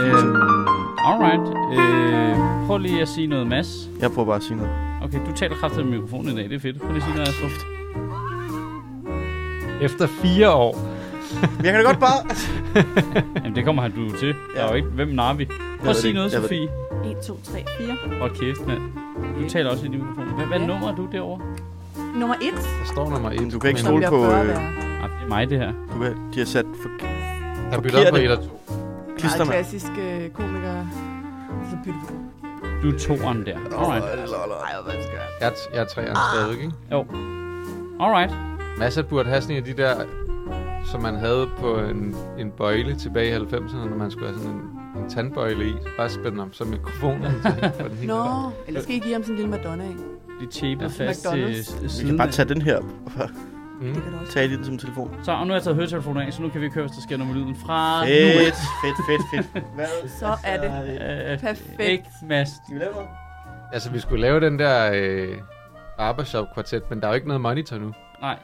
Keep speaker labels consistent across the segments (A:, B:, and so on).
A: Øhm, alright. Øh, prøv lige at sige noget, Mads.
B: Jeg prøver bare at sige noget.
A: Okay, du taler kraftigt med mikrofonen i dag. Det er fedt. Prøv lige at sige noget, Astrup.
C: Efter fire år.
B: Men jeg kan da godt bare...
A: Jamen, det kommer han du til. Der er jo
B: Ja.
A: ikke... Hvem nar vi? Prøv
B: ved
A: at
B: det
A: sige
B: ikke.
A: noget,
B: Jeg ved det
A: Sofie.
D: 1, 2, 3, 4.
A: Hold kæft, mand. Du taler også i din mikrofon. Hvad, hvad
D: Ja.
A: nummer er du derovre?
D: Nummer 1,
C: Der står nummer et.
B: Du kan ikke
D: som
B: stole
D: bliver
B: på...
D: 40
B: Øh,
D: værre.
A: Ej, det er mig, det her.
B: du kan, de har sat for
C: Der bytter op på et
B: forkerte.
C: og to.
D: Meget
B: klistermærker.
D: klassisk øh, komiker. Så bytte på.
A: Du er toeren der. Alright.
D: Ej, hvor er det skørt.
C: Jeg, er- jeg er træerne
D: Ah.
C: stadigvæk, ikke?
A: Jo. Alright.
C: Massa burde have sådan en af de der, som man havde på en, en bøjle tilbage i 90'erne, når man skulle have sådan en, en tandbøjle i. Bare spænde om som mikrofonen. til- for den helt-
D: Nå, eller skal I give ham sådan en lille Madonna, ikke?
A: Det er tæppet fast til
D: McDonald's.
A: s-
B: Vi kan
A: siden.
B: bare tage den her
D: Det
C: Mm.
D: kan du også.
B: tage i den som telefon.
A: Så, og nu har jeg taget høretelefoner af, så nu kan vi ikke høre, hvis der sker noget med lyden fra Ah, nu.
B: Fedt, fedt, fedt, fedt. Hvad?
D: Så er det
A: Øh,
D: perfekt.
A: Ikke Mads.
B: Skal vi lave noget?
C: Altså, vi skulle lave den der øh, barbershop-kvartet, men der er jo ikke noget monitor nu.
A: Nej,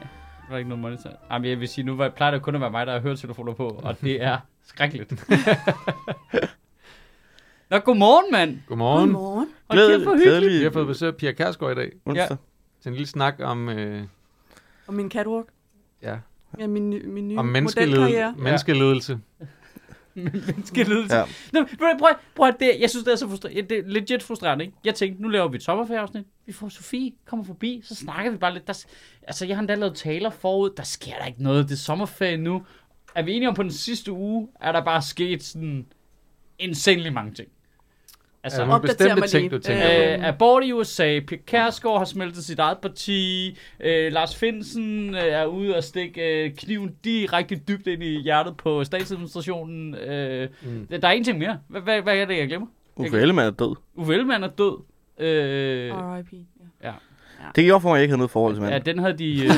A: der er ikke noget monitor. Ej, men jeg vil sige, nu var- plejer det kun at være mig, der har høretelefoner på, og det er skrækkeligt. Nå, godmorgen, mand.
C: Godmorgen.
D: Godmorgen.
A: Og kæft, hvor hyggeligt.
C: Vi har fået besøg af Pia Kærsgaard i dag
B: Onsdag.
C: til en lille snak om, øh,
D: Og min catwalk.
C: ja,
D: Ja, min, ny- min nye
C: om
D: modelkarriere.
C: menneskeled- menneskeledelse.
A: Menneskeledelse.
B: Ja.
A: Ja. Nå, men prøv, prøv, prøv, det, jeg synes, det er så frustrerende. Det er legit frustrerende, ikke? Jeg tænkte, nu laver vi et sommerferieafsnit. Vi får Sofie, kommer forbi, så snakker vi bare lidt. Der, s- altså, jeg har endda lavet taler forud. Der sker der ikke noget. Det er sommerferie nu. Er vi enige om, på den sidste uge, er der bare sket sådan insanely mange ting. Altså,
C: Er der
A: ja,
C: nogle
D: Opdater
C: bestemte
D: mig
C: ting,
D: lige.
C: du tænker på?
A: Øh, abort i USA, Pia Kærsgaard har smeltet sit eget parti, øh, Lars Finsen øh, er ude og stikke øh, kniven direkte dybt ind i hjertet på statsadministrationen. Øh,
C: Mm.
A: mm. Der er en ting mere. Hvad, hvad, hvad er det, jeg glemmer?
B: Uffe Ellemann er død.
A: Uffe Ellemann er død. Øh,
D: R.I.P. Ja.
B: Det gjorde for mig, at jeg ikke havde noget forhold til
A: ja,
B: manden.
A: den havde de... Øh,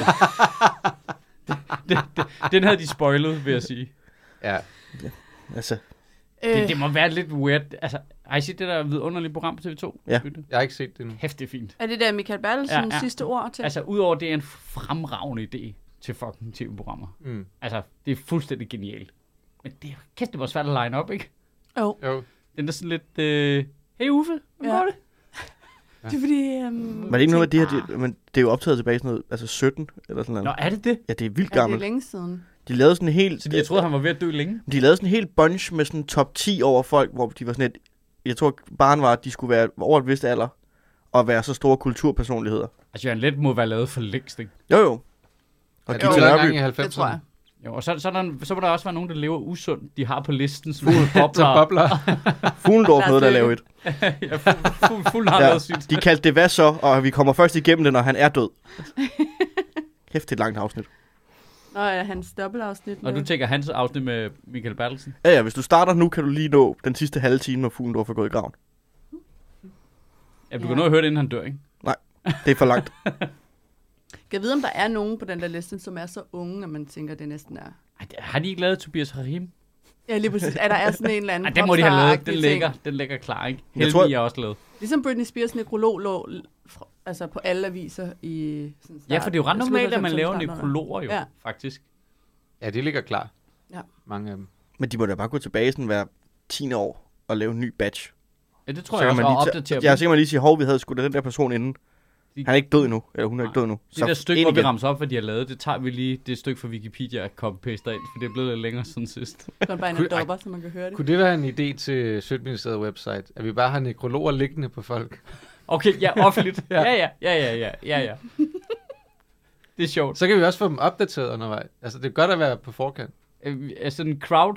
A: den, den, den havde de spoilet, vil jeg sige.
C: Ja,
B: Altså,
D: Øh,
A: Det, det må være lidt weird. Altså, har I set det der vidunderlige program på TV2?
B: Ja.
C: jeg har ikke set det nu.
A: Hæftigt fint.
D: Øh, er det der Michael Bertelsens
A: Ja, ja.
D: sidste ord til?
A: Altså, udover det er en fremragende idé til fucking tv-programmer.
C: Mm.
A: Altså, det er fuldstændig genialt. Men det er kæft, det var svært at line op, ikke?
C: Jo.
A: Den er sådan lidt, øh, hey Uffe, hvordan
D: Ja.
A: går det?
D: Det er fordi... Øhm,
B: var det ikke noget med det her? De, men det er jo optaget tilbage i sådan noget, altså 17 eller sådan
A: Nå,
B: noget.
A: er det det?
B: Ja, det er vildt
D: Ja, det
B: gammelt.
D: er længe siden.
B: De lavede sådan en helt...
A: Så de, jeg troede, han var ved at dø længe.
B: De lavede sådan en helt bunch med sådan top 10 over folk, hvor de var sådan et... Jeg tror, barn var, at de skulle være over et vist alder og være så store kulturpersonligheder.
A: Altså, Jørgen Let må være lavet for længst, ikke?
B: Jo, jo. Og
C: Er
B: de
C: det
B: til
C: jo
B: Nørreby.
C: engang i 90'erne?
D: Det tror jeg.
A: Jo, og så, så, er der, en- så må der også være nogen, der lever usundt, de har på listen, som fuld
C: Så
A: bobler.
C: bobler.
B: Fuglendorf
D: Lars
B: havde der
D: Løkke.
B: lavet et.
A: ja, fuld, fuld, fuld har
B: Ja.
A: noget sygt.
B: De kaldte det hvad så, og vi kommer først igennem det, når han er død. Kæft, det er et langt afsnit.
D: Nå, ja, hans dobbeltafsnit.
A: Og
D: med-
A: du tænker hans afsnit med Michael Bertelsen.
B: Ja, ja, hvis du starter nu, kan du lige nå den sidste halve time, når Fuglendorf er gået i graven.
A: Jeg
D: Ja.
A: begynder ja. at høre det, inden han dør, ikke?
B: Det er for langt.
D: Kan jeg vide, om der er nogen på den der liste, som er så unge, at man tænker, det næsten er...
A: Ej, det- har de ikke lavet Tobias Harim?
D: Ja, lige præcis. At der er sådan en eller anden
A: Ej, den må de have lavet. Den
D: popstar-agtig
A: ligger,
D: ting.
A: den ligger klar, ikke?
B: Jeg
A: Helmi
B: tror-
A: er også lavet.
D: Ligesom Britney Spears nekrolog lå l- fra- altså på alle aviser i... Sådan
A: Ja, for det er jo ret
D: start-
A: normalt, at man
D: slut-
A: laver
D: starterne.
A: nekrologer jo,
D: Ja.
A: ja. faktisk.
C: Ja, de ligger klar.
D: Ja.
C: Mange af dem.
B: Men de må da bare gå tilbage sådan hver 10 år og lave en ny batch.
A: Ja, det tror
B: så
A: jeg
B: kan
A: også,
B: man
A: og
B: lige
A: opdatere
B: ja, så kan man lige sige, hov, vi havde sgu da den der person inden.
A: De-
B: Han er ikke død endnu, eller hun er ikke død endnu.
A: Det der stykke,
B: ind
A: hvor vi
B: igen.
A: rammer op, hvad de har lavet, det tager vi lige det stykke fra Wikipedia og copy-paster ind, for det er blevet lidt længere siden sidst.
D: Så er det bare en
C: Kunne-
D: dopper, så man kan høre det.
C: Kunne det være en idé til Sødministeriet website, at vi bare har nekrologer liggende på folk?
A: Okay, ja, offentligt. ja, ja, ja, ja, ja, ja, ja. Det er sjovt.
C: Så kan vi også få dem opdateret undervejs. Altså, det er godt at være på forkant.
A: Øh, Altså en crowd,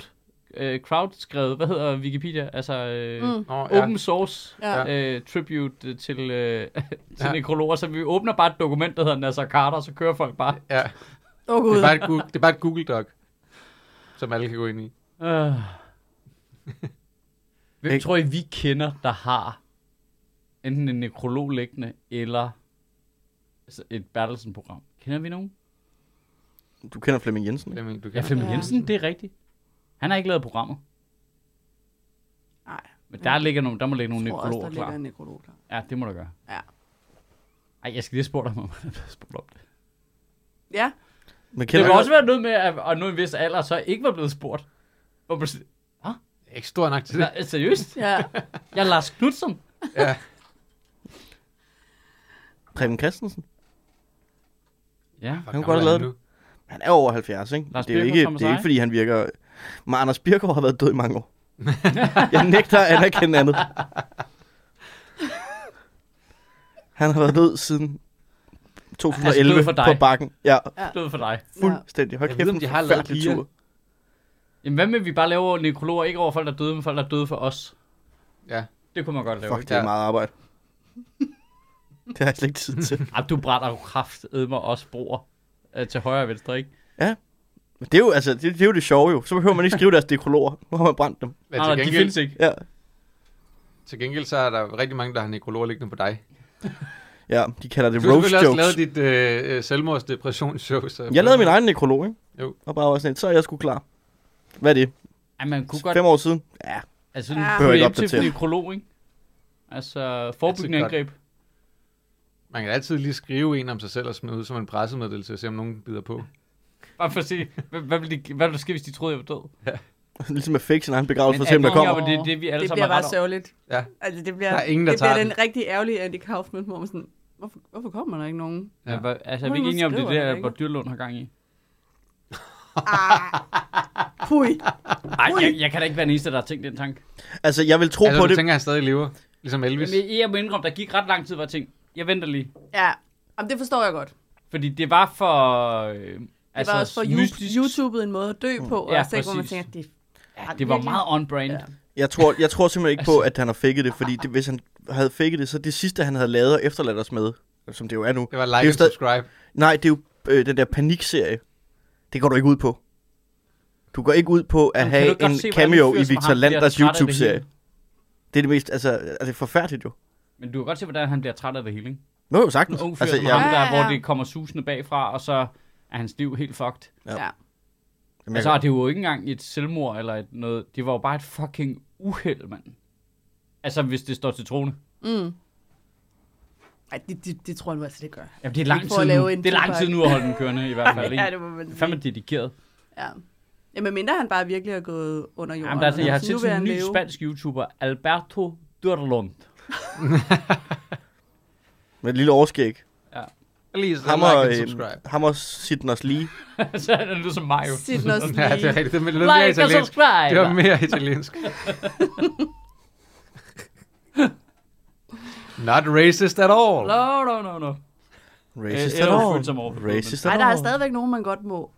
A: øh, crowd skrevet, hvad hedder Wikipedia? Altså øh, mm.
D: Mm.
C: Nå, ja.
A: open source
D: Ja.
A: øh, tribute øh, til, øh, til
C: Ja.
A: ja. nekrologer, så vi åbner bare et dokument, der hedder Nasser Carter, og så kører folk bare.
C: ja.
D: Åh,
C: Det,
D: gud.
C: er bare et Google, det er bare et Google Doc, som alle kan gå ind i.
A: Øh. Hvem
B: Ikke?
A: tror I, vi kender, der har enten en nekrolog liggende, eller altså et Bertelsen-program? Kender vi nogen?
B: Du kender Flemming Jensen, ikke?
C: Flemming, du kan.
A: Ja, Flemming
D: Ja.
A: Jensen, det er rigtigt. Han har ikke lavet programmet.
D: Nej,
A: Men der, ligger nogle, der må ligge nogle
D: jeg tror også,
A: nekrologer
D: der ligger
A: klar.
D: en nekrolog klar.
A: Ja, det må der gøre.
D: Ja.
A: Ej, jeg skal lige spørge dig, om han er blevet spurgt om det.
D: Ja,
B: Man
A: Det
B: kender
A: kan også være noget med, at, at nu en vis alder så ikke var blevet spurgt. Og man siger,
C: Ikke stor nok til det.
A: "Nej, seriøst?
D: ja.
A: Jeg er Lars Knudsen.
C: Ja.
B: Preben Christensen.
A: Ja.
C: Hvor
B: Han kunne
C: gammel
B: godt
C: er
B: have lavet den.
C: nu?
B: Han er over 70, ikke?
A: Lars
B: det er jo
A: Birk
B: ikke,
A: og
B: det er
A: Thomas
B: ikke, fordi han virker... Men Anders Birkow har været død i mange år. jeg nægter at anerkende andet. Han har været død siden 2011
A: altså død for dig.
B: på bakken. Ja,
A: Død for dig.
B: fuldstændig. Hold
C: Jeg
B: kæft,
C: ved, om
B: en
C: de har lavet
B: forfærdelig
C: fire.
B: tur.
A: Jamen, hvad med, at vi bare laver nekrologer, ikke over folk, der er døde, men folk, der er døde for os?
C: Ja.
A: Det kunne man godt lave.
B: Fuck,
A: ikke?
B: det er
C: Ja.
B: meget arbejde. Det har jeg slet ikke tid til.
A: Ej, du brænder jo kraft, mig også broer øh, til højre og venstre, ikke?
B: Men det er jo, altså, det, det er jo det sjove jo. Så behøver man ikke skrive deres dekrologer. Nu har man brændt dem.
C: Men
A: Nej,
C: til,
A: nej, de
C: gengæld,
A: findes ikke.
B: Ja,
C: til gengæld, så er der rigtig mange, der har nekrologer liggende på dig.
B: ja de kalder det
C: Du har
B: roast
C: selvfølgelig også lavet
B: jokes.
C: dit øh, øh, selvmordsdepressionsshow. Så
B: Jeg lavede min egen nekrolog, ikke?
C: Jo.
B: Og bare var sådan, lidt, så er jeg sgu klar. Hvad er det?
A: Ej, man kunne godt...
B: Fem år siden? Ja,
A: Altså,
D: Ja.
A: ja.
D: Behøver
A: kunne
B: Ah. ikke
A: hjem til
B: opdatere.
A: nekrolog, ikke? Altså, forebyggende
C: godt.
A: angreb.
C: Man kan altid lige skrive en om sig selv og smide ud som en pressemeddelelse og se, om nogen bider på.
A: Bare for at se, hvad, hvad, ville de, hvad ville der ske, hvis de troede, jeg var død?
B: ligesom at fake sin egen begravelse for at se, om
A: er
B: der
A: du enig
B: kommer.
A: om, at det er det, vi alle
D: det
A: sammen
D: bliver
A: har
D: bare
A: ret over?
D: sørgeligt.
C: Ja.
D: Altså, det bliver,
C: Der er ingen, der
D: det bliver
C: tager
D: den rigtig ærgerlige Andy Kaufman, hvor man sådan, hvorfor, hvorfor kommer der ikke nogen?
A: Ja, hvad- altså, er
D: Hun
A: vi ikke enige om det er
D: skriver det,
A: der,
D: ikke?
A: hvor Dyrlund har gang i?
D: Ah, puj.
A: Nej, jeg, jeg, kan da ikke være den eneste, der har tænkt den tanke.
B: Altså, jeg vil tro
C: altså,
B: på
C: du
B: det.
C: tænker, at han stadig lever? Ligesom Elvis?
A: Jamen, jeg- jeg må indrømme, der gik ret lang tid, hvor jeg tænkte, jeg venter lige.
D: Ja, Jamen, det forstår jeg godt. Det
A: Fordi det var for... Øh,
D: altså, var også for
A: mystisk. Mm.
D: YouTube en måde at dø på, og
A: Ja,
D: ja, altså ikke, hvor man
A: præcis.
D: tænker, det
A: Ja, det var meget on-brand.
D: Ja.
B: Jeg tror, jeg tror simpelthen ikke på,
C: Altså-
B: at han har faked det, fordi det, hvis han havde faked det, så det sidste, han havde lavet og efterladt os med, som det jo er nu.
C: Det var
B: er
C: like
B: jo
C: og
B: stadig-
C: subscribe.
B: Nej, det er jo øh, den der panikserie. Det går du ikke ud på. Du går ikke ud på at
A: Men kan du
B: have
A: ikke godt
B: en
A: se, hvordan en
B: cameo
A: fyr
B: i
A: som
B: Victor
A: ham bliver
B: Landers
A: træt af det
B: YouTube-serie.
A: hele?
B: Det, er det mest, altså, er det er forfærdeligt jo.
A: Men du kan godt se, hvordan han bliver træt af det hele, ikke?
B: Nå jo, sagtens.
A: En ung fyr
B: Altså,
A: altså, som
B: jeg,
A: ham,
B: jeg,
A: der,
D: Ja, ja, ja.
A: hvor det kommer susende bagfra, og så er hans liv helt fucked.
D: Ja.
A: Men så er det jo ikke engang et selvmord eller et noget. Det var jo bare et fucking uheld, mand. Altså, hvis det står til troende.
D: Mm. Ej, det, det, det tror jeg nu altså, det gør.
A: Jamen, det er lang
D: får
A: tid
D: at lave
A: nu.
D: en
A: Det er lang tid
D: Tupac.
A: nu at holde den kørende, i hvert fald. Ikke?
D: Ja,
A: Det
D: det må man
A: er
D: sige.
A: fandme dedikeret.
D: Ja. Ja, men mindre han bare virkelig er gået under jorden.
A: Jamen, der er, sådan- jeg har
D: Så
A: set
D: nu vil
A: sådan en
D: han
A: ny
D: altså, leve.
A: spansk YouTuber, Alberto Durlund.
B: med et lille overskæg.
C: Lige så
B: Ham
C: like
B: og,
C: Altså-
B: øh,
C: og subscribe.
B: ham og Sidners lige.
A: så er det lyder som mig jo.
D: Sid den også
C: Ja, det er
D: lige.
C: rigtigt. Det var lidt mere
A: Like og
C: italiensk. Det var
A: subscribe!
C: mere italiensk. Not racist at all.
A: No, no, no, no.
B: Racist
A: Øh,
B: at
A: eller
B: all.
A: følsom overfor
B: Racist
D: Nej,
B: at
D: der er
B: all.
D: stadigvæk nogen, man godt må.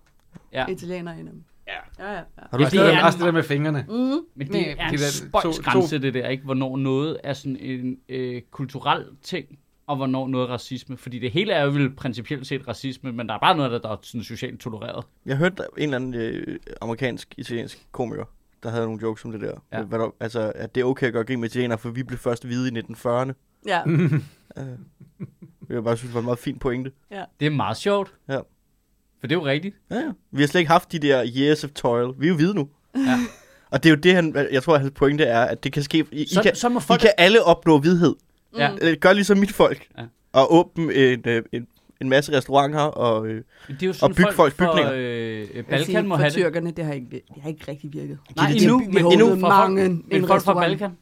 A: Ja.
D: Ja. Italienere inden.
A: Ja.
D: Ja, ja, ja.
B: Har
C: Du
B: du
A: Ja,
C: også,
A: det
C: det
A: er
C: der, også
A: en-
C: det der med fingrene.
D: Mm.
A: Men
C: Med
A: det er en
C: de der to-
A: spøjs
C: to-
A: grænse, det der, ikke? Hvornår noget er sådan en øh, kulturel ting, og hvornår noget er racisme. Fordi det hele er jo vel principielt set racisme, men der er bare noget, der, der er sådan socialt tolereret.
B: Jeg hørte der en eller anden øh, amerikansk italiensk komiker, der havde nogle jokes om det der.
A: Ja.
B: Ja. Hvad der altså, at det er okay at gøre grin med italienere, for vi blev først hvide i 1940'erne.
D: Ja,
A: Mm-hmm.
B: Jeg bare synes, det var en meget fin pointe.
A: Det er meget sjovt.
B: Ja.
A: For det er jo rigtigt.
B: Ja, ja. Vi har slet ikke haft de der years of toil. Vi er jo hvide nu.
A: Ja.
B: Og det er jo det, han, jeg tror, hans pointe er, at det kan ske. I,
A: Så,
B: I, kan,
A: så må
B: folk...
A: folk...
B: I kan alle opnå hvidhed.
A: Ja.
B: Øh, Gør ligesom mit folk.
A: Ja.
B: Ja. Og åbne en, øh, en, en masse restauranter. Og, øh,
A: Det er jo sådan,
B: og bygge folks
A: for,
B: bygninger.
A: øh, øh,
D: Jeg vil
A: Balkan
D: sige,
A: må
D: Altså, for
A: have det.
D: tyrkerne, det har ikke, det har ikke rigtig virket.
A: Nej,
B: de- de-
A: endnu,
B: de-
A: men
B: de-
A: endnu
B: de-
A: fra
D: mange
A: folk,
D: en
A: men folk fra
D: restaurant.
A: Balkan.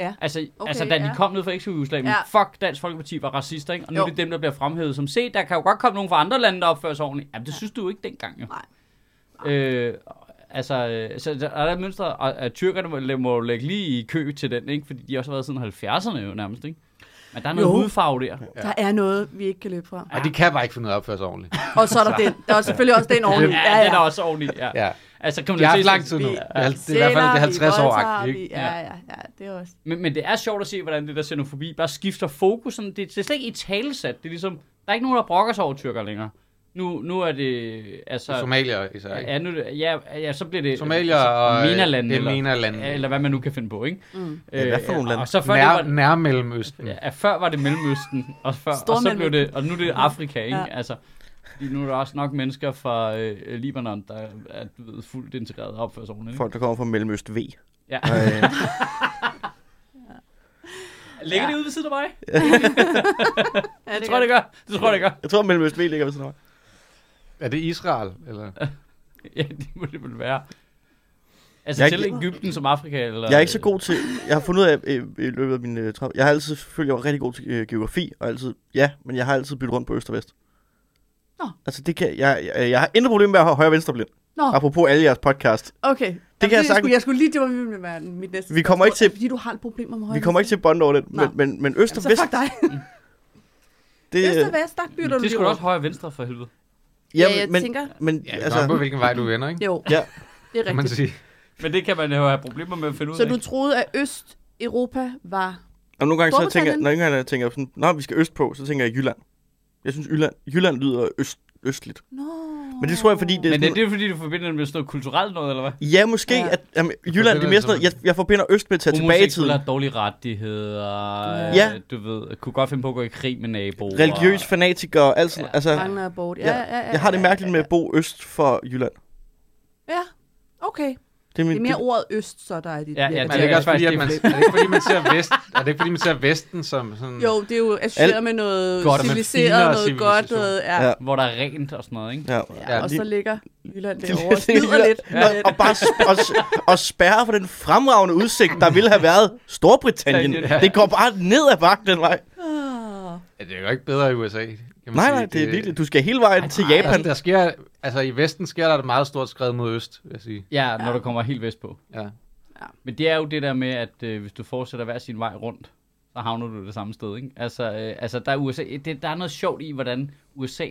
D: Ja.
A: Altså,
D: Okay,
A: altså da de
D: ja.
A: kom ned fra eks-Jugoslavien,
D: Ja.
A: fuck, Dansk Folkeparti var racister, ikke? Og nu jo.
D: Jo.
A: er det dem, der bliver fremhævet som, se, der kan jo godt komme nogen fra andre lande, der opfører sig ordentligt. Jamen, det synes du jo ikke dengang, jo.
D: Nej.
A: Øh, altså, øh, så der er der et mønster, og at tyrkerne må, må jo lægge lige i kø til den, ikke? Fordi de har også været siden 70'erne jo nærmest, ikke? Men der er noget
D: Jo.
A: hudfarve der.
D: Der er noget, vi ikke kan løbe fra.
C: Og de kan bare ikke finde ud af at opføre sig ordentligt.
D: Og så er der den. Der er selvfølgelig også den
A: Ja,
D: ordentlige.
A: ja, ja. det er da også ordentligt, ja. ja.
C: Ja.
A: Altså,
C: De har haft
A: kriminalitet-
C: lang tid nu. Det er, hal- det er i hvert fald det er 50 år agtigt. ikke?
D: Ja, ja, ja, det er også.
A: Men, men det er sjovt at se, hvordan det der xenofobi bare skifter fokus. Sådan, det, det er slet ikke i talesat. Det er ligesom, der er ikke nogen, der brokker sig over tyrker længere. Nu, nu er det, altså...
C: Somalier især, ikke?
A: Ja, nu, ja, ja, så bliver det...
C: Somalier og, øh,
A: Mina-lande,
C: det er
A: eller,
C: MENA-lande.
A: eller hvad man nu kan finde på, ikke? Mm.
B: Ja, hvad for nogle lande?
A: Og så før,
C: Nær,
A: det var,
C: nær Mellemøsten.
A: ja, før var det Mellemøsten, og, før,
D: Stor
A: og, så blev det,
D: Mellemøsten.
A: og nu er det Afrika, ikke? Ja.
D: Ja.
A: Altså, fordi nu er der også nok mennesker fra øh, Libanon, der er du ved, fuldt integreret og opfører sig ordentligt. ikke?
B: folk, der kommer fra Mellemøst V.
A: Ja.
B: Og, øh,
A: Lægger
D: Ja.
A: det ud ved siden af mig?
D: Ja,
A: Det tror jeg, det gør. Det tror jeg, det gør.
B: jeg tror, Mellemøst V ligger ved sådan noget.
C: Er det Israel? Eller?
B: Altså-
A: ja, det må det vel være. Altså
B: Jeg er
A: til
B: ikke-
A: Ægypten som Afrika? Eller,
B: Jeg er ikke så øh, god til... Jeg har fundet ud af øh, i løbet af min øh, tra- Jeg har altid selvfølgelig jeg var rigtig god til øh, geografi, og altid... Ja, men jeg har altid byttet rundt på øst og vest.
D: Nå.
B: Altså, det kan... Jeg, jeg, jeg har intet problem med at have højre og venstre blind.
D: Nå,
B: Apropos alle jeres podcast.
D: okay. Det
B: kan jeg
D: jeg, skulle,
B: sagtens-
D: jeg skulle lige, det var mit- være mit næste
B: Vi kommer ikke
D: spørgsmål,
B: til-
D: Fordi du har et problem med højre.
B: Vi kommer ikke til at bonde over det,
D: Nej.
B: men, men, men øst og
D: Jamen,
B: vest...
D: så fuck dig.
B: Det,
D: Øst og vest, der bytter
A: Det
D: du
A: er sgu da
D: lige
A: også højre og venstre for helvede.
D: Ja,
B: men-
D: jeg
B: men,
D: tænker...
B: Men,
C: Ja, det altså, på,
B: altså,
C: hvilken vej du ender, ikke?
D: Jo,
B: Ja.
D: det er
C: Kan man
D: rigtigt.
C: sige.
A: Men det kan man jo have problemer med at finde ud
D: Så
A: af.
D: du troede, at Øst-Europa var...
B: og nogle gange så tænker jeg,
D: Storbritannien?
B: nogle gange, jeg tænker sådan, når vi skal øst på, så tænker jeg Jylland. Jeg synes, Jylland, Jylland lyder øst, østligt.
D: Nå.
B: Men det tror jeg, fordi det
A: Men er
B: sådan-
A: det fordi, du forbinder det med sådan noget kulturelt noget, eller hvad?
B: Ja, måske,
D: Ja.
B: ja. at jamen, Jylland, det er mere sådan noget, jeg, jeg forbinder øst med at tage tilbage i tiden.
A: Homoseksuelle har dårlige rettigheder,
B: Ja.
A: ja. du ved, kunne godt finde på at gå i krig med naboer.
B: Religiøs fanatiker og alt sådan.
A: Ja.
B: Ja. Altså,
D: Mange abort. Ja,
B: Ja,
D: ja, ja, ja,
B: jeg har det
D: ja,
B: mærkeligt
D: ja,
B: med at bo øst for Jylland.
D: ja. Ja, okay.
B: Det er, min,
D: Det er mere ordet øst, så der er dit
A: Ja, ja,
D: virkelig.
C: Men er det ikke også fordi,
A: faktisk
C: at man,
A: det
C: er det ikke fordi, man ser vest, er det ikke fordi, man ser Vesten som sådan...
D: Jo, det er jo associeret med noget
C: Godt,
D: godt,
C: og med
D: civiliseret,
C: finere
D: noget godt,
C: civilisation.
D: noget, ja.
B: Ja.
D: ja.
A: Hvor der er rent og sådan noget, ikke?
B: Ja.
D: ja. Og
C: lige-
D: så ligger Jylland
B: Det er
D: derovre og snyder
B: Jylland.
D: lidt. med
B: Og, og bare s- og, s- og spærre for den fremragende udsigt, der ville have været Storbritannien.
A: Ja.
B: Det går bare ned ad bakken den vej.
D: Ah.
C: Ja, det er jo ikke bedre i USA, kan man
B: Nej,
C: sige.
B: nej, det er virkelig. Du skal hele vejen til
C: Altså,
B: Japan.
C: der sker, altså, i Vesten sker der et meget stort skred mod øst, vil jeg sige.
A: Ja, når du kommer helt vest på.
C: Ja.
A: Men det er jo det der med, at øh, hvis du fortsætter hver sin vej rundt, så havner du det samme sted, ikke? Altså, øh, altså der, er USA, det, der er noget sjovt i, hvordan USA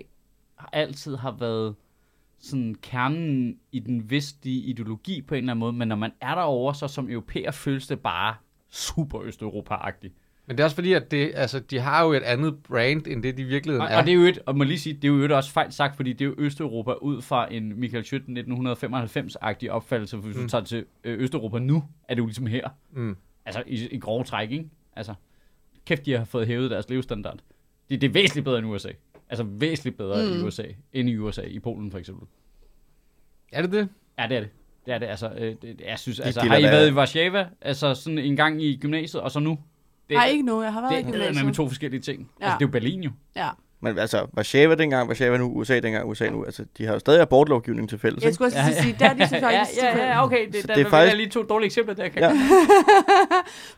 A: har altid har været sådan kernen i den vestlige ideologi på en eller anden måde, men når man er derovre, så som europæer føles det bare super østeuropa-agtigt.
C: Men det er også fordi, at det, altså, de har jo et andet brand, end det de i virkeligheden
A: Og,
C: er.
A: og det er jo et, og må lige sige, det er jo et også fejl sagt, fordi det er jo Østeuropa ud fra en Michael Schøtten 1995-agtig opfattelse, for hvis mm. du tager til øh, Østeuropa nu, er det jo ligesom her.
C: Mm.
A: Altså i, i grove træk, ikke? Altså, kæft, de har fået hævet deres levestandard. Det, det er væsentligt bedre end USA. Altså væsentligt bedre mm. i USA, end i USA, i Polen for eksempel.
C: Er det det?
A: Ja, det er det. Det er det, altså. Øh, det, det- jeg synes, altså,
B: dealer
A: har I
B: der-
A: været i Varsjava? Altså sådan en gang i gymnasiet, og så nu? Det,
D: Nej, ikke noget. Jeg har været i
A: det, det er med
D: gymnasiet.
A: to forskellige ting. Ja.
D: Ja.
A: Altså, det er jo Berlin jo.
D: Ja.
B: Men altså, Varsava dengang, Varsava nu, USA dengang, USA nu. Altså, de har jo stadig abortlovgivning til fælles.
D: Jeg
B: Ikke?
D: skulle også lige sige, der er de så faktisk...
A: okay. Det,
B: Så der- det er der- faktisk- der er
A: lige to dårlige eksempler der. Kan.
B: Ja.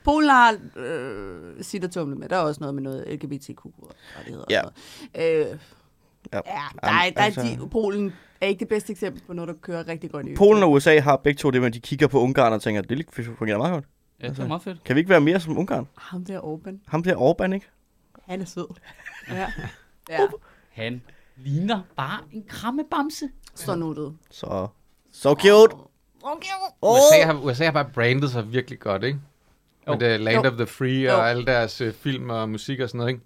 D: Polen har øh, sit og tumle med. Der er også noget med noget LGBTQ og rettigheder.
B: Ja.
D: Og sådan noget. øh,
B: Ja.
D: ja, der er,
B: Jamen,
D: der er
B: altså-
D: de, Polen er ikke det bedste eksempel på noget, der kører rigtig godt i
B: Polen og USA har begge to det med, at de kigger på Ungarn og tænker, det fungerer meget godt.
A: Ja, det er meget fedt.
B: Kan vi ikke være mere som Ungarn?
D: Ham der Orbán,
B: Ham der Orbán, ikke?
D: han er sød. Ja. ja.
A: Han ligner bare en krammebamse.
D: Så nuttet.
B: Så, så cute.
D: Okay.
B: Åh!
C: USA, har, USA har bare brandet sig virkelig godt, ikke?
A: Jo.
C: Med The Land
D: Jo.
C: of the Free
D: Jo.
C: og alle deres øh, film og musik og sådan noget, ikke?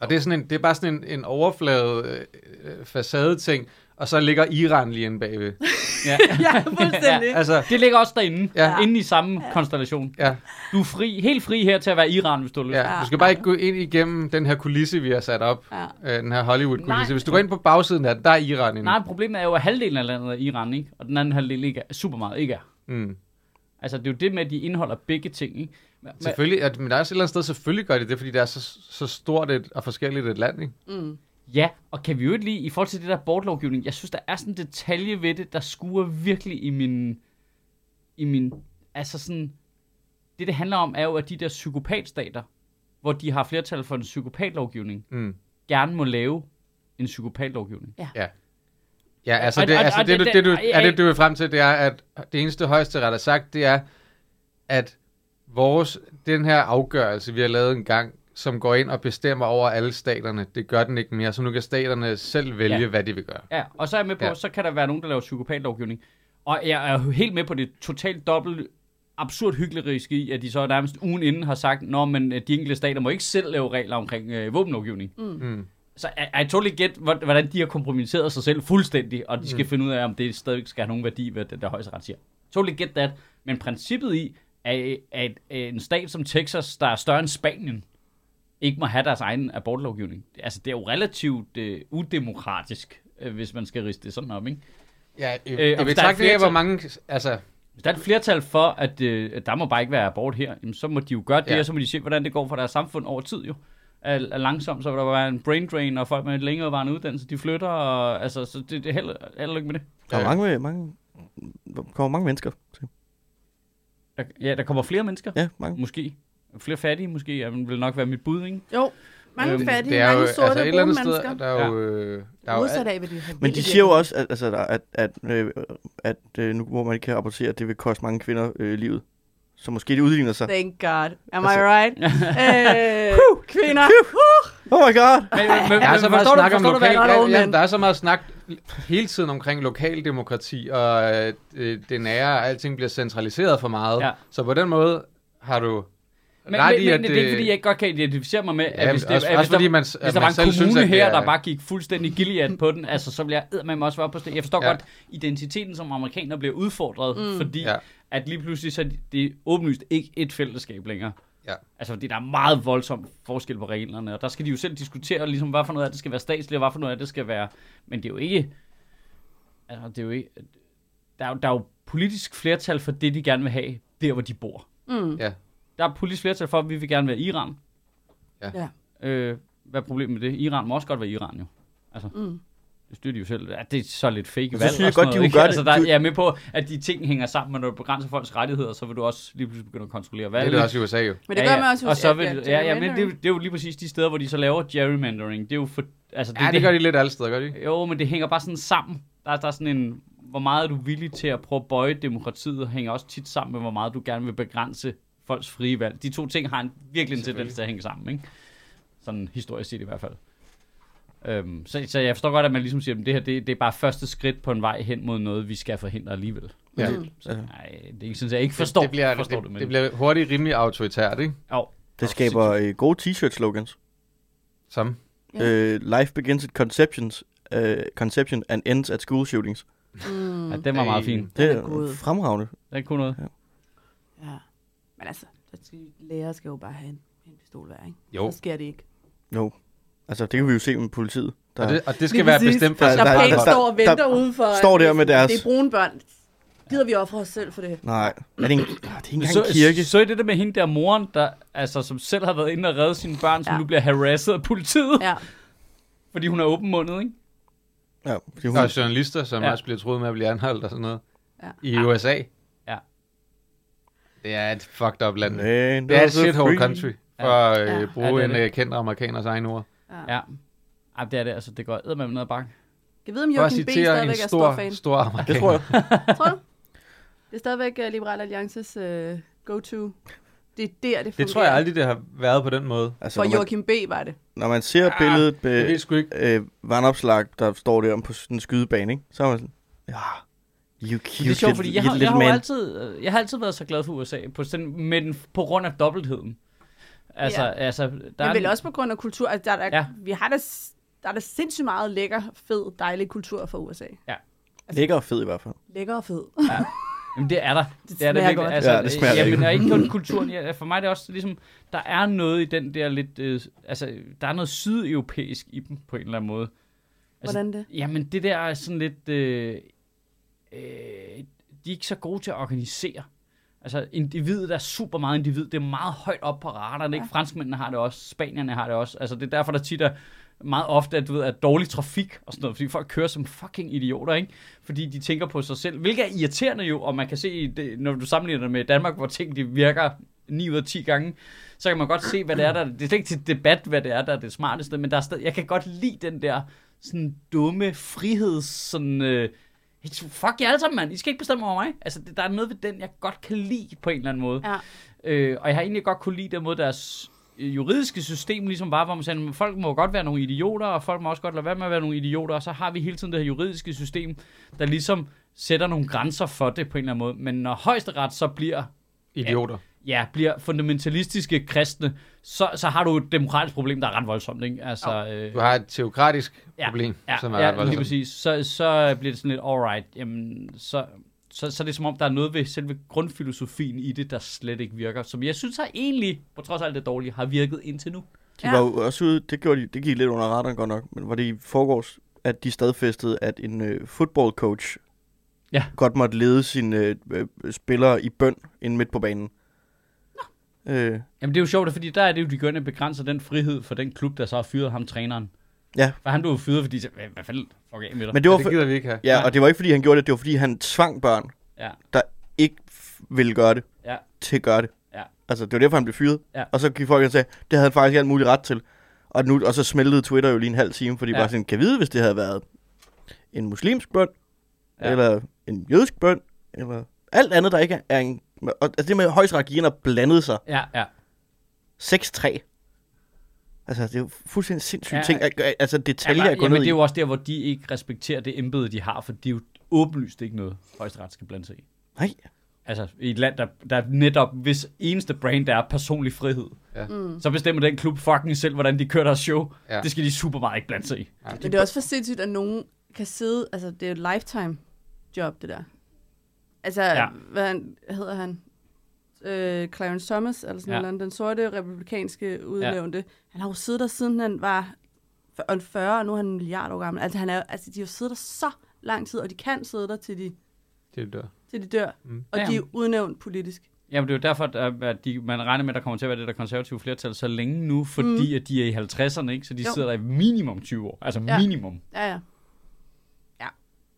C: Og det er, sådan en, det er bare sådan en, en overflade øh, facade-ting, og så ligger Iran lige inde bagved.
A: Ja.
D: Ja, fuldstændig.
C: Altså,
A: Det ligger også derinde. Ja.
C: Ja.
A: Inde i samme ja. konstellation.
C: ja,
A: Du er fri, helt fri her til at være Iran, hvis du har lyst. Ja.
C: ja. Du skal bare ikke gå ind igennem den her kulisse, vi har sat op.
D: Ja.
C: Øh, den her Hollywood-kulisse.
A: Nej.
C: Hvis du går ind på bagsiden af den, der er Iran inde.
A: Nej, problemet er jo, at halvdelen af landet er Iran, ikke? Og den anden halvdel ikke er, super meget ikke er.
C: Mm.
A: Altså, det er jo det med, at de indeholder begge ting, ikke? Men, men-
C: Selvfølgelig, at, men der er også et eller andet sted, selvfølgelig gør de det, fordi det er så, så stort et, og forskelligt et land, ikke?
A: Ja, og kan vi jo ikke lige, i forhold til det der abortlovgivning, jeg synes, der er sådan en detalje ved det, der skuer virkelig i min, i min, altså sådan, det det handler om, er jo, at de der psykopatstater, hvor de har flertal for en psykopatlovgivning,
C: Mm.
A: gerne må lave en psykopatlovgivning.
C: Ja, altså,
A: og-
C: det,
A: og-
C: altså
A: og
C: det,
A: det-
C: du,
A: det-
C: det, du,
A: ej,
C: er
A: ej.
C: det, du vil frem til, det er, at det eneste højesteret har sagt, det er, at vores, den her afgørelse, vi har lavet en gang, som går ind og bestemmer over alle staterne, det gør den ikke mere, så nu kan staterne selv vælge,
A: Ja.
C: ja. hvad de vil gøre.
A: Ja, og så er jeg med på, ja.
C: Ja.
A: så kan der være nogen, der laver psykopatlovgivning. Og jeg er jo helt med på det totalt dobbelt absurd hykleriske i, at de så nærmest ugen inden har sagt, nå, men øh, de enkelte stater må ikke selv lave regler omkring øh, våbenlovgivning.
C: Mm.
A: Så I, I totally get, hvor- hvordan de har kompromitteret sig selv fuldstændig, og de skal mm. finde ud af, om det stadigvæk skal have nogen værdi, hvad den der højesteret siger. Totally get that. Men princippet i, at, at en stat som Texas, der er større end Spanien, ikke må have deres egen abortlovgivning. Altså, det er jo relativt øh, udemokratisk, øh, hvis man skal riste det sådan op, ikke?
C: Ja, øh,
A: hvis
C: øh,
A: der er
C: og betragtning af,
A: flertal-
C: hvor mange, altså,
A: Hvis der er et flertal for, at øh, at der må bare ikke være abort her, jamen, så må de jo gøre det, ja.
C: Ja.
A: og så må de se, hvordan det går for deres samfund over tid, jo. er, er langsom, så vil der være en brain drain, og folk med en længerevarende uddannelse, de flytter, og altså, så det, det er held, held og lykke med det.
B: Der er
C: Ja.
B: mange, mange, der kommer mange mennesker. til.
A: Der, ja, der kommer flere mennesker,
B: Ja, mange.
A: måske. Flere fattige, måske, ja, men vil nok være mit bud, ikke?
D: Jo, mange
A: Øhm,
D: øhm, fattige,
C: Det er jo,
D: mange sorte,
C: altså et eller andet
D: mennesker.
C: sted, der er jo... øh, Der er jo
D: Modsat
C: alt-
D: af, hvad de har
B: Men de
D: virkelig
B: siger jo
D: gjort.
B: også, at, altså, der- at, at, øh, at øh, nu hvor man ikke kan rapportere, at det vil koste mange kvinder øh, livet. Så måske det udligner sig.
D: Thank God. Am I
B: Altså-
D: right? øh, kvinder.
B: Oh my god!
A: Men, men, men,
C: Der er så meget snak om
A: hvad-
C: lokal,
D: jeg godt
C: ja,
D: overnævnte?
C: ja, der er så meget snak hele tiden omkring lokaldemokrati, og øh, øh, det nære, og alting bliver centraliseret for meget.
A: Ja.
C: Ja. Så på den måde har du
A: Men,
C: ret
A: men,
C: i,
A: men
C: at
A: det er ikke, fordi jeg ikke godt kan identificere mig med, at
C: Ja,
A: hvis, det,
C: også-
A: at
C: også
A: hvis der,
C: fordi man-
A: hvis
C: at
A: der
C: man
A: var en
C: selv
A: kommune
C: synes, at det
A: her,
C: er-
A: der bare gik fuldstændig gilliat på den, altså så ville jeg med også være på stedet. Jeg forstår ja.
C: Ja.
A: godt, identiteten som amerikaner bliver udfordret, mm. fordi ja.
C: Ja.
A: at lige pludselig så er det åbenlyst ikke et fællesskab længere.
C: Ja.
A: Altså fordi der er meget voldsom forskel på reglerne, og der skal de jo selv diskutere, ligesom, hvad for noget af det skal være statsligt, og hvad for noget af det skal være... Men det er jo ikke... Altså, det er jo ikke... Der er jo, der er jo politisk flertal for det, de gerne vil have, der hvor de bor.
D: Mm,
C: Ja.
A: Der er politisk flertal for, at vi vil gerne være Iran.
C: Ja.
D: Ja.
A: Øh, hvad er problemet med det? Iran må også godt være Iran, jo. Altså, mm. det styrer de jo selv. Ja, det er så lidt fake
B: så
A: valg.
B: synes jeg
A: og sådan
B: godt,
A: noget,
B: de kunne
A: ikke?
B: gøre
A: altså,
B: det.
A: der, er-
B: Du-
A: Jeg er med på, at de ting hænger sammen, og når du begrænser folks rettigheder, så vil du også lige pludselig begynde at kontrollere valg.
C: Det er det også i USA jo.
D: Men det gør man også
A: og
D: hos
A: så
D: at-
A: vil,
D: at
A: ja, ja, men det, er jo-
D: gerrymandering-
A: det er jo lige præcis de steder, hvor de så laver gerrymandering. Det er jo for, altså,
C: Ja, det gør de lidt alle steder, gør de? ikke?
A: Jo, men det hænger bare sådan sammen. Der, er- der er sådan en, hvor meget er du villig til at prøve at bøje demokratiet, hænger også tit sammen med, hvor meget du gerne vil begrænse folks frie valg. De to ting har en, virkelig en tendens til at hænge sammen, ikke? Sådan historisk set i hvert fald. Øhm, så, så jeg forstår godt, at man ligesom siger, at det her det, det er bare første skridt på en vej hen mod noget, vi skal forhindre alligevel.
C: Ja.
A: Så, nej, det er ikke sådan, at jeg ikke forstår
C: det, bliver,
A: forstår du,
C: det, det,
A: men-
C: det bliver hurtigt rimelig autoritært, ikke?
A: Jo.
B: Det skaber øh, gode t-shirt slogans.
C: Som.
D: Ja.
B: Øh, life begins at conceptions, øh, conception and ends at school shootings.
D: Mm,
A: Ja, den var meget
C: Ej.
A: fin.
B: Det
D: Den er
B: er
D: god.
B: fremragende.
A: Den kunne noget.
D: ja. Men altså, de lærer skal jo bare have en, en pistol hver, ikke?
C: Jo.
D: Så sker det ikke.
B: Jo. Altså, det kan vi jo se med politiet. Der,
C: Og det, og det
D: Lige
C: skal være
D: præcis.
C: bestemt
D: Der,
C: fra
B: Der-
D: der,
B: der-
D: pænt
B: der-
D: står og venter
B: der-
D: udenfor.
B: står der med deres-
D: Det er brune børn. Gider vi ofre os selv for det?
B: Nej, er det, en, Ah, det er ikke engang
A: så,
B: en kirke.
A: Så er det der med hende der moren, der, altså, som selv har været inde og redde sine børn, som
D: Ja.
A: nu bliver harasset af politiet, ja.
D: Ja.
A: fordi hun er åbenmundet, ikke?
B: Ja, fordi hun,
C: Og journalister, som
A: Ja.
C: ja. også bliver troet med at blive anholdt og sådan noget.
D: Ja.
C: Ja. I USA.
A: Ja.
C: Det er et fucked up land.
B: Land
C: Det er
B: of
C: et
B: the
C: shithole
B: free.
C: country, for
A: Ja.
C: at
D: Ja.
C: øh,
A: Ja, det
C: bruge
A: er
C: en
A: det.
C: øh, kendt amerikaners egen ord.
A: Ja. Ej, det er det, altså, det går eddermame ned ad bakken.
D: Jeg ved,
C: For
D: om
C: at
D: Joachim B.
C: citere en
D: stadigvæk er stor
C: stor,
D: fan.
C: stor amerikaner.
B: Det tror jeg.
D: Tror du? Det er stadigvæk uh, Liberal Alliances uh, go-to. Det er der, det fungerer.
C: Det tror jeg aldrig, det har været på den måde.
B: Altså,
D: For
B: når, man,
D: Joachim B. var det.
B: når man ser billedet
C: Det
B: med
C: ved jeg sgu ikke.
B: øh, vandopslag, der står der om på sådan en skydebane, ikke? så er man sådan, ja, you cute
A: Men det er sjovt,
B: little-
A: fordi jeg har,
B: little
A: jeg, har jo
B: man.
A: altid, øh, jeg har altid været så glad for USA, på, sådan, men på grund af dobbeltheden. Altså,
D: Ja.
A: altså, der
D: Der
A: er
D: Men vel
A: en-
D: også på grund af kultur. Altså, der, er der,
A: Ja.
D: ja. Vi har da, s- der er da sindssygt meget lækker, fed, dejlig kultur fra USA.
A: Altså-
B: Lækker og fed i hvert fald.
D: Lækker og fed.
A: Jamen, det er der. Det, er der
D: smager
A: virkelig.
D: godt.
A: Altså,
B: Ja, det smager
A: jamen,
B: rigtig
A: og ikke kun kulturen. Ja, for mig er det også ligesom, der er noget i den der lidt, øh, altså, der er noget sydeuropæisk i dem på en eller anden måde. Altså,
D: Hvordan det?
A: Jamen, det der er sådan lidt... Øh, øh, de er ikke så gode til at organisere. Altså, individet er super meget individ. Det er meget højt op på radaren, ikke? Franskmændene har det også, spanierne har det også. Altså, det er derfor, der tit er meget ofte, at du ved, at dårlig trafik og sådan noget, fordi folk kører som fucking idioter, ikke? Fordi de tænker på sig selv, hvilket er irriterende jo, og man kan se, i det, når du sammenligner det med Danmark, hvor ting de virker 9 ud af 10 gange, så kan man godt se, hvad det er, der... Det er slet ikke til debat, hvad det er, der er det smarteste, men der er stadig, jeg kan godt lide den der sådan dumme friheds... Sådan, øh, fuck jer alle sammen, mand. I skal ikke bestemme over mig. Altså, det, der er noget ved den, jeg godt kan lide på en eller anden måde.
D: Ja.
A: Øh, og jeg har egentlig godt kunne lide den måde, deres øh, juridiske system ligesom var, hvor man sagde, at folk må godt være nogle idioter, og folk må også godt lade være med at være nogle idioter, og så har vi hele tiden det her juridiske system, der ligesom sætter nogle grænser for det på en eller anden måde. Men når højesteret så bliver
C: Idioter.
A: ja, bliver fundamentalistiske kristne, så, så har du et demokratisk problem, der er ret voldsomt, ikke? Altså, øh,
C: Du har et teokratisk
A: ja,
C: problem,
A: ja,
C: som er
A: ja,
C: ret
A: lige
C: voldsomt.
A: præcis. Så, så bliver det sådan lidt, alright, jamen, så, så, så er det som om, der er noget ved selve grundfilosofien i det, der slet ikke virker, som jeg synes har egentlig, på trods af alt det dårlige, har virket indtil nu.
B: De
D: Ja.
B: ja. var jo også ude, det, gjorde de, det gik lidt under radaren godt nok, men var det i forgårs, at de stadfæstede, at en øh, football coach
A: Ja.
B: godt måtte lede sine øh, øh, spillere i bøn ind midt på banen. Øh,
A: Jamen det er jo sjovt, fordi der er det jo, de går ind og begrænser den frihed for den klub, der så har fyret ham, træneren.
B: ja.
A: For han blev jo fyret, fordi... de sagde, Hvad, hvad fanden? Fuck af med dig.
B: Men det
C: Ja,
B: var
C: det
B: for,
C: gider vi ikke have.
B: ja, og det var ikke fordi, han gjorde det. Det var fordi, han tvang børn,
A: Ja.
B: der ikke f- ville gøre det,
A: Ja.
B: til at gøre det.
A: Ja.
B: Altså, det var derfor, han blev fyret.
A: Ja.
B: Og så gik folk og sagde, det havde han faktisk alt muligt ret til. Og, nu, og så smeltede Twitter jo lige en halv time, fordi
A: Ja.
B: ja. bare sådan, kan vide, hvis det havde været en muslimsk bøn,
A: Ja.
B: ja. eller en jødisk bøn, eller alt andet, der ikke er en... Og, altså det med at højstræk gik ind og blandede sig.
A: Ja, ja.
B: 6-3. Altså, det er jo fuldstændig sindssygt
A: Ja.
B: ja. ting. Al- al- Altså, detaljer
A: ja,
B: ja, er gået
A: jamen,
B: ned
A: det er
B: i.
A: jo også der, hvor de ikke respekterer det embede, de har, for det er jo åbenlyst ikke noget, højesteret skal blande sig i.
B: Nej.
A: Altså i et land, der, der netop, hvis eneste brand der er personlig frihed,
C: Ja.
A: mm. så bestemmer den klub fucking selv, hvordan de kører deres show. Ja.
C: Ja.
A: Det skal de super meget ikke blande sig i.
D: Men det er også for sindssygt, at nogen kan sidde... Altså, det er et lifetime job, det der. Altså,
A: Ja.
D: ja. hvad han, hedder han? Øh, Clarence Thomas, eller sådan
A: Ja.
D: ja. noget, den sorte republikanske udnævnte. Ja. Han har jo siddet der, siden han var f- 40, og nu er han en milliard år gammel. Altså, han er, jo- altså, de har jo siddet der så lang tid, og de kan sidde der, til de,
C: Det er der.
D: til de dør.
C: Mm.
D: Mm. Og de
A: Ja.
D: er udnævnt politisk.
A: Jamen det er jo derfor, at, øh, at de, man regner med, at der kommer til at være det der konservative flertal så længe nu, fordi mm. at de er i 50'erne, ikke? så de jo.
D: Jo.
A: sidder der i minimum 20 år. Altså
D: Ja.
A: minimum.
D: Ja, ja. Ja,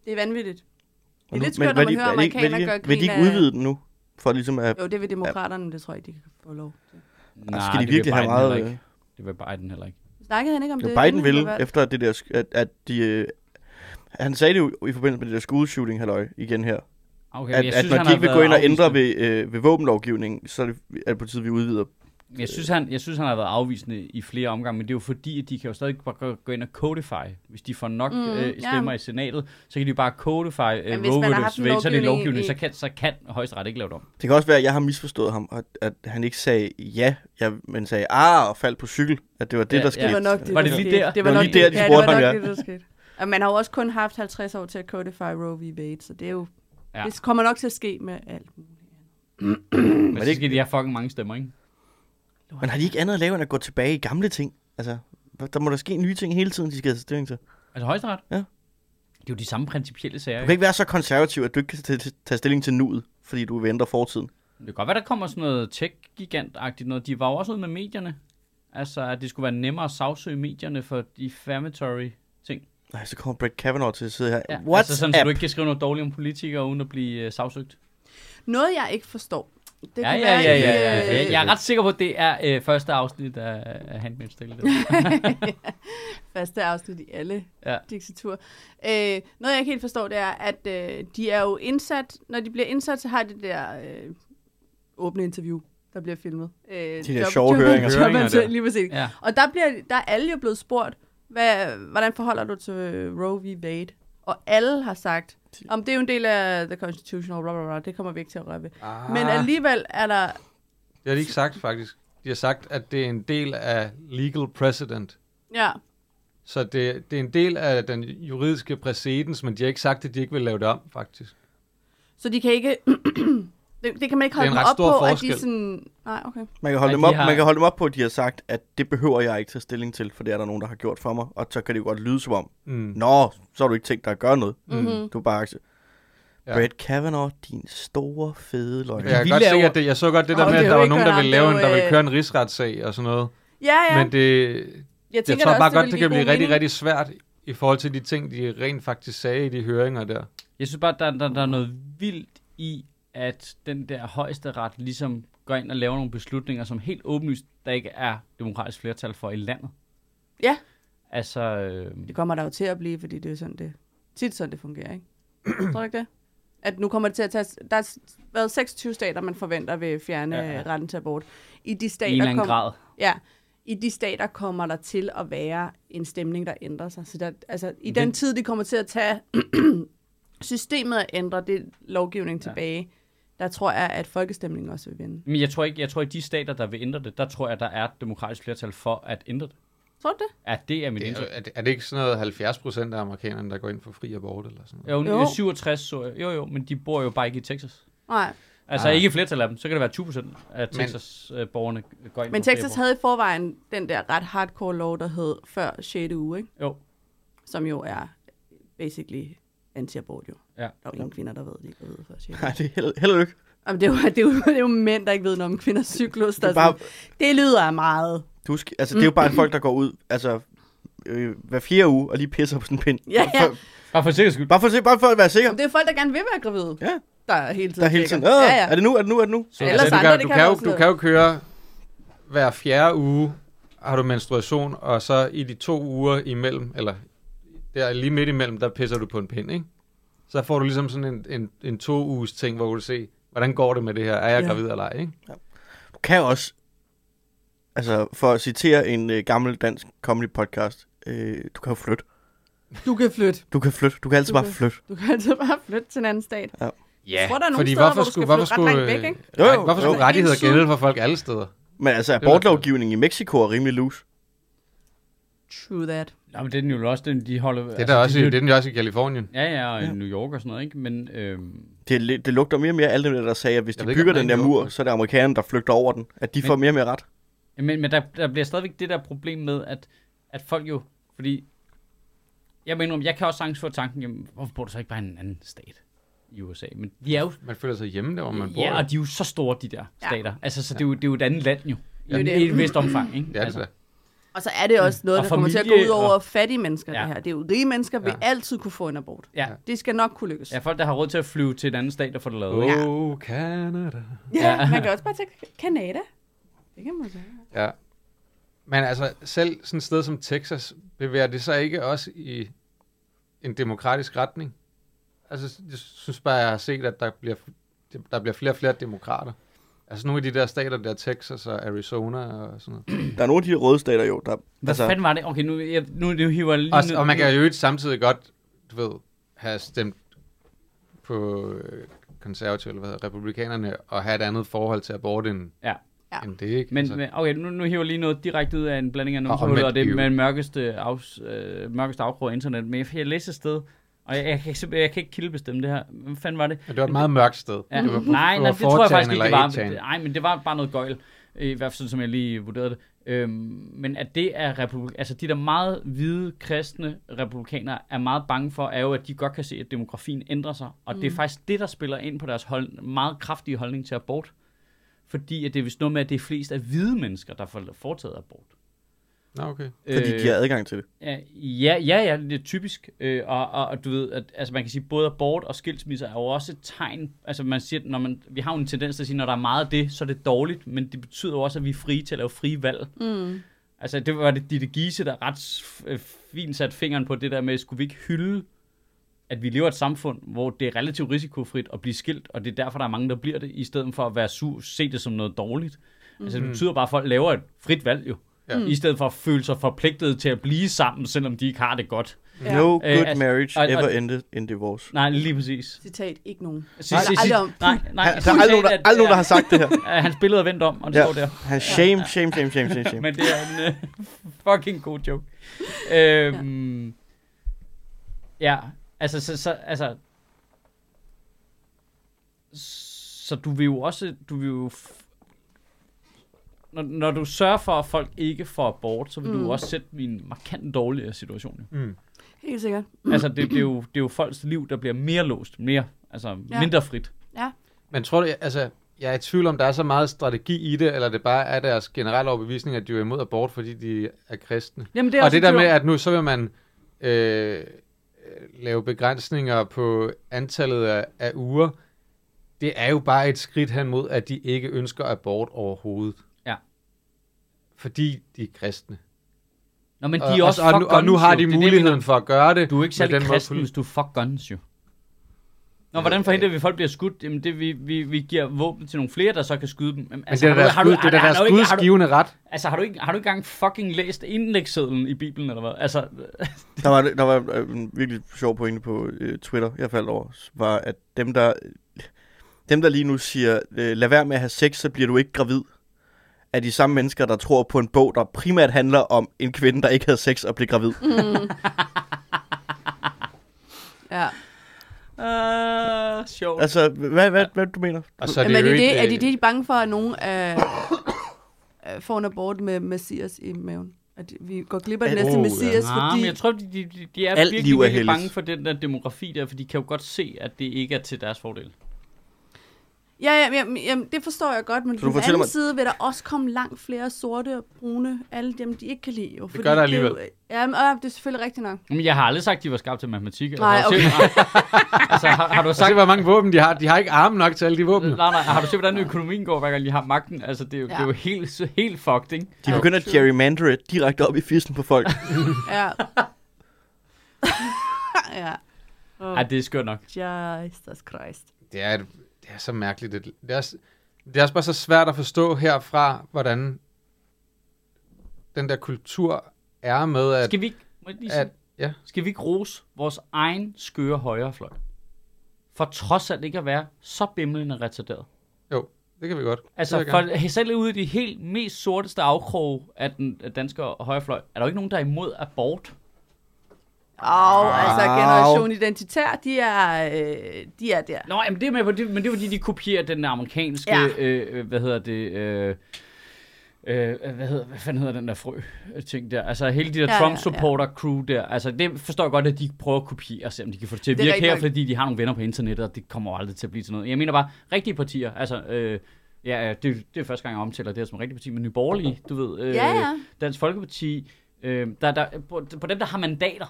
D: det er vanvittigt. Det er
B: Men
D: lidt
B: nu-
D: skørt,
B: hvad
D: når man hører
B: hvad
D: amerikanere
B: vil de-
D: gøre
B: Vil de
D: grin
B: ikke
D: af-
B: udvide den nu? For ligesom at...
D: Jo, det vil demokraterne, men det tror jeg, de kan få lov til.
A: Nej,
B: skal de
A: det vil
B: virkelig have
A: Biden
B: meget...
A: heller
B: øh,
A: ikke. Det vil Biden heller ikke.
D: Snakkede han ikke om
B: Jo,
D: det?
B: Biden
D: inden han blev
B: ville,
D: valgt?
B: efter det der, sk- at, at de... Øh, han sagde det jo i forbindelse med det der school shooting, halløj, igen her.
A: Okay,
B: At,
A: men
B: at når
A: han
B: de
A: har
B: ikke vil
A: været
B: gå ind og ændre
A: afvisende.
B: ved, øh, ved våbenlovgivningen, så er det, er det på tide, vi udvider.
A: Jeg synes, han, jeg synes, han har været afvisende i flere omgange, men det er jo fordi, at de kan jo stadig bare gå- gå ind og codify. Hvis de får nok mm,
D: Mm,
A: øh,
D: ja.
A: stemmer i senatet, så kan de bare codify øh,
D: hvis man har
A: Roe
D: haft
A: versus
D: en
A: Wade, så er det
D: lovgivning
A: lovgivning,
D: i-
A: så kan, så kan højesteret ikke lave det om.
B: Det kan også være, at jeg har misforstået ham, og at han ikke sagde ja, ja men sagde ah, og faldt på cykel. At det var det,
A: Ja,
B: der
A: ja.
B: skete.
D: Det var nok det,
A: Var det
D: der
A: lige
D: skete.
A: der?
D: Det var,
B: Det var
D: nok
B: lige der, de
D: ja,
B: spurgte
D: det var
B: ham,
D: nok det, der skete. Og man har jo også kun haft 50 år til at codify Roe v. Wade, så det er jo...
A: Ja.
D: Ja. Det kommer nok til at ske med alt.
A: Men, men
B: det
A: så
B: ikke-
A: skal de have fucking mange stemmer, ikke?
B: Men har de ikke andet at lave, end at gå tilbage i gamle ting? Altså, hvad- der må der ske nye ting hele tiden, de skal have stilling til. Du
A: Altså højesteret?
B: Ja.
A: Det er jo de samme principielle sager.
B: kan
A: Okay.
B: ikke være så konservativ, at du ikke kan tage- tage stilling til nuet, fordi du vil ændre fortiden.
A: Det kan godt være, der kommer sådan noget tech-gigant-agtigt noget. De var jo også ude med medierne. Altså, at det skulle være nemmere at sagsøge medierne for defamatory ting.
B: Nej, så kommer Brett Kavanaugh til at sidde her. Ja,
A: altså sådan, så
B: WhatsApp!
A: du ikke kan skrive noget dårligt om politikere, uden at blive øh, sagsøgt.
D: Noget, jeg ikke forstår. Det
A: Ja,
D: kunne
A: ja, ja,
D: være,
A: ja,
D: I,
A: ja,
D: øh,
A: ja. Jeg er ret sikker på, at det er øh, første afsnit af, af Handmaid's Tale. Det der.
D: faste afsnit i alle
A: Ja.
D: ja. diktaturer. Øh, noget, jeg ikke helt forstår, det er, at øh, de er jo indsat... Når de bliver indsat, så har de det der øh, åbne interview, der bliver filmet. Øh,
B: der sjove høringer.
C: Høringer der.
D: Lige præcis.
A: Ja.
D: Og der, bliver, der er alle jo blevet spurgt, hvad, hvordan forholder du til øh, Roe v. Wade? Og alle har sagt, om det er jo en del af the constitutional, blah, blah, blah, det kommer vi ikke til at røre ved.
C: Ah,
D: Men alligevel er der...
C: Det har de ikke sagt, faktisk. De har sagt, at det er en del af legal precedent.
D: Ja,
C: Så det, det er en del af den juridiske præcedens, men de har ikke sagt, at de ikke vil lave det om, faktisk.
D: så de kan ikke... det, det kan man ikke
C: Det er
D: holde
C: en
D: dem
C: ret
D: op
C: stor
D: på, at
C: forskel.
D: de sådan... Nej, okay.
B: Man kan,
A: Nej,
B: holde dem
A: de
B: op,
A: har-
B: man kan holde dem op på, at de har sagt, at det behøver jeg ikke tage stilling til, for det er der nogen, der har gjort for mig. Og så kan det jo godt lyde som om,
C: Mm.
B: Nå, så har du ikke tænkt dig at gøre noget. Mm.
D: Mm-hmm.
B: Du er bare aktie.
C: Ja.
B: Ja. Brett Kavanaugh, din store, fede løgn.
A: Vi
C: Jeg kan godt se,
A: laver-
C: at det, jeg så godt det der
D: Åh,
C: med, at
D: det er
C: der
D: jo
C: var
D: ikke
C: nogen,
D: kun
C: der
D: ham,
C: ville
D: det er
C: lave en,
D: jo,
C: der ville
D: øh,
C: køre en rigsretssag og sådan noget.
D: Ja, ja.
C: Men det,
D: jeg
C: jeg
D: tænker
C: tror
D: da
C: bare
D: også,
C: godt, det
D: ville
C: kan
D: give
C: blive
D: god
C: rigtig,
D: mening.
C: rigtig svært i forhold til de ting, de rent faktisk sagde i de høringer der.
A: Jeg synes bare, der, der, der er noget vildt i, at den der højesteret ligesom går ind og laver nogle beslutninger, som helt åbenlyst, der ikke er demokratisk flertal for i landet.
D: Ja.
A: Altså, øh,
D: Det kommer der jo til at blive, fordi det er jo sådan, det tit sådan, det fungerer, ikke? Tror du ikke det? At nu kommer det til at tage... Der har s- været 26 stater, man forventer vil fjerne
A: Ja, ja.
D: ja. retten til abort.
A: i
D: I de
A: en eller
D: stater
A: anden
D: kommer...
A: grad.
D: Ja, i de stater kommer der til at være en stemning, der ændrer sig. Så der, altså, i
A: det-
D: den tid, de kommer til at tage systemet og ændre det lovgivning
A: Ja.
D: tilbage, der tror jeg, at folkestemningen også vil vinde.
A: Men jeg tror ikke, jeg tror ikke, de stater, der vil ændre det, der tror jeg, der er et demokratisk flertal for at ændre det.
D: Tror du det?
A: At det er mit
C: Det er,
A: indtryk.
C: er, det- er det ikke sådan noget 70 procent af amerikanerne, der går ind for fri abort eller sådan noget?
A: Jo,
D: Jo.
A: 67, så, jo jo, men de bor jo bare ikke i Texas.
D: Nej.
A: Altså
C: Ah.
A: ikke flertal af dem, så kan det være 20 procent af
C: Men-
A: Texas-borgerne går ind
D: Men
A: for fri
D: Texas
A: abort.
D: havde i forvejen den der ret hardcore lov, der hed før 6. uge, ikke?
A: Jo.
D: som jo er basically anti-abort jo.
A: Ja.
D: Der er jo ingen kvinder, der ved, de ikke ved, før siger.
B: Nej, det er held, held og lykke.
D: Jamen, det er, jo, det, er jo, det er jo mænd, der ikke ved noget om kvinders cyklus. Der
B: Det
D: det,
B: er bare,
D: sådan, det lyder af meget.
B: du skal, altså, det er jo bare folk, der går ud altså, øh, hver fjerde uge og lige pisser på sådan en pind.
D: Ja, ja.
B: For,
A: Bare for sikkerheds skyld.
B: bare, for, at se- bare for at være sikker.
D: Jamen, det er folk, der gerne vil være gravide.
B: Ja.
D: Der hele tiden
B: Der er hele
D: tjekker.
B: tiden, "Åh,
D: Ja, ja.
B: er det nu, er det nu, er det nu?
A: Så,
D: Ja,
C: Altså,
D: ellers
C: du,
D: andre,
C: kan,
D: det
C: du,
D: kan
C: kan
D: jo
C: jo,
D: sådan
C: du
D: noget.
C: kan jo køre hver fjerde uge, har du menstruation, og så i de to uger imellem, eller der lige midt imellem, der pisser du på en pind, ikke? Så får du ligesom sådan en, en, en to uges ting, hvor du kan se, hvordan går det med det her? Er jeg
D: Ja.
C: gravid eller ej, ikke?
B: Du kan også, altså for at citere en øh, gammel dansk comedy podcast, øh, du kan jo flytte.
D: Du kan flytte.
B: Du kan flytte. Du kan altid
D: Du
B: bare
D: kan.
B: flytte.
D: Du kan altså bare flytte til en anden stat.
C: Ja,
D: tror, der er nogle steder, hvor du skal flytte ret langt væk, ikke?
B: Jo,
C: Jo,
B: jo,
C: jo, hvorfor
B: jo.
C: skulle rettigheder
D: Hele tiden.
C: gælde for folk alle steder?
B: Men altså,
C: var
B: abortlovgivningen i Mexico er rimelig loose.
D: True that.
A: Nå, men det er den jo også, den de holder...
C: Det er, der også, i- det er den jo også i Kalifornien.
A: Ja, ja, og i
B: Ja.
A: New York og sådan noget, ikke? Men øhm,
B: Det, li- det lugter mere og mere af alt det, der, der sagde, at hvis
C: Jeg
B: de
C: ved ikke,
B: bygger
C: om der
B: den
C: er
B: der
C: en
B: mur,
C: lugter.
B: så er der amerikanerne, der flygter over den. At de
A: Men-
B: får mere og mere ret.
A: Ja, Men, men der, der bliver stadigvæk det der problem med, at, at folk jo, fordi, jeg mener om, jeg kan også sagtens få tanken, jamen, hvorfor bor du så ikke bare i en anden stat i USA? Men de er jo,
C: Man føler sig hjemme der, hvor man bor.
A: ja,
C: jo.
A: og de er jo så store, de der
D: Ja.
A: stater. Altså, så det er, jo, det er jo et andet land jo.
D: Det er
A: Ja,
D: jo
A: I
D: det.
A: et vist omfang, ikke?
C: Ja, det er
A: altså,
C: det.
D: Og så er det også noget,
A: Og
D: der kommer til at gå
A: familie,
D: ud over
A: og-
D: fattige mennesker, ja.
A: Ja.
D: det her. Det er jo rige mennesker, vil
C: Ja.
D: altid kunne få en abort.
A: ja.
D: Det skal nok kunne lykkes.
A: ja, folk, der har råd til at flyve til et andet stat og få det lavet. ikke?
C: Oh, Canada.
A: Ja.
D: man kan også bare tænke, Kanada. Det kan man sige.
C: Ja. Men altså, selv sådan et sted som Texas, bevæger det sig ikke også i en demokratisk retning? Altså, jeg synes bare, jeg har set, at der bliver, der bliver flere og flere demokrater. Altså nogle af de der stater, der Texas og Arizona og sådan noget.
B: Der er nogle af de røde stater jo, der...
A: Hvad altså,
B: Altså,
A: fanden var det? Okay, nu, jeg, nu, nu hiver jeg lige... ned-
C: Altså, Og, og man kan jo ikke samtidig godt, du ved, have stemt på øh, konservative, eller hvad hedder, republikanerne, og have et andet forhold til abort end,
A: Ja.
D: Ja.
C: end det, ikke? altså.
A: Men, men okay, nu, nu hiver jeg lige noget direkte ud af en blanding af
C: Og
A: nogle og, og
C: omvendt
A: det
C: bio.
A: med den mørkeste, afs, øh, mørkeste afkrog af internet. Men jeg, jeg læste et sted, og jeg, jeg, kan, ikke- jeg kan ikke kildebestemme det her. Hvad fanden var det?
C: Men det var et meget mørkt sted.
A: Ja,
C: Det var på-
A: nej,
C: på
A: nej, det tror jeg
C: 4chan
A: faktisk ikke, det
C: eller
A: var.
C: 8chan.
A: Nej, men det var bare noget gøjl, i hvert fald sådan, som jeg lige vurderede det. Øhm, men at det er republik, altså de der meget hvide kristne republikanere er meget bange for, er jo, at de godt kan se, at demografien ændrer sig. Og mm. det er faktisk det, der spiller ind på deres hold, meget kraftige holdning til abort. Fordi at det er vist noget med, at det er flest af hvide mennesker, der får foretaget abort.
C: Nå, okay.
B: fordi de har
A: Øh,
B: adgang til det.
A: Ja, ja, ja, ja, det er typisk. Øh, og, og, og, du ved, at altså, man kan sige, både abort og skilsmisser er jo også et tegn. Altså man siger, når man, vi har jo en tendens til at sige, når der er meget af det, så er det dårligt, men det betyder jo også, at vi er frie til at lave frie valg.
D: Mm.
A: Altså det var det Ditte Giese, der ret s- øh, fint satte fingeren på det der med, skulle vi ikke hylde, at vi lever i et samfund, hvor det er relativt risikofrit at blive skilt, og det er derfor, der er mange, der bliver det, i stedet for at være sur, se det som noget dårligt. Altså
B: Mm.
A: det betyder bare, at folk laver et frit valg jo.
C: Ja.
A: Ja. I stedet for at føle sig forpligtet til at blive sammen, selvom de ikke har det godt.
D: Ja.
B: No good
A: Øh, altså-
B: marriage
A: og- og-
B: ever ended in divorce.
A: Nej, lige præcis.
D: Citat, ikke nogen.
A: Sig,
D: Nej, aldrig om.
A: nej, nej,
B: Han, der er aldrig nogen, der, aldrig nogen, der har sagt det her.
A: har... Hans billede er vendt om, og det
B: Ja.
A: ja. står der.
B: Han shame, shame, shame, shame, shame, shame.
A: Men det er en uh, fucking god joke. Øhm, ja. ja, altså, så, så, altså, så du vil jo også, du vil jo, f- når, når du sørger for, at folk ikke får abort, så vil mm. du
D: Mm.
A: jo også sætte min markant dårligere situation. Jo.
C: Mm.
D: Helt sikkert.
A: Altså, det, det, er jo, det er jo folks liv, der bliver mere låst, mere, altså
D: Ja.
A: ja. mindre frit.
C: Men tror du, altså, jeg er i tvivl om, der er så meget strategi i det, eller det bare er deres generelle overbevisning, at de er imod abort, fordi de er kristne.
A: Jamen,
C: Det er og det der med,
A: at...
C: at nu så vil man øh, lave begrænsninger på antallet af, af uger, det er jo bare et skridt hen mod, at de ikke ønsker abort overhovedet.
A: Ja.
C: Fordi de er kristne.
A: Nå, men de
C: og,
A: er også
C: Øh, og, og, nu,
A: fuck
C: og nu
A: guns,
C: har
A: jo.
C: de
A: Det er det, jeg
C: muligheden
A: mener.
C: for at gøre det.
A: Du er ikke
C: med
A: særlig
C: den måde,
A: kristen, hvis du fuck guns, jo. Nå, hvordan forhindrer vi, at folk bliver skudt? Jamen, det, vi, vi, vi giver våben til nogle flere, der så kan skyde dem. Jamen,
C: Men det er
A: Altså, har
C: da
A: du- har du-
C: skud- det er da
A: har- har
C: deres
A: du ikke- har du-
C: gudsgivende ret.
A: Altså, har du, ikke, har du ikke engang fucking læst indlægssedlen i Bibelen, eller hvad? Altså,
B: Der var, der var øh, en virkelig sjov pointe på øh, Twitter, jeg faldt over, var, at dem, der, dem, der lige nu siger, øh, lad være med at have sex, så bliver du ikke gravid, er de samme mennesker, der tror på en bog, der primært handler om en kvinde, der ikke havde sex og blev gravid.
D: Ja.
A: øh, sjovt. Altså,
B: Altså, hvad, hvad, hvad du mener?
C: Og så
D: Så
C: er det
D: Jamen, er,
C: jo
D: de
C: ikke,
D: det, er
C: øh,
D: de det, de er bange for, at nogen øh, øh, får en abort med Messias i maven? At vi går glip af
B: At-
D: den næste
B: Oh,
D: messias,
C: Altså,
A: Nej, Ah,
D: fordi...
A: men jeg tror, de, de, de- de er
B: Alt
A: Alt virkelig,
B: liv er
A: virkelig
B: Helles.
A: bange for den der demografi der, for de kan jo godt se, at det ikke er til deres fordel.
D: Ja, ja, jamen, jamen, det forstår jeg godt, men
B: Så
D: på
B: du
D: den
B: fortæller
D: anden
B: mig-
D: side vil der også komme langt flere sorte og brune, alle dem, de ikke kan lide. Jo, det
C: gør der alligevel.
D: Ja, men, øh, det er selvfølgelig rigtigt nok.
A: Men jeg har aldrig sagt, at de var skabt til matematik.
D: Nej,
A: altså, har du set- altså, har, har du
C: Så se,
A: sagt...
C: hvor mange våben de har. De har ikke arme nok til alle de våben.
A: Nej, nej, har du set, hvordan økonomien går, hver gang de har magten? Altså, det er jo, ja. det er jo helt, helt fucked, ikke?
B: De
D: Ja,
B: begynder at
D: true.
B: gerrymandere direkte op i fissen på folk.
D: Ja. ja. Oh,
A: Ej, det er skørt nok.
D: Jesus Christ.
C: Det er, et- det er så mærkeligt. Det, det, er, s- det er også bare så svært at forstå herfra, hvordan den der kultur er med, at...
A: Skal vi ikke, må jeg lige sige,
C: at ja.
A: skal vi ikke rose vores egen skøre højrefløj? For trods alt ikke at være så bimlende retarderet.
C: Jo, det kan vi godt.
A: Altså,
C: det vil jeg gerne.
A: for, selv ude i de helt mest sorteste afkroge af den danske højrefløj, er der jo ikke nogen, der er imod abort.
D: Og oh, altså
B: Au.
D: generation identitær, de er, øh, de er der.
A: Nå, jamen det er med på, det, men det er fordi, de kopierer den amerikanske,
D: Ja.
A: ja. øh, hvad hedder det, øh, øh, hvad, hedder, hvad fanden hedder den der frø øh, ting der? Altså hele de der
D: Ja, ja,
A: ja, Trump-supporter-crew der, altså det forstår jeg godt, at de prøver at kopiere og se, om de kan få det til at
D: Det er
A: virke
D: rigtig
A: her,
D: nok.
A: fordi de har nogle venner på internettet, og det kommer jo aldrig til at blive til noget. Jeg mener bare, rigtige partier, altså... Øh, Ja, ja, det, det er første gang, jeg omtaler det her som rigtig parti, men Nye Borgerlige, du ved, øh,
D: Ja, ja.
A: Dansk Folkeparti, øh, der, der, på, på dem, der har mandater.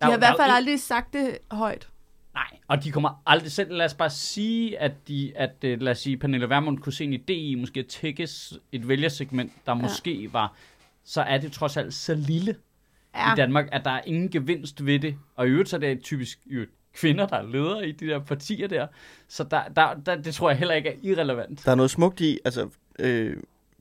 D: De har i hvert fald
A: aldrig
D: aldrig sagt det højt.
A: Nej, og de kommer aldrig selv. Lad os bare sige, at, de, at øh, lad os sige, Pernille Vermund kunne se en idé i måske at tækkes et vælgersegment, der ja. måske var, så er det trods alt så lille ja. i
D: Ja,
A: Danmark, at der er ingen gevinst ved det. Og i øvrigt så er det typisk i øvrigt, kvinder, der er ledere i de der partier der. Så der, der, der, det tror jeg heller ikke er irrelevant.
B: Der er noget smukt i, altså, øh,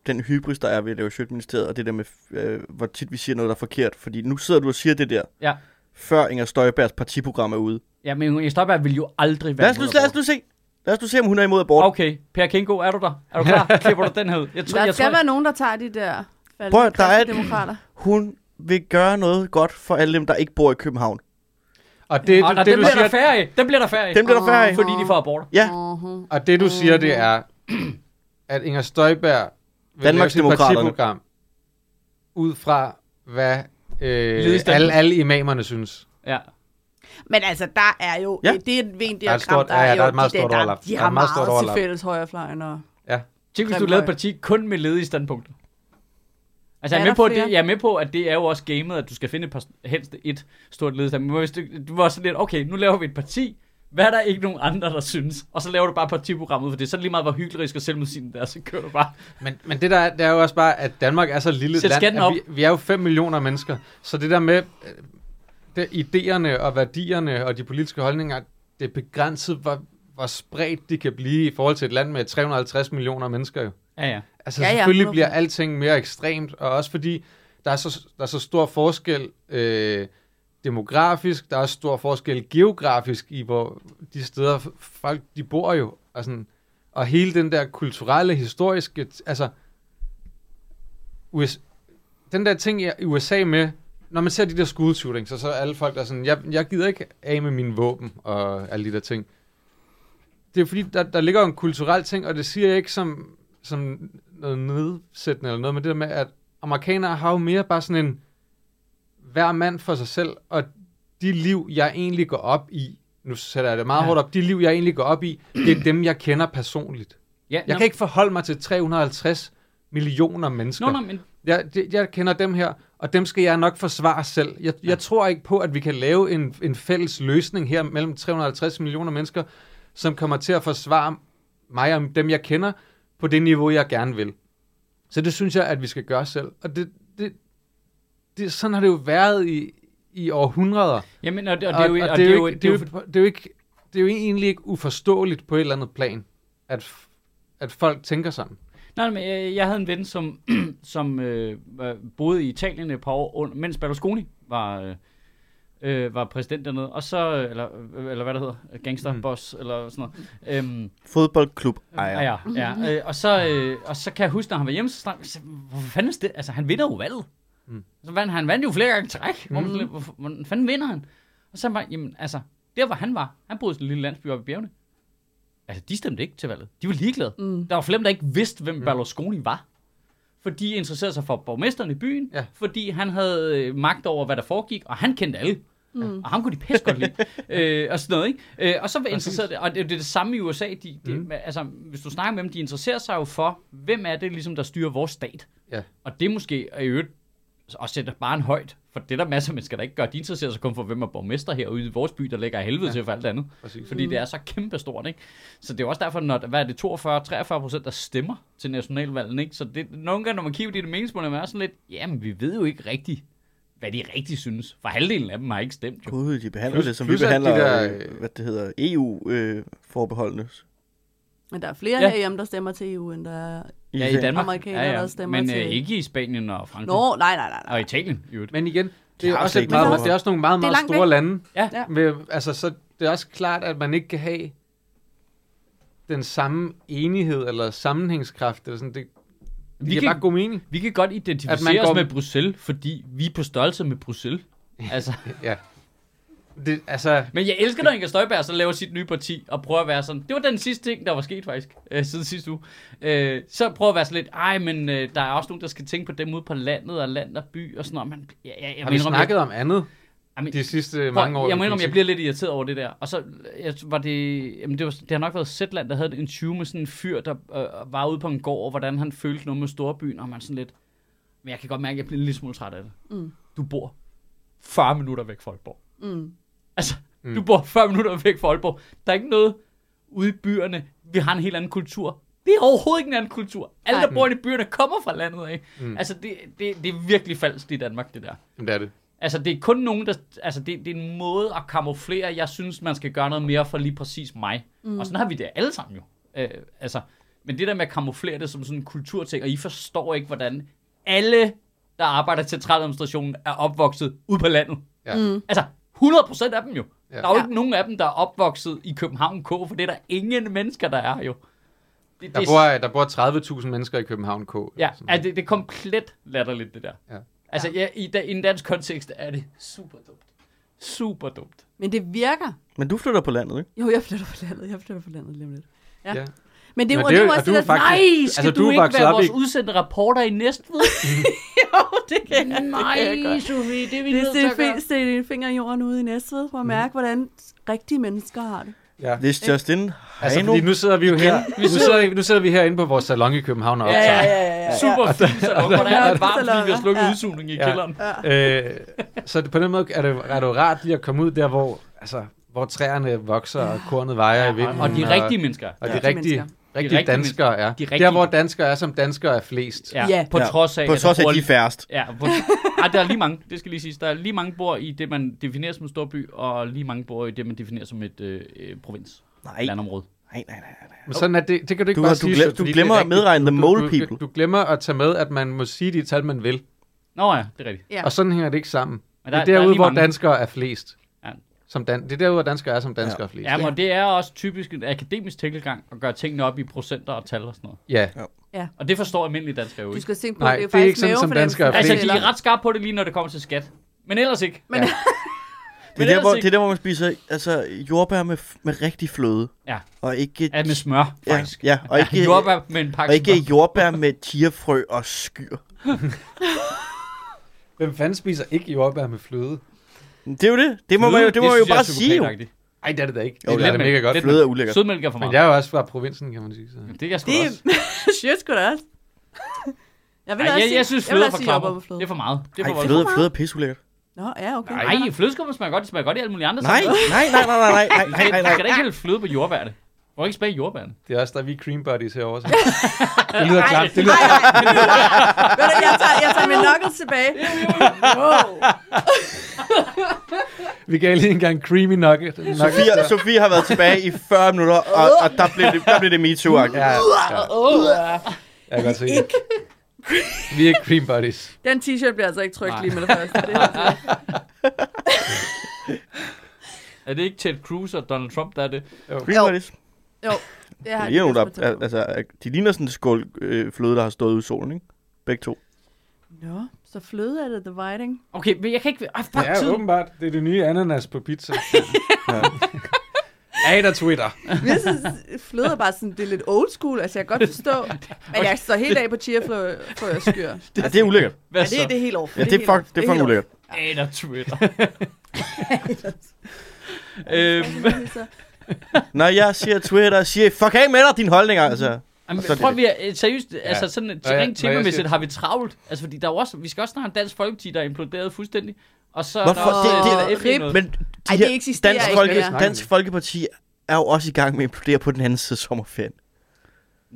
B: den hybris, der er ved at lave Sjøtministeriet, og det der med, øh, hvor tit vi siger noget, der er forkert. Fordi nu sidder du og siger det der,
A: Ja.
B: før Inger Støjbergs partiprogram er ude.
A: Ja, men Inger Støjberg vil jo aldrig være
B: Lad os, nu,
A: imod
B: lad os
A: abort.
B: nu se. Lad os nu se, om hun er imod abort. Okay.
A: Okay, Per Kingo, er du der? Er du klar? Klipper du den her? ud? Jeg tror,
D: der
A: jeg tror,
D: skal være nogen, der tager de der
B: Prøv at- der er et-
D: demokrater.
B: Hun vil gøre noget godt for alle dem, der ikke bor i København.
C: Og det,
A: og,
C: det,
A: og
C: det,
A: den
C: du
A: bliver der
C: siger,
A: færre af. Den bliver der færre af.
B: Dem bliver der færre af.
A: Fordi de får abort.
B: Ja,
D: Uh-huh.
C: og det, du siger, det er, at Inger Støjberg vil lave sit
B: Danmarksdemokraterne.
C: partiprogram ud fra, hvad øh,
A: Ledelsen.
C: alle, alle imamerne synes.
A: Ja.
D: Men altså, der er jo...
B: Ja.
D: Ja. Det er et vent,
C: Der er et stort-
D: der er,
C: ja, ja,
D: jo
C: der er et meget
D: de, der-
C: stort
D: der-
C: overlap.
D: De
C: Der
D: har
C: er meget
D: meget,
C: stort
D: meget til
C: overlap.
D: fælles højrefløjen og...
C: Ja.
A: Tænk, hvis du
D: Grim
A: lavede et
D: løg.
A: parti kun med ledige standpunkter. Altså, jeg er,
D: Er
A: med
D: der
A: på, at det,
D: flere?
A: jeg er med på, at det er jo også gamet, at du skal finde et par, helst et stort ledigt standpunkt. Men hvis du, du var sådan lidt, okay, nu laver vi et parti. Hvad er der ikke nogen andre, der synes? Og så laver du bare partiprogrammet ud for det. Så er det lige meget, hvor hyggelig og selvmodsigende det er, så kører du bare.
C: Men, men det der er, det er jo også bare, at Danmark er så lille et
A: Sæt
C: land,
A: skatten
C: at vi, vi er jo 5 millioner mennesker. Så det der med øh, det, idéerne og værdierne og de politiske holdninger, det er begrænset, hvor, hvor spredt de kan blive i forhold til et land med 350 millioner mennesker. Jo.
A: Ja, ja.
C: Altså
D: Ja,
C: ja,
D: ja,
C: ja, selvfølgelig
D: 100%.
C: bliver alting mere ekstremt, og også fordi der er så, der er så stor forskel øh, demografisk, der er også stor forskel geografisk i, hvor de steder f- folk de bor jo. Og, sådan, og hele den der kulturelle, historiske, t- altså US, den der ting i USA med, når man ser de der school shootings, så, så er alle folk der er sådan, jeg, jeg gider ikke af med mine våben og alle de der ting. Det er fordi, der, der ligger jo en kulturel ting, og det siger jeg ikke som, som noget nedsættende eller noget, men det der med, at amerikanere har jo mere bare sådan en hver mand for sig selv, og de liv, jeg egentlig går op i, nu sætter jeg det meget
A: Ja.
C: ja. hårdt op, de liv, jeg egentlig går op i, det er dem, jeg kender personligt.
A: ja
C: Jeg
A: nå-
C: kan ikke forholde mig til 350 millioner mennesker.
A: Nå, nå, men
C: Jeg, det, jeg kender dem her, og dem skal jeg nok forsvare selv. Jeg, jeg tror ikke på, at vi kan lave en, en fælles løsning her mellem 350 millioner mennesker, som kommer til at forsvare mig og dem, jeg kender, på det niveau, jeg gerne vil. Så det synes jeg, at vi skal gøre selv. Og det, det, det, sådan har det jo været i, i århundreder.
A: jamen, og, det- og,
C: Og, og,
A: det,
C: og,
A: og det er jo...
C: ikke- det er jo det er jo ikke- det er jo egentlig ikke uforståeligt på et eller andet plan, at, f- at folk tænker sådan.
A: Nej, men øh, jeg, jeg havde en ven, som, som øh, var- boede i Italien et par år, under, mens Berlusconi var, øh, øh, var præsident dernede. Og så, øh, eller, eller hvad det hedder, gangsterboss, mm. eller sådan noget. Øhm,
B: fodboldklub
A: ja,
B: ejer.
A: ja. ja. Øh, og, så, øh, og så kan jeg huske, når han var hjemme, så snakkede jeg, hvor fanden er det? Altså, han vinder jo valget. Mm. Så vandt, han vandt jo flere gange i træk. Mm. Hvor, hvor, hvordan fanden vinder han? Og så var jamen, altså, der hvor han var, han boede i sådan en lille landsby oppe i bjergene. Altså, de stemte ikke til valget. De var ligeglade. Mm. Der var flere, der ikke vidste, hvem Berlusconi var. fordi interesserede sig for borgmesteren i byen,
C: Ja.
A: fordi han havde øh, magt over, hvad der foregik, og han kendte alle. Mm. Og ham kunne de pisse godt lide. øh, og sådan noget, ikke? Øh, og så var interesseret, og det, er jo det er det samme i USA. De, de, mm. altså, hvis du snakker med dem, de interesserer sig jo for, hvem er det ligesom, der styrer vores stat?
C: Ja.
A: Og det er måske i øvrigt og sætter barn højt, for det er der masser af mennesker, der ikke gør. De interesserer sig kun for, hvem er borgmester herude i vores by, der ligger af helvede ja. Mm. til for alt andet.
C: Præcis.
A: Fordi det er så kæmpestort, ikke? Så det er jo også derfor, når, hvad er det, 42-43 procent, der stemmer til nationalvalgen, ikke? Så det, nogle gange, når man kigger på de meningsmål, er sådan lidt, jamen, vi ved jo ikke rigtigt, hvad de rigtig synes. For halvdelen af dem har ikke stemt, jo.
B: Gud, de behandler
C: Plus-
B: det, som vi
C: plus at de
B: behandler,
C: der,
B: øh,
C: øh,
B: hvad det hedder, øh, EU-forbeholdene.
D: Men der er flere
A: Ja.
D: ja. herhjemme, der stemmer til EU, end der er...
A: Ja, i Danmark.
D: Amerikanere, der stemmer
A: Men øh,
D: til-
A: ikke i Spanien og Frankrig.
D: Nå, nej, nej, nej. nej.
A: Og Italien, i øvrigt.
C: Men igen, det er,
B: har
C: også
B: slet
C: et
B: ikke
C: meget,
B: meget
C: det er også nogle meget,
D: Det er
C: meget
D: langt
C: store
D: væk.
C: lande.
A: Ja.
D: Ja.
C: Med, altså, så det er også klart, at man ikke kan have den samme enighed eller sammenhængskraft. Eller sådan. Det, det
A: Vi
C: giver
A: kan-
C: bare god mening.
A: Vi kan godt
C: At man
A: identificere
C: går-
A: os med Bruxelles, fordi vi er på størrelse med Bruxelles. Altså,
C: Ja. Det, altså,
A: men jeg elsker, når Inger Støjberg så laver sit nye parti, og prøver at være sådan, det var den sidste ting, der var sket faktisk, øh, siden sidste uge. Øh, så prøver at være sådan lidt, ej, men øh, der er også nogen, der skal tænke på dem ude på landet, og land og by, og sådan noget. Men, ja, ja, jeg
C: har vi
A: mener, om jeg-
C: snakket om andet
A: Jamen,
C: de sidste
A: Prøv,
C: mange år?
A: Jeg må
C: i
A: indrømme, jeg
C: politik?
A: bliver lidt irriteret over det der. Og så jeg, var det... Jamen, det, var, det har nok været Zetland, der havde en interview med sådan en fyr, der øh, var ude på en gård, og hvordan han følte noget med storbyen, og man sådan lidt... Men jeg kan godt mærke, at jeg bliver en lille smule træt af det.
D: Mm.
A: Du bor 40 minutter væk fra Aalborg.
D: Mm.
A: Altså,
C: Mm.
A: mm. du bor 40 minutter væk fra Aalborg. Der er ikke noget ude i byerne. Vi har en helt anden kultur. Det er overhovedet ikke en anden kultur. Alle,
D: Nej.
A: der bor i byerne, kommer fra landet, ikke?
C: Mm.
A: Mm. Altså, det, det, det er virkelig falsk i Danmark, det der.
C: Jamen, det er det.
A: Altså, det er kun nogen, der... Altså, det, det er en måde at kamuflere. Jeg synes, man skal gøre noget mere for lige præcis mig. Mm. Og sådan har vi det alle sammen jo. Øh, altså, men det der med at kamuflere det som sådan en kulturting, og I forstår ikke, hvordan alle, der arbejder til centraladministrationen, er opvokset ude på landet.
C: Ja. Mm.
A: Altså, 100% af dem jo.
C: Ja.
A: Ja. Der er jo
D: Ja.
A: ikke nogen af dem, der er opvokset i København K, for det er der ingen mennesker, der er jo. Det,
C: Der,
A: det,
C: bor, der bor 30.000 mennesker i København K. eller
A: ja,
C: sådan
A: er
C: noget.
A: det, det er komplet latterligt, det der.
C: Ja.
A: Altså, ja, i, da, i en dansk kontekst er det super dumt. Super dumt.
D: Men det virker.
B: Men du flytter på landet, ikke?
D: Jo, jeg flytter på landet. Jeg flytter på landet lige om lidt. Ja.
C: Ja.
D: ja. Men det er
C: Men
D: jo
C: det er
D: det,
C: jo-
D: også
C: og du
D: det,
C: er
D: der...
C: faktisk-
A: Nej, skal
C: altså,
A: altså,
C: du
A: du,
C: er
A: ikke
C: vokset
A: være
C: op
A: vores
C: i-
A: udsendte reporter i Næstved?
D: jo, det kan jeg. det kan jeg
A: Nej,
D: godt.
A: Sofie, det er vi
D: Det
A: nødt til
D: er
A: at gøre.
D: at stikke dine fingre i jorden ude i Næstved, for at
C: Mhm.
D: mærke, hvordan rigtige mennesker har det.
C: Ja.
B: Hvis Justin
C: Altså,
B: Heino...
C: fordi nu sidder vi jo her. Nu sidder, nu sidder vi herinde på vores salon i København og optager.
D: ja, ja.
A: Super fint, så hvor der er varmt, fordi vi har slukket
D: Ja.
A: udsugningen i
C: Ja.
A: kælderen.
C: Øh, så det, på den måde er det, er det jo rart lige at komme ud der, hvor, altså, hvor træerne vokser og kornet vejer i vinden.
A: Og de rigtige mennesker.
C: og de
D: Ja.
C: rigtige, rigtige,
D: mennesker.
A: De
C: rigtige
A: rigtige
C: danskere er.
A: De rigtige-
C: Der, hvor danskere er, som danskere er flest.
A: Ja,
D: Ja.
A: på
B: Ja,
A: trods af...
B: På
A: at der
B: trods af,
A: bor
B: at de er færrest.
A: Ja, på, ah, der er lige mange, det skal lige siges. Der er lige mange bor i det, man definerer som en storby, og lige mange bor i det, man definerer som et øh, øh, provins.
B: Nej, nej,
A: Landområde.
B: nej, nej. nej.
C: Men sådan er det, det kan du ikke
B: Du,
C: bare
B: har, du,
C: sige.
B: glem,
C: så,
B: du
C: fordi det er
B: glemmer at
C: rigtigt.
B: medregne the mole
C: du,
B: people.
C: du, du glemmer at tage med, at man må sige de tal, man vil.
A: Nå ja, det er rigtigt.
D: Ja.
C: Og sådan hænger det ikke sammen.
A: Men
C: det
A: der-
C: er
A: der er
C: derude,
A: lige
C: hvor
A: mange.
C: danskere er flest.
A: Ja.
C: Som dan, det er derude, hvor danskere er, som danskere er flest.
A: Ja, men det er også typisk en akademisk tilgang at gøre tingene op i procenter og tal og sådan noget.
C: ja.
A: Og det forstår almindelige danskere jo
D: Du
A: ikke.
D: skal tænke på,
C: Nej,
D: det er jo
C: det er
D: faktisk
C: ikke sådan, som
D: mavefornemmelse,
C: danskere er
D: der
A: Altså, de
D: tæller.
A: er ret skarpe på det lige, når det kommer til skat. Men ellers ikke.
D: Men-
A: ja.
B: Det er, der,
A: ellers
B: hvor,
A: ikke.
B: det er der, hvor man spiser altså, jordbær med, f- med rigtig fløde.
A: Ja.
B: Og ikke...
A: Ja, med smør,
B: ja,
A: faktisk.
B: ja, og ikke,
A: ja, jordbær med en pakke
B: og ikke
A: smør.
B: jordbær med tigerfrø og skyr.
C: Hvem fanden spiser ikke jordbær med fløde?
B: Det er jo det. Det må man jo, det må man jo
A: synes jeg
B: bare
A: er
B: sige. Jo.
A: psykopatagtigt.
C: Nej, det er det da ikke.
B: Jo,
C: det,
B: lidt,
C: er det mega godt.
A: lidt,
B: Fløde er ulækkert.
A: Sødmælk er for
C: Men
A: meget.
C: jeg er jo også fra provinsen, kan man sige. Så.
A: Det er jeg sgu
D: Det
A: også.
D: Jeg skulle da også. Jeg vil
A: Ej,
D: også
A: jeg,
D: sige,
A: jeg synes,
D: jeg vil
A: fløde er
D: også
A: for
D: sige jordbær
A: klammer.
D: med fløde.
A: Det er for meget. Det er
B: Ej,
A: for meget.
B: fløde, fløde er pisseulækkert.
D: Nå, ja, okay.
A: Nej, flødeskum smager godt. Det smager godt i alle mulige andre
B: Nej,
A: sager.
B: nej, nej, nej, nej, nej, nej, nej,
A: Men Du
B: nej.
A: skal da ikke hælde fløde på jordbærne. Du må ikke smage jordbærne.
C: Det er også der, vi er cream buddies herovre. Så. det lyder klart. Det lyder,
D: Nej, nej. Ved du, jeg tager, jeg tager min knuckles tilbage. Wow.
C: vi gav lige engang creamy nugget. nugget.
B: Sofie, Sofie har været tilbage i 40 minutter, og, og der blev det, der blev det me too -agtigt.
C: Ja, ja, jeg kan godt se det. Vi er cream buddies.
D: Den t-shirt bliver altså ikke trygt
A: Nej.
D: lige med det første. Det er altså-
A: Er det ikke Ted Cruz og Donald Trump, der er det?
B: Cream buddies.
D: jo, det har
B: Det er jo, der,
D: Jesper tænkt på.
B: altså, de ligner sådan en skål øh, fløde, der har stået ude i solen, ikke? Begge to.
D: Nå, så fløde er det dividing.
A: Okay, men jeg kan ikke... Ej, fuck
C: Ja,
A: tiden.
C: åbenbart. Det er det nye ananas på pizza.
A: Ja,
C: hater Twitter.
D: Mrs. Fløde er bare sådan, det er lidt old school, altså jeg kan godt forstå. Men jeg står helt af på cheerfløjerskyr.
B: Ja, det er ulækkert.
A: Hvad
D: Ja,
A: så?
D: det, det er helt off.
B: Ja, det er
D: helt
B: fuck,
D: off.
B: det er
D: helt
B: fucking
D: off.
B: ulækkert.
A: Aner Twitter. øhm,
D: Så-
B: Når jeg siger Twitter, siger jeg, fuck af med dig, dine holdninger, altså.
A: Jamen,
B: Og så er det
A: prøv
B: det.
A: vi er, øh, seriøst, altså sådan
C: Nå ja,
A: rent
C: nå ja,
A: temamæssigt
C: shit.
A: har vi travlt. Altså fordi der er jo også, vi skal også snart have en Dansk Folkeparti, der er imploderet fuldstændig. Og så er
B: Hvorfor?
A: Der også, øh,
B: Det-
D: det-
A: FE
D: rip.
A: noget.
B: Men de
D: Ej,
B: her
D: det eksisterer
B: Dansk,
D: ikke
B: Folke,
D: mere.
B: Dansk Folkeparti er jo også i gang med at implodere på den anden side af sommerferien.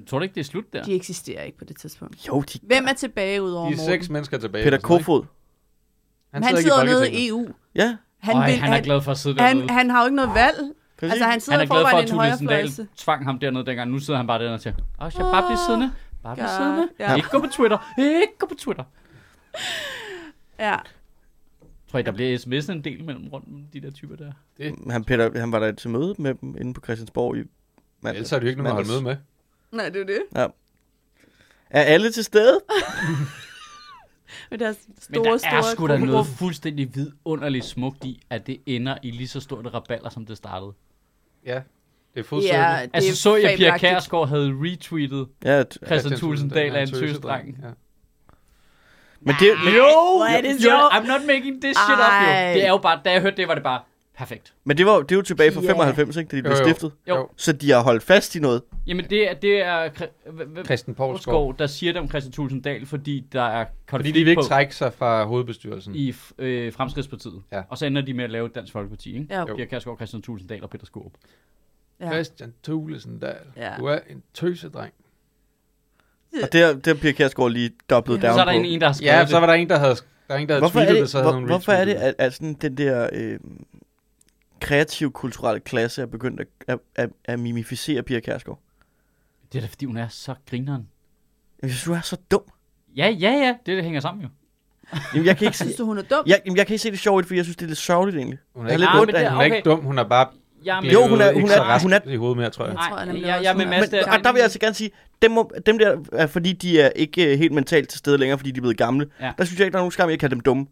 A: Tror du ikke, det er slut der?
D: De eksisterer ikke på det tidspunkt.
B: Jo, de
D: Hvem er tilbage udover
C: De er
D: Morten?
C: seks mennesker tilbage.
B: Peter
C: eller sådan noget, ikke?
B: Kofod.
D: Han, han sidder
C: ikke i
D: nede
C: Folketinget.
D: i E EU.
B: Ja,
D: Han,
A: Øj,
D: vil,
A: han er glad for at sidde
D: han,
A: dernede.
D: han har jo ikke noget valg.
B: præcis.
D: Altså, han sidder
A: Han er
D: i
A: glad for,
D: forvejen
A: at
D: i en
A: Thulesen
D: højrefløjelse.
A: Dahl tvang ham dernede dengang. Nu sidder han bare dernede og tænker, åh, jeg bare blive
D: Åh,
A: siddende. Bare blive
D: God.
A: siddende.
D: Ja.
A: Ikke gå på Twitter. Ikke gå på Twitter.
D: Ja.
A: Tror I, der bliver sms'et en del mellem rundt med de der typer der?
B: Han, Peter, han var der til møde med dem inde på Christiansborg i mandags.
C: Ellers har du ikke nogen at holde møde med.
D: Nej, det er jo det.
B: Er alle til stede?
D: Med deres
A: Men
D: store,
A: der
D: store
A: er sgu da
D: krumme
A: noget
D: rum.
A: fuldstændig vidunderligt smukt i, at det ender i lige så stort et rabalder, som det startede.
C: Ja, det er
D: Ja,
C: fuldstændig.
D: det
A: Altså,
D: er
A: så jeg, Pia
D: fabelagtigt.
A: Kærsgaard havde retweetet
B: Ja, t-
A: Christian Thulesen Dahl er en tøsedreng.
C: Ja.
B: men det... Men,
D: hvor er det
A: jo,
D: sjovt.
A: I'm not making this shit up, jo.
D: Ej.
A: Det er jo bare, da jeg hørte det, var det bare perfekt.
B: men det, var, det var jo tilbage fra
D: Ja.
B: 95, ikke, da de blev
C: Jo, jo.
B: stiftet.
A: Jo.
C: Jo.
B: Så de har holdt fast i noget.
A: Jamen, det er, det er Kri- hvem- hvem-
C: Christian Poulsgaard.
A: Poulsgaard, der siger det om Christian Thulesen Dahl, fordi der er
C: Fordi
A: konflikt
C: de vil ikke
A: på
C: trække sig fra hovedbestyrelsen.
A: i f- øh, Fremskridspartiet.
C: Ja.
A: Og så ender de med at lave Dansk Folkeparti, ikke?
D: Ja.
A: Pia Kærsgaard, Christian Thulesen Dahl og Peter Skorup.
D: Ja.
C: Christian Thulesen Dahl,
D: Ja.
C: du er en tøsedreng.
B: Og der, der bliver Kærsgaard lige dobblet
A: Så
B: down
A: er der
B: på.
A: en, en der har skrevet
C: Ja, så var der en, der havde, der er en, der havde
B: Hvorfor er
C: tweetet
B: det,
C: det, så havde
B: hvor,
C: hun
B: hvorfor er det
C: retweetet
B: at, at sådan den der øh, kreativ kulturelle klasse er begyndt at, at, at, at mimificere Pia Kærsgaard?
A: det. Det er da, fordi hun er så grineren.
B: Jeg synes, du er så dum.
A: Ja, ja, ja. Det, det hænger sammen jo.
B: Jamen, jeg kan ikke se,
D: Synes du, hun er dum?
B: jeg, jamen, jeg kan ikke se det sjovt, for jeg synes, det er lidt sørgeligt egentlig.
C: Hun
B: Jeg
C: er
B: er
C: ikke,
B: lidt
A: Ah,
B: ondt
A: men det
B: af
A: er-
B: hende.
C: hun er ikke dum, hun er bare
A: Jeg
B: Ah, Jo, hun er-
C: blevet
B: hun
C: ikke så
B: er- hun
C: rask
B: er-
C: i hovedet mere, tror jeg.
D: Jeg tror
A: Nej,
D: nemlig
A: jeg,
D: også,
A: jeg er
D: hun
A: med
D: er-
A: Mads
B: Men,
A: der.
B: og der vil jeg altså gerne sige, dem, må, dem der, er, fordi de er ikke øh, helt mentalt til stede længere, fordi de er blevet gamle,
A: Ja.
B: ja. der synes jeg ikke, der er nogen skam, jeg kan dem dumme.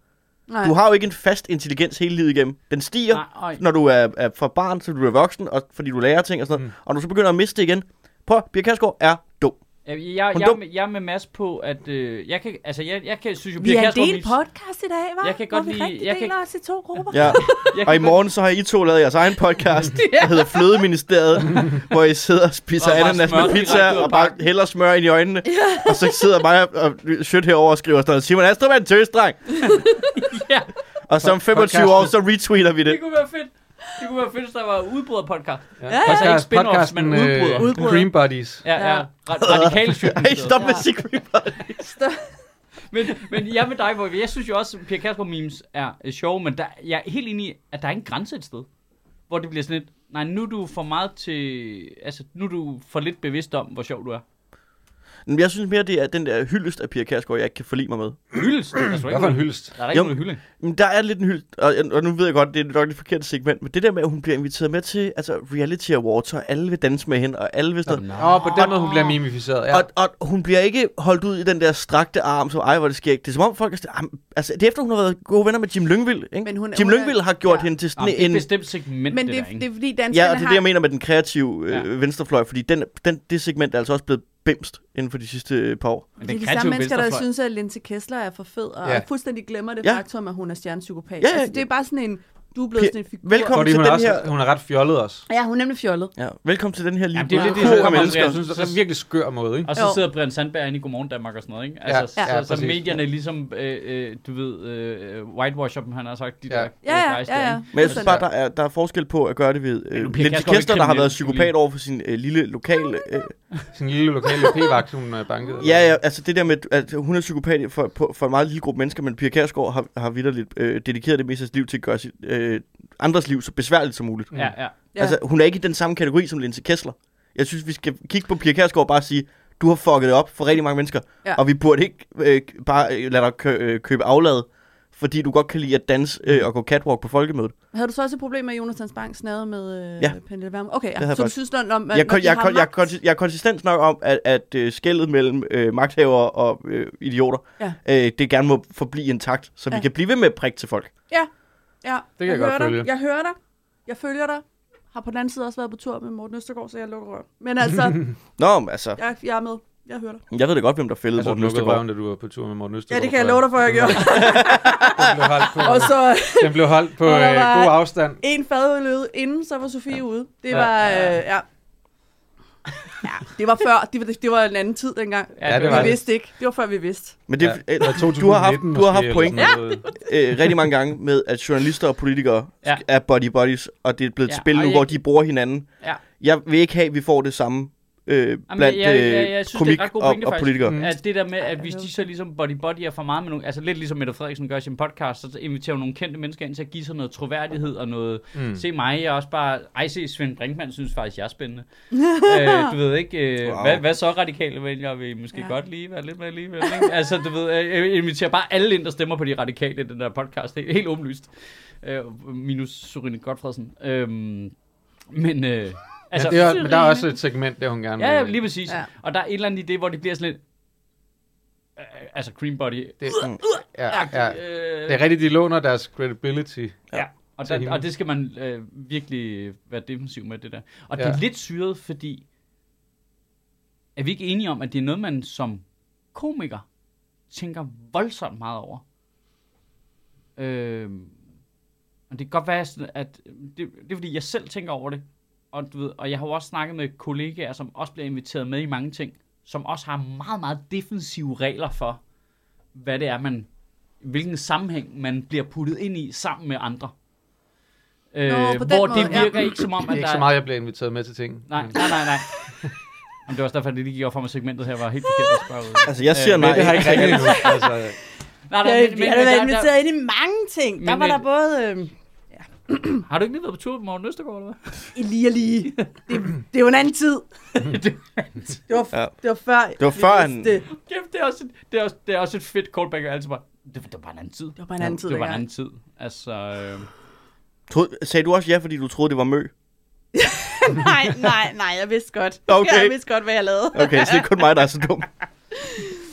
D: Nej.
B: Du har jo ikke en fast intelligens hele livet igennem. Den stiger,
A: Nej, øj.
B: når du er, er fra barn til du er voksen, og fordi du lærer ting og sådan noget. Mm. Og når du så begynder at miste det igen, prøv, Pia Kærsgaard er dum.
A: Jeg, jeg, jeg,
B: Hun
A: jeg, er
B: dum.
A: med- jeg er med Mads på, at øh, jeg kan, altså, jeg, jeg kan, synes jo,
D: Vi
A: Pia
D: har
A: Kjærsgaard...
D: delt podcast i dag, hva'?
A: Jeg kan godt
D: Hvor vi
A: lide-
D: rigtig
A: jeg kan-
D: deler os i to grupper.
B: Ja.
A: Jeg
B: Og i
A: kan
B: morgen så har I to lavet jeres egen podcast, der hedder Flødeministeriet, hvor I sidder og spiser
A: Og bare
B: ananas
A: smør
B: med
A: direkte ud
B: pizza
A: af
B: og bare
A: bakken.
B: hælder smør ind i øjnene. Og så sidder mig og shit herover og skriver sådan noget, Simon Astrup er en tøsdreng.
A: Ja.
B: Og så om 25 år, så retweeter vi det.
A: Det kunne være fedt. Det kunne være fedt, hvis der var udbryder podcast.
C: Ja,
A: Altså ikke spin-offs, men
C: øh,
A: udbryder.
D: Udbryder.
C: Green Buddies.
A: Ja, ja.
D: Ja.
A: ja. Ra- radikale syn.
B: Hey, stop med
D: Ja.
B: Secret
A: Men, men jeg med dig, hvor jeg synes jo også, at Pia Kærsgaard memes er øh, sjove, men der, jeg er helt enig i, at der er en grænse et sted, hvor det bliver sådan lidt, nej, nu er du for meget til, altså nu er du for lidt bevidst om, hvor sjov du er.
B: Men Jeg synes mere, det er den der hyldest af Pia Kærsgaard, jeg ikke kan forlige mig med.
A: Hyldest? Der er sgu ikke
C: Hvad for en
A: nogen-
C: hyldest?
A: der er ikke
B: Jo.
A: nogen hylde.
B: Men der er lidt en hyldest, og, og nu ved jeg godt, det er nok det forkerte segment, men det der med, at hun bliver inviteret med til altså, Reality Awards, og alle vil danse med hende, og alle vil sådan
C: Åh, på den måde, hun bliver mimificeret.
B: Ja.
C: Ja.
B: Og, og hun bliver ikke holdt ud i den der strakte arm, som ej, hvor det sker ikke. Det er som om folk er sådan, "Am, altså, det er efter, hun har været gode venner med Jim Lyngvild, ikke?
D: Men hun-
B: Jim
D: hun er-
B: Lyngvild har gjort
D: ja.
B: ja. hende til sådan
A: Nå, men det er et
B: en...
A: bestemt segment,
D: Men det,
A: der, ikke?
D: det er fordi, danskerne
B: Ja, og det er det, jeg mener med den kreative øh,
A: Ja.
B: venstrefløj, fordi den, den, det segment er altså også blevet bimst inden for de sidste øh, par år.
A: men
D: Det er de
A: kreative
D: samme mennesker, der
A: venstrefløj.
D: synes, at Linse Kessler er for fed, og
C: Ja.
D: fuldstændig glemmer det
B: Ja.
D: faktum, at hun er stjernepsykopat.
B: Ja, ja,
D: Altså, det er bare sådan en, du er blevet
B: Pia-
D: sådan en figur.
B: velkommen
C: Fordi
B: til
C: hun,
B: den
C: er også,
B: her...
C: hun er ret fjollet også.
D: Ja, hun er nemlig fjollet.
B: Ja, velkommen til den her lille
A: Jamen, det er lidt ligesom
B: ko
A: det,
B: af
A: jeg
B: mennesker.
C: Jeg synes, det er en virkelig skør måde, ikke?
A: Og så
D: Jo.
A: sidder Brian Sandberg inde i Godmorgen Danmark og sådan noget, ikke? Altså,
D: Ja.
A: så,
C: Ja,
A: så, så
C: præcis.
A: medierne ligesom, øh, øh, du ved, øh, whitewasher dem, han har sagt, de
C: Ja.
A: der
D: Ja, ja,
A: guys
D: ja,
A: der,
D: ja.
A: ikke?
B: Men jeg synes
D: Fuldstændig.
B: bare, der er, der er forskel på at gøre det ved
A: nu,
B: øh,
A: Pia
B: Lindsay
A: Kærsgaard er
B: Kester,
A: ikke
B: der har været
A: kriminel.
B: psykopat over for sin øh, lille lokale... Øh,
C: Sådan en lille lokale p-vagt, hun øh, bankede.
B: Ja, ja, altså det der med, at hun er psykopat for, på, for en meget lille gruppe mennesker, men Pia Kærsgaard har, har vidderligt øh, dedikeret det meste af sit liv til at gøre sit, øh, andres liv så besværligt som muligt.
A: Ja, ja.
D: Ja.
B: Ja. Altså hun er ikke i den samme kategori som Linse Kessler. Jeg synes, vi skal kigge på Pia Kærsgaard og bare sige, du har fucket det op for rigtig mange mennesker,
D: Ja.
B: ja. og vi burde ikke øh, bare øh, lade dig kø, øh, købe aflad, fordi du godt kan lide at danse øh, og gå catwalk på folkemødet.
D: Havde du så også et problem med, at Jonas Bang snadede med øh, ja.
B: Ja.
D: Pernille Vermund? Okay,
B: havde
D: ja.
B: jeg
D: så du
B: faktisk.
D: synes, når, når,
B: Jeg,
D: når
B: kon-
D: de
B: jeg,
D: har
B: kon- jeg,
D: magt,
B: kon- jeg er konsistent nok om, at, at øh, skældet mellem øh, magthavere og øh, idioter,
D: Ja.
B: øh, det gerne må forblive intakt, så vi
D: Ja.
B: kan blive ved med at prikke til folk.
D: Ja,
C: Det kan jeg godt
D: hører
C: følge.
D: Dig. Jeg hører dig. Jeg følger dig. har på den anden side også været på tur med Morten Østergaard, så jeg lukker røven. Men altså,
B: Nå, men altså,
D: jeg, jeg er med. Jeg hører dig.
B: jeg ved da godt, hvem der fældede
C: Altså,
B: Morten
C: du lukkede røven,
B: Østergaard.
C: da du var på tur med Morten
D: Ja,
C: Østergaard.
D: det kan jeg love dig for, at jeg gjorde.
C: Den blev holdt på,
D: Og så
C: den blev holdt på
D: Og der
C: øh,
D: var-
C: god afstand.
D: en fadøl ude, inden så var Sofie ja. ude. Det
C: Ja.
D: var, øh, ja. ja. Det var før, det var, det var en anden tid dengang.
C: Ja, det var
D: vi
C: det.
D: vidste ikke. Det var før, vi vidste.
B: Men det,
C: Ja.
B: øh,
C: Eller
B: du har haft,
C: 2019
B: du har haft
C: måske, eller
B: point
C: sådan noget.
B: øh, rigtig mange gange med, at journalister og politikere
A: Ja.
B: ja. er buddy buddies, og det er blevet et
A: Ja,
B: spil
A: og
B: nu,
A: jeg-
B: hvor de bruger hinanden.
A: Ja.
B: Jeg vil ikke have, at vi får det samme øh,
A: Jamen,
B: blandt
A: jeg- jeg- jeg- jeg
B: øh,
A: synes, det er
B: komik
A: ret
B: og,
A: god pointe,
B: og
A: faktisk.
B: politikere.
C: Mm.
A: At det der med, at hvis
D: ved
A: de så ligesom body body er for meget med nogle, altså lidt ligesom Mette Frederiksen gør i sin podcast, så inviterer hun nogle kendte mennesker ind til at give sig noget troværdighed og noget, mm. se mig, jeg er også bare, ej se Svend Brinkmann synes faktisk, jeg er spændende. øh, du ved ikke, øh,
B: Wow.
A: wow. hvad, hvad så radikale vælger vi måske
D: Ja.
A: ja. godt lige være lidt med alligevel, ikke? altså du ved, øh, jeg inviterer bare alle ind, der stemmer på de radikale i den der podcast, det er helt åbenlyst. Øh, minus Sorine Godfredsen. Øhm, men, øh, altså,
C: Det er, men der er også et segment, der hun gerne
A: Ja, ja,
C: vil.
A: lige præcis.
D: Ja.
A: Ja. Og der er et eller andet i det, hvor det bliver sådan lidt... Øh, altså, cream body.
C: Det, ja, ja.
A: Øh,
C: det er rigtigt, de låner deres credibility.
A: ja. Og,
C: til
A: der,
C: hende.
A: og det skal man øh, virkelig være defensiv med, det der. Og ja.
C: Ja.
A: det er lidt syret, fordi... Er vi ikke enige om, at det er noget, man som komiker tænker voldsomt meget over? Øh, og det kan godt være, sådan, at øhm, det, det er fordi, jeg selv tænker over det. Og, du ved, og jeg har jo også snakket med kollegaer, som også bliver inviteret med i mange ting, som også har meget, meget defensive regler for, hvad det er, man, hvilken sammenhæng man bliver puttet ind i sammen med andre. Øh,
D: på den
A: hvor det
D: måde, ja.
A: virker ikke som om,
C: Det
A: at
C: er ikke
A: der
C: så meget, jeg bliver inviteret med til ting.
A: Nej, nej, nej, nej. Jamen, det var også derfor, at det lige gik op for mig, at segmentet her var helt forkert at spørge ud.
B: Altså, jeg siger
A: Øh,
B: nej.
C: Det har jeg ikke rigtigt endnu. Altså,
A: Nej,
D: Ja,
A: nej, men,
D: vi
A: men,
D: har da været
A: men, der,
D: inviteret ind i mange ting. der
A: Men,
D: var der
A: øh,
D: både øh,
A: der, har du ikke lige været på tur med Morten Østergaard, eller hvad?
D: i lige og lige. Det, det var en anden tid. det, var,
B: Ja.
D: det var før.
B: Det var
D: vi
B: før, han-
D: vidste Det,
A: Kæft, det er også, et- det er også, det er også et fedt callback, og altid bare, det, var- det var bare en anden tid.
D: det var bare en anden tid.
A: Det var en
D: dengang.
A: anden tid. Altså, øh,
B: Tro- Sagde du også ja, fordi du troede, det var mø?
D: nej, nej, nej, jeg vidste godt.
B: Okay.
D: Jeg vidste godt, hvad jeg lavede.
B: Okay, så det er kun mig, der er så dum.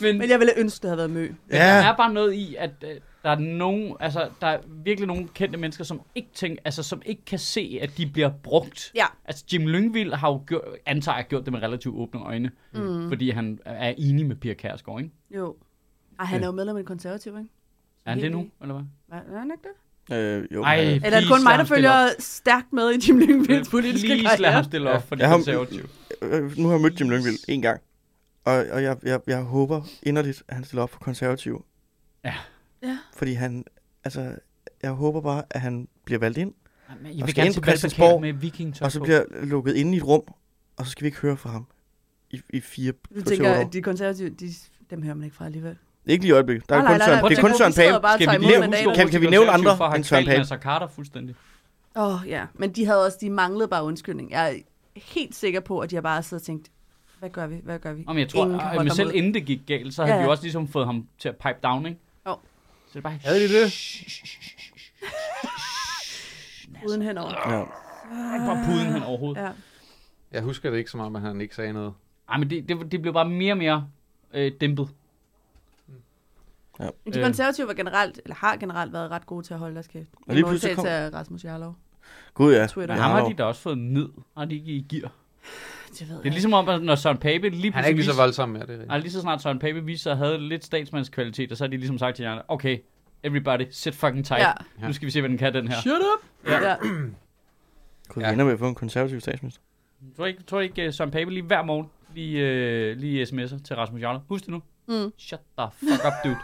A: men,
D: Men jeg ville ønske, det havde været mø.
A: Der
B: Ja,
A: er bare noget i, at øh, der er nogen, altså, der er virkelig nogle kendte mennesker, som ikke, tænker, altså, som ikke kan se, at de bliver brugt.
D: Ja.
A: Altså, Jim Lyngvild har jo gjort, antager jeg, gjort det med relativt åbne øjne, mm. fordi han er enig med Pia Kærsgaard, ikke?
D: Jo. Ej, han er jo medlem af en konservativ, ikke?
A: Er han
D: Helt
A: det nu,
D: enig.
A: eller hvad?
D: Hvad, er han ikke det?
B: øh, jo.
A: Ej,
B: øh,
D: Eller er det
A: please,
D: kun
A: lad
D: mig, der
A: ham stille
D: følger
A: op.
D: stærkt med i Jim Lyngvilds politiske
A: Please lad ham
D: karriere?
A: stille op for de
B: Jeg har-
A: konservative.
B: øh, Nu har jeg mødt Jim Lyngvild en gang, og, og jeg, jeg, jeg håber inderligt, at han stiller op for konservativ.
A: Ja.
D: Ja.
B: Fordi han, altså, jeg håber bare, at han bliver valgt ind,
A: Jamen,
B: Og
A: Jeg vil
B: skal
A: gerne
B: ind på
A: til Christiansborg
B: Christiansborg,
A: med vikingtøj
B: og så bliver lukket inde i et rum, og så skal vi ikke høre fra ham i, i fire
D: Du
B: kvarter
D: tænker,
B: år.
D: at de konservative, de, dem hører man ikke fra alligevel.
B: Ikke lige i øjeblikket. Der er
D: Nej,
B: kun
D: nej, nej,
B: Søren,
D: nej.
B: det er kun Søren Pape.
D: Bare
A: Skal
D: tager
A: vi
D: imod
A: lige
D: mandater.
A: huske
B: Kan- kan vi nævne andre
A: for at have
B: end Søren
A: kvalt
B: Pape?
A: Nasser Carter fuldstændig?
D: Åh, oh, ja. Men de havde også, de manglede bare undskyldning. Jeg er helt sikker på, at de har bare siddet og tænkt, hvad gør vi, hvad gør vi?
A: Om jeg tror,
D: Ingen kan
A: at,
D: holde
A: men
D: ham
A: selv
D: ud.
A: inden det gik galt, så
D: Ja,
A: havde ja.
D: ja.
A: de jo også ligesom fået ham til at pipe down, ikke?
D: Jo.
A: Så det er bare...
C: Havde de det?
D: Uden henover.
B: Ja.
A: Bare puden hen overhovedet.
D: Ja.
C: jeg husker det ikke så meget, at han ikke sagde noget.
A: Ej, men det, det, det blev bare mere og mere øh, dæmpet.
D: Men de
A: Øh.
D: konservative var generelt, eller har generelt været ret gode til at holde deres kæft.
B: Og
D: Og
B: lige
D: lige
B: pludselig
D: pludselig
B: kom-
D: af Rasmus Jarlov.
B: Gud ja.
D: Twitter.
A: Men
D: Ja,
A: ham har de da også fået ned. Har de ikke i gear?
D: Det ved
A: Det er ligesom om, at når Søren Pape lige
C: Han er ikke lige så
A: viste-
C: voldsom mere, det er rigtigt.
A: Nej, lige så snart Søren Pape viste sig, havde lidt statsmandskvalitet, og så har de ligesom sagt til jer, okay, everybody, sit fucking tight.
D: Ja.
A: Ja. Nu skal vi se, hvad den kan, den her.
D: Shut up! Ja. ja.
B: Kunne
C: Ja.
B: vi ender med at få en konservativ statsminister?
A: Tror ikke, tror ikke øh, Søren Pape lige hver morgen lige, øh, lige sms'er til Rasmus Jarlov? Husk det nu.
D: Mm.
A: Shut the fuck up, dude.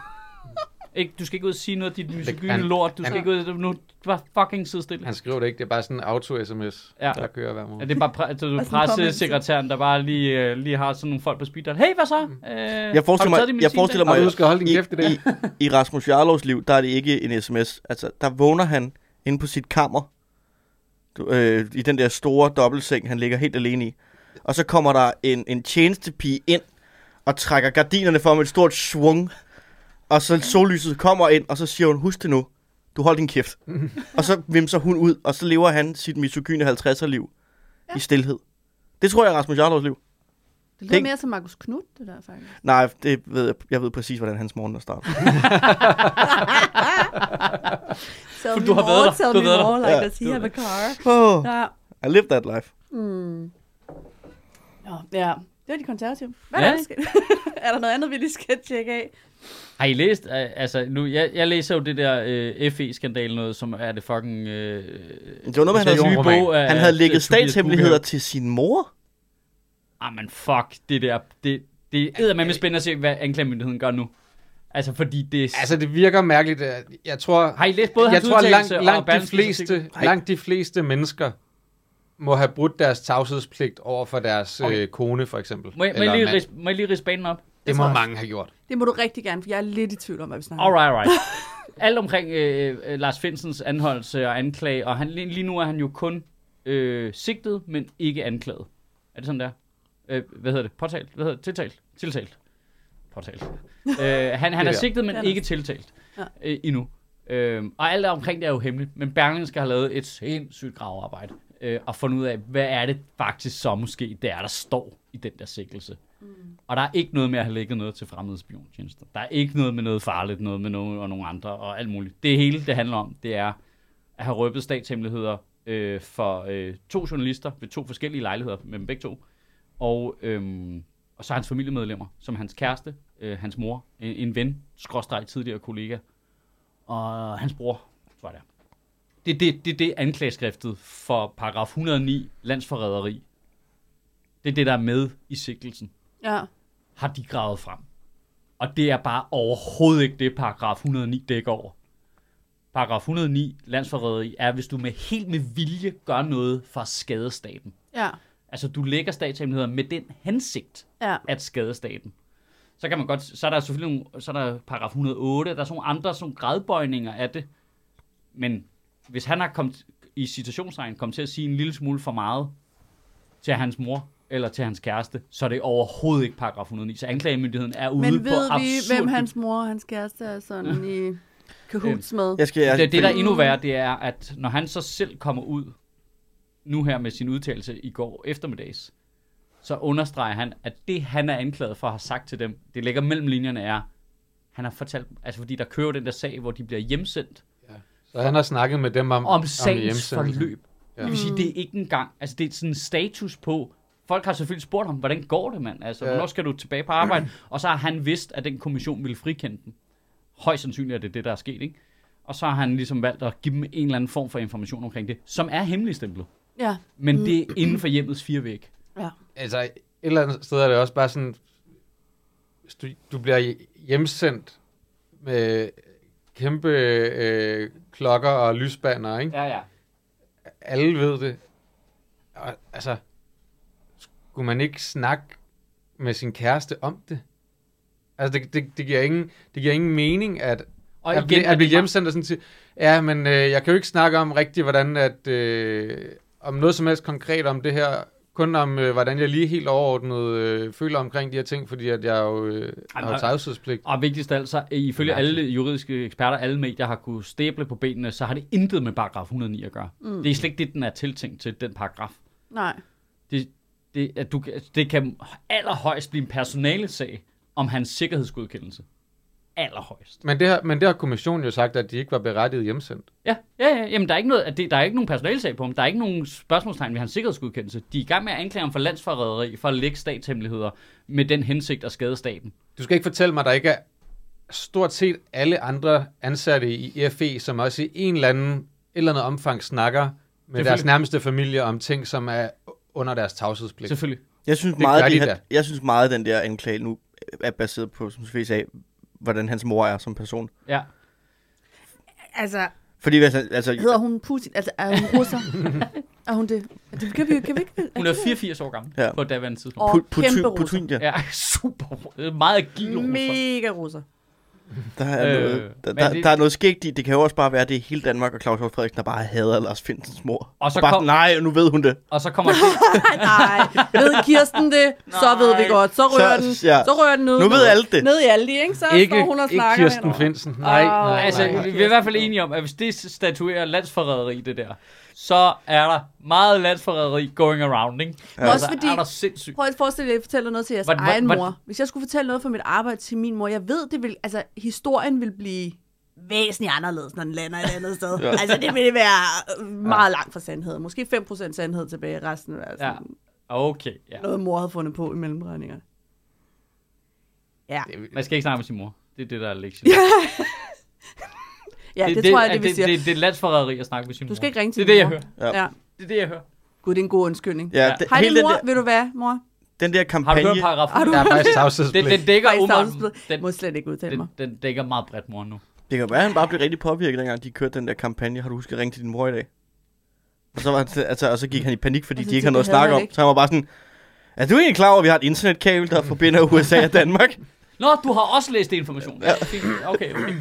A: Ikke, du skal ikke ud og sige noget af dit
C: han-
A: misogyne lort. Du skal
C: han-
A: ikke ud nu. Bare fucking sidde stille.
C: Han skriver det ikke, det er bare sådan en auto-sms,
A: Ja.
C: der kører hver morgen.
A: Ja, det er bare pre- altså, du
D: Og sådan
A: pressesekretæren, der bare lige, øh, lige har sådan nogle folk på speederen. Hey, hvad så? Øh,
B: Jeg forestiller mig- jeg forestiller
C: Og
B: mig-
C: du skal holde din
B: I,
C: kæft i det.
B: i, I Rasmus Jarlovs liv, der er det ikke en sms. Altså, der vågner han inde på sit kammer. Du, øh, I den der store dobbeltseng, han ligger helt alene i. Og så kommer der en, en tjenestepige ind og trækker gardinerne for med et stort svung. Og så sollyset kommer ind, og så siger hun, husk det nu, du hold din kæft. og så vimser hun ud, og så lever han sit misogyne 50'er-liv ja. i stillhed. Det tror jeg er Rasmus Jarlovs liv.
D: Det lyder
B: Det-
D: mere som Markus Knud, det der faktisk.
B: Nej, det ved jeg, jeg ved præcis, hvordan hans morgen er startet.
D: Tell
A: Du har været der. Du har været der.
D: more, like
B: Ja.
D: does he have a car?
B: Oh.
D: Ja.
B: I lived that life.
D: Mm. Nå, ja. Det var de konservative. Hvad ja.
A: Ja.
D: er, der skal... er der noget andet, vi lige skal tjekke af?
A: Har I læst, øh, altså nu, jeg, jeg læser jo det der øh, FE-skandal noget, som er det fucking... Øh,
B: Det var noget med, han
A: altså,
B: havde,
A: nye
C: roman.
A: bog af-
B: han havde
A: af Tobias
B: lægget statshemmeligheder
A: Buchner.
B: til sin mor.
A: Ah, men fuck, det der, det, det er med spændende at se, hvad anklagemyndigheden gør nu. Altså, fordi det er...
C: Altså, det virker mærkeligt. at- Jeg tror,
A: har I læst både
C: jeg
A: hans
C: tror langt,
A: udtalelse og
C: langt, de
A: Berlingskes artikel?
C: fleste,
B: Nej.
C: langt de fleste mennesker må have brudt deres tavshedspligt over for deres okay. øh, kone, for eksempel.
A: Må jeg, må,
C: Eller
A: jeg lige
C: mand.
A: ris, må jeg lige rise banen op?
C: det
D: tror
C: må
D: jeg.
C: mange have gjort.
D: Det må du rigtig gerne, for jeg er lidt i tvivl om, hvad vi snakker om.
A: Alright, alright. Alt omkring øh, øh, Lars Finsens anholdelse og anklage, og han, lige lige nu er han jo kun øh, sigtet, men ikke anklaget. Er det sådan der? Øh, hvad hedder det? Påtalt? Hvad hedder det? Tiltalt? Tiltalt. Påtalt. øh, han, han er
C: der.
A: sigtet,
D: Det er
A: men
D: der.
A: ikke tiltalt
D: Ja.
A: øh, endnu. Øh, og alt der omkring det er jo hemmeligt, men Berling skal have lavet et sindssygt gravearbejde øh, og fundet ud af, hvad er det faktisk så måske, det er, der står i den der sigtelse. Og der er ikke noget med at have lægget noget til fremmede spiontjenester. Der er ikke noget med noget farligt, noget med nogen og nogle andre og alt muligt. Det hele, det handler om, det er at have røbet statshemmeligheder øh, for øh, to journalister ved to forskellige lejligheder, med dem begge to. Og, øhm, og så hans familiemedlemmer, som hans kæreste, øh, hans mor, en, en ven, skråstreg tidligere kollega, og hans bror, tror jeg det er. Det er det, det, det er anklageskriftet for paragraf 109, landsforræderi. Det er det, der er med i sigtelsen
D: Ja.
A: har de gravet frem. Og det er bare overhovedet ikke det, paragraf 109 dækker over. Paragraf 109, landsforræderi, er, hvis du med helt med vilje gør noget for at skade staten.
D: Ja.
A: Altså, du lægger statshemmeligheder med den hensigt
D: Ja.
A: at skade staten. Så kan man godt, så er der selvfølgelig nogle, så er der paragraf 108, der er sådan nogle andre sådan gradbøjninger af det. Men hvis han har kommet, i citationstegn kommet til at sige en lille smule for meget til hans mor, eller til hans kæreste, så er det overhovedet ikke paragraf 109. Så anklagemyndigheden er ude
D: Men
A: på
D: ved vi,
A: absurd
D: hvem hans mor og hans kæreste er sådan i
A: Øhm.
D: kahoots med?
B: Jeg skal, jeg,
A: det, det, der er endnu værre, det er, at når han så selv kommer ud, nu her med sin udtalelse i går eftermiddags, så understreger han, at det, han er anklaget for at have sagt til dem, det ligger mellem linjerne, er, han har fortalt, altså fordi der kører den der sag, hvor de bliver hjemsendt,
C: Så han har snakket med dem om,
A: om sagens
C: hjemsendelse.
A: forløb. Ja. Det vil sige, det er ikke engang, altså det er sådan en status på, folk har selvfølgelig spurgt ham, hvordan går det, mand? Altså,
C: Ja.
A: ja. hvornår skal du tilbage på arbejde? Og så har han vidst, at den kommission ville frikende dem. Højst sandsynligt er det det, der er sket, ikke? Og så har han ligesom valgt at give dem en eller anden form for information omkring det, som er hemmeligstemplet.
D: Ja.
A: Men det er inden for hjemmets fire væg.
D: Ja.
C: Altså, et eller andet sted er det også bare sådan, hvis du, du bliver hjemsendt med kæmpe øh, klokker og lysbander, ikke?
A: Ja, ja.
C: alle ved det. Og, altså, skulle man ikke snakke med sin kæreste om det? Altså, det, det, det, giver, ingen, det giver ingen mening, at,
A: Og
C: at,
A: igen,
C: blive,
A: er
C: at blive
A: det bare-
C: hjemsendt og sådan til, ja, men øh, jeg kan jo ikke snakke om rigtigt, hvordan at, øh, om noget som helst konkret om det her, kun om, øh, hvordan jeg lige helt overordnet øh, føler omkring de her ting, fordi at jeg jo øh, har jo
A: og-
C: tavshedspligt.
A: Og vigtigst af alt, så øh, ifølge alle juridiske eksperter, alle medier har kunne stable på benene, så har det intet med paragraf 109 at gøre. Mm. Det er slet ikke det, den er tiltænkt til, den paragraf.
D: Nej.
A: det, det, at du, kan- det kan allerhøjst blive en personalesag om hans sikkerhedsgodkendelse. Allerhøjst.
C: Men det, har, men det har kommissionen jo sagt, at de ikke var berettiget hjemsendt.
A: Ja, ja, ja. Jamen, der er ikke, noget, at det, der er ikke nogen personalesag på ham. Der er ikke nogen spørgsmålstegn ved hans sikkerhedsgodkendelse. De er i gang med at anklage ham for landsforræderi for at lægge statshemmeligheder med den hensigt at skade staten.
C: Du skal ikke fortælle mig, at der ikke er stort set alle andre ansatte i FE, som også i en eller anden, et eller andet omfang snakker med deres
A: Selvfølgelig.
C: nærmeste familie om ting, som er under deres tavshedspligt.
A: Selvfølgelig.
B: jeg, synes
C: det
B: meget,
C: gør
B: de
C: de
B: her,
C: da.
B: jeg synes meget, at den der anklage nu er baseret på, som Sofie sagde, hvordan hans mor er som person.
A: Ja.
D: Altså,
B: Fordi hvis han- altså,
D: hedder hun Putin? Altså, er hun russer? er hun det? det kan vi, kan vi ikke...
A: Hun er 84 år gammel
B: Ja.
A: ja. på daværende tidspunkt.
D: Og
B: Put-
D: kæmpe
B: Putin,
D: russer.
B: Putin, ja.
A: Ja, super. Meget agil russer.
D: Mega russer.
B: Der er,
A: Øh,
B: noget, der,
A: men
B: der,
A: det-
B: der er noget skægt i. Det kan jo også bare være, at det er hele Danmark og Claus Hjort Frederiksen, der bare hader Lars Finsens mor. Og, så
A: så
B: og bare
A: kom-
B: kom... nej, nu ved hun det.
A: Og så kommer det,
D: Nej, nej. Ved Kirsten det, så ved vi godt. Så rører
B: Så-
D: den.
B: ja.
D: Så rører den ned.
B: Nu ved alle det.
D: Ned i Aldi, ikke? Så
C: Ikke,
D: står hun og
C: ikke
D: snakker.
C: Kirsten
D: henover.
C: Finsen. Nej,
D: Åh,
C: nej,
A: Altså,
C: nej.
A: vi er i hvert fald enige om, at hvis det statuerer landsforræderi, det der, så er der meget landsforræderi going around, ikke? Ja.
D: Også fordi-
A: er der sindssygt.
D: Prøv at forestille jer, at jeg fortæller noget til jeres
A: Hvordan-
D: egen
A: hvordan-
D: mor. Hvis jeg skulle fortælle noget fra mit arbejde til min mor, jeg ved, det vil, altså, historien vil blive væsentligt anderledes, når den lander et andet sted.
B: Ja.
D: ja. Altså, det ville være meget langt fra sandheden. Måske 5% sandhed tilbage, resten er sådan,
A: Ja. Okay, ja.
D: noget, mor havde fundet på i mellemregningerne. Ja,
A: Man skal ikke snakke med sin mor. Det er det, der er lektien.
D: ja det, det, tror jeg, det,
A: det,
D: vi siger.
A: det, det er landsforræderi at snakke med sin mor.
D: du skal ikke ringe til
A: Det er det,
D: din
A: jeg
D: mor.
A: hører.
B: hører.
D: Ja.
A: Det er det, jeg hører.
D: Gud, det er en god undskyldning.
B: Ja,
A: Ja.
B: den,
D: Hej,
B: hele
D: din
B: den
D: mor.
B: der,
D: Ved du hvad, mor?
B: den der
A: Har du
B: kampagne...
A: hørt paragraf?
D: Har du
C: Der er faktisk
A: Den,
C: tavshedspligt.
A: den dækker
D: Faktisk
A: umiddelbart.
D: tavshedspligt.
A: Den,
D: Må slet ikke udtale mig.
A: den, den dækker meget bredt, mor, nu.
B: Det kan være, at han bare blev rigtig påvirket, dengang de kørte den der kampagne. Har du husket at ringe til din mor i dag? Og så, var han, altså, og så gik han i panik, fordi
D: Og så
B: de ikke
D: tænkte,
B: har noget at
D: det havde
B: snakke
D: han
B: om.
D: ikke.
B: Så han var bare sådan, er du egentlig klar over, at vi har et internetkabel, der forbinder USA og Danmark?
A: Nå, du har også læst det information. Ja. fint. Okay, okay.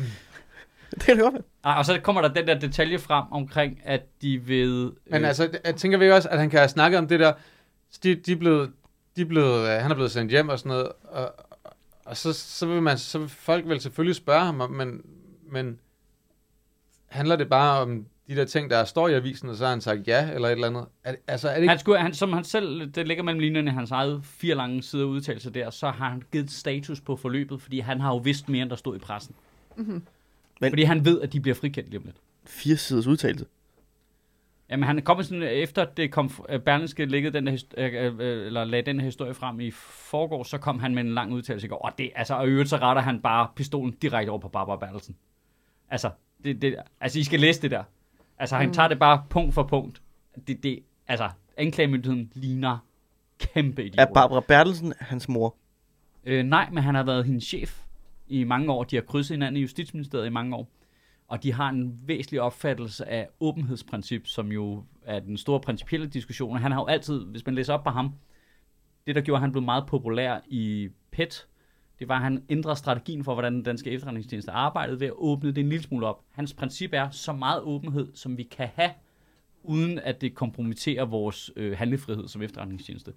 B: det kan det godt være.
A: Ej, og så kommer der den der detalje frem omkring, at de ved... øh,
C: Men altså, jeg tænker vi ikke også, at han kan have snakket om det der, de, de er blevet, de er blevet, øh, han er blevet sendt hjem og sådan noget, og, og så, så, vil man, så vil folk vil selvfølgelig spørge ham, om- men, men handler det bare om de der ting, der står i avisen, og så har han sagt ja, eller et eller andet? Er, altså, er det
A: Han
C: ikke...
A: skulle, han, som han selv, det ligger mellem linjerne i hans eget fire lange sider udtalelse der, så har han givet status på forløbet, fordi han har jo vidst mere, end der stod i pressen.
B: Men-
C: Mhm.
A: Men... Fordi han ved, at de bliver frikendt lige om lidt.
B: Fire siders udtalelse.
A: Jamen, han kom sådan, efter det kom, øh, Berlingske læggede den der, hist- øh, øh, eller lagde den her historie frem i forgårs, så kom han med en lang udtalelse i går. Og det, altså, og i øvrigt så retter han bare pistolen direkte over på Barbara Bertelsen. Altså, det, det, altså I skal læse det der. Altså, han tager det bare punkt for punkt. Det, det, altså, anklagemyndigheden ligner kæmpe idioter.
B: Er Barbara Bertelsen hans mor?
A: Øh, nej, men han har været hendes chef i mange år. De har krydset hinanden i Justitsministeriet i mange år. Og de har en væsentlig opfattelse af åbenhedsprincip, som jo er den store principielle diskussion. Og Han har jo altid, hvis man læser op på ham, det der gjorde, at han blev meget populær i PET, det var, at han ændrede strategien for, hvordan den danske efterretningstjeneste arbejdede ved at åbne det en lille smule op. Hans princip er så meget åbenhed, som vi kan have, uden at det kompromitterer vores øh, handlefrihed som efterretningstjeneste.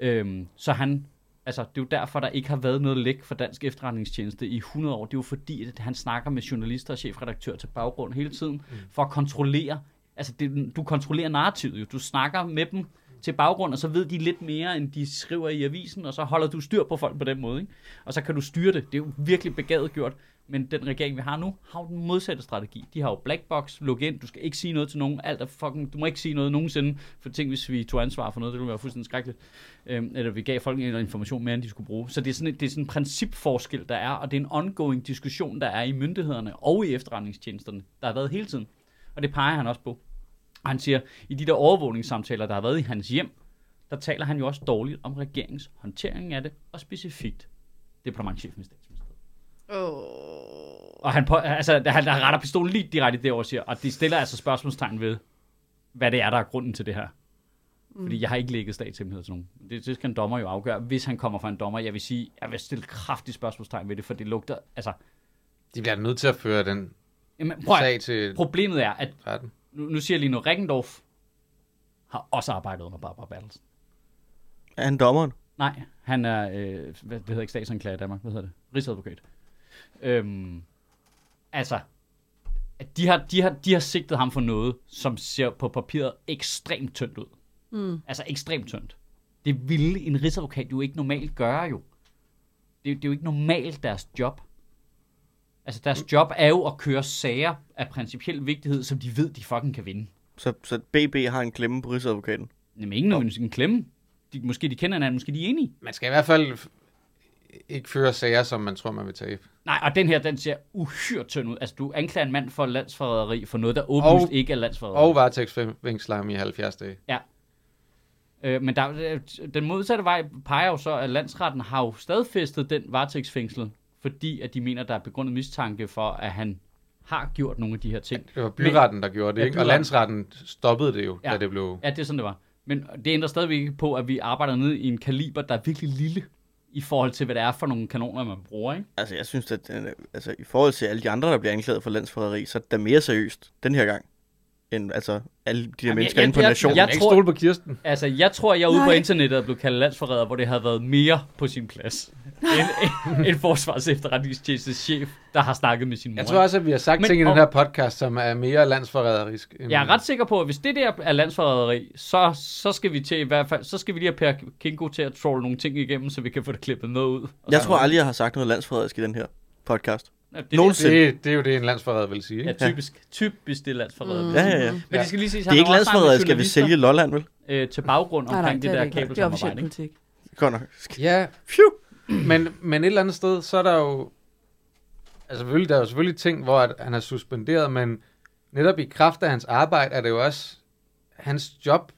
A: Øhm, så han, altså det er jo derfor, der ikke har været noget læk for dansk efterretningstjeneste i 100 år. Det er jo fordi, at han snakker med journalister og chefredaktør til baggrund hele tiden, mm. for at kontrollere, altså det, du kontrollerer narrativet jo. Du snakker med dem til baggrund, og så ved de lidt mere, end de skriver i avisen, og så holder du styr på folk på den måde, ikke? Og så kan du styre det. Det er jo virkelig begavet gjort. Men den regering, vi har nu, har jo den modsatte strategi. De har jo black box, luk ind, du skal ikke sige noget til nogen, alt er fucking, du må ikke sige noget nogensinde, for tænk, hvis vi tog ansvar for noget, det ville være fuldstændig skrækkeligt. Øhm, eller vi gav folk en information mere, end de skulle bruge. Så det er sådan, et- det er sådan en principforskel, der er, og det er en ongoing diskussion, der er i myndighederne og i efterretningstjenesterne, der har været hele tiden. Og det peger han også på. Og han siger, i de der overvågningssamtaler, der har været i hans hjem, der taler han jo også dårligt om regeringens håndtering af det, og specifikt departementchefen i statsministeriet.
D: Oh.
A: Og han, på, altså, han han retter pistolen lige direkte derover og siger, og de stiller altså spørgsmålstegn ved, hvad det er, der er grunden til det her. Fordi jeg har ikke lægget statshemmeligheder til nogen. Det, det skal en dommer jo afgøre, hvis han kommer fra en dommer. Jeg vil sige, jeg vil stille kraftigt spørgsmålstegn ved det, for det lugter... Altså,
C: De bliver nødt til at føre den
A: jamen, prøv,
C: sag
A: at-
C: til
A: problemet er, at
C: retten.
A: nu, nu siger lige nu, Regendorf har også arbejdet under Barbara Bertelsen.
B: Er han dommeren?
A: Nej, han er, øh, hvad, det hedder ikke statsanklager i Danmark, hvad hedder det? Rigsadvokat. Øhm, altså, at de har, de, har, de har sigtet ham for noget, som ser på papiret ekstremt tyndt ud. Mm. Altså ekstremt tyndt. Det ville en rigsadvokat jo ikke normalt gøre jo. Det, er- det er jo ikke normalt deres job. Altså deres job er jo at køre sager af principiel vigtighed, som de ved, de fucking kan vinde.
B: Så, så BB har en klemme på rigsadvokaten.
A: Jamen ikke nødvendigvis en klemme. De, måske de kender hinanden, måske de er enige.
C: Man skal i hvert fald f- ikke føre sager, som man tror, man vil tabe.
A: Nej, og den her, den ser uhyre tynd ud. Altså, du anklager en mand for landsforræderi for noget, der åbenlyst
C: Og-
A: ikke er landsforræderi.
C: Og varetægtsfængsler ham i 70 dage.
A: Øh, men der, den modsatte vej peger jo så, at landsretten har jo stadfæstet den varetægtsfængsel, fordi at de mener, der er begrundet mistanke for, at han har gjort nogle af de her ting.
C: Det var byretten, der gjorde det,
A: Ja,
C: ikke? Og
A: byretten.
C: landsretten stoppede det jo,
A: Ja.
C: ja. da det blev...
A: Ja, det er sådan, det var. Men det ændrer stadigvæk ikke på, at vi arbejder ned i en kaliber, der er virkelig lille i forhold til, hvad det er for nogle kanoner, man bruger, ikke?
B: Altså, jeg synes, at øh, altså, i forhold til alle de andre, der bliver anklaget for landsforræderi, så er det da mere seriøst den her gang, end altså, alle de der
A: jeg-
B: mennesker
A: jeg-
B: inde på
A: jeg-
B: nationen.
A: jeg-
C: Jeg ikke
A: tror-
C: stole på Kirsten.
A: Altså, jeg tror, jeg ude på
D: Nej.
A: internettet er blevet kaldt landsforræder, hvor det havde været mere på sin plads. En, en, en forsvars efterretningstjenestes chef, der har snakket med sin mor.
C: Jeg tror også, at vi har sagt
A: Men-
C: Men, ting i
A: og-
C: den her podcast, som er mere landsforræderisk. End...
A: jeg er ret sikker på, at hvis det der er landsforræderi, så, så skal vi til i hvert fald, så skal vi lige have Per Kinko til at trolle nogle ting igennem, så vi kan få det klippet noget ud. Og
B: Jeg
A: så-
B: tror aldrig, jeg har sagt noget landsforræderisk i den her podcast.
A: Ja, det, er
B: Nogensinde.
C: Det, det er jo det, en landsforræder vil sige.
A: det.
C: Ikke?
A: ja, typisk, typisk det er landsforræder.
D: Mm.
A: Mm.
B: Ja, ja, ja.
A: Men
C: Ja.
A: det skal lige siges,
B: Det er ikke landsforræder, skal vi sælge Lolland, vel?
A: øh, til baggrund omkring det,
D: er
A: der
D: ikke. Det er officiel
A: kabelsamarbejde. ikke?
D: politik.
B: Godt nok.
C: Ja,
B: Phew.
C: men, men et eller andet sted, så er der jo... Altså selvfølgelig, der er jo selvfølgelig ting, hvor at han er suspenderet, men netop i kraft af hans arbejde, er det jo også hans job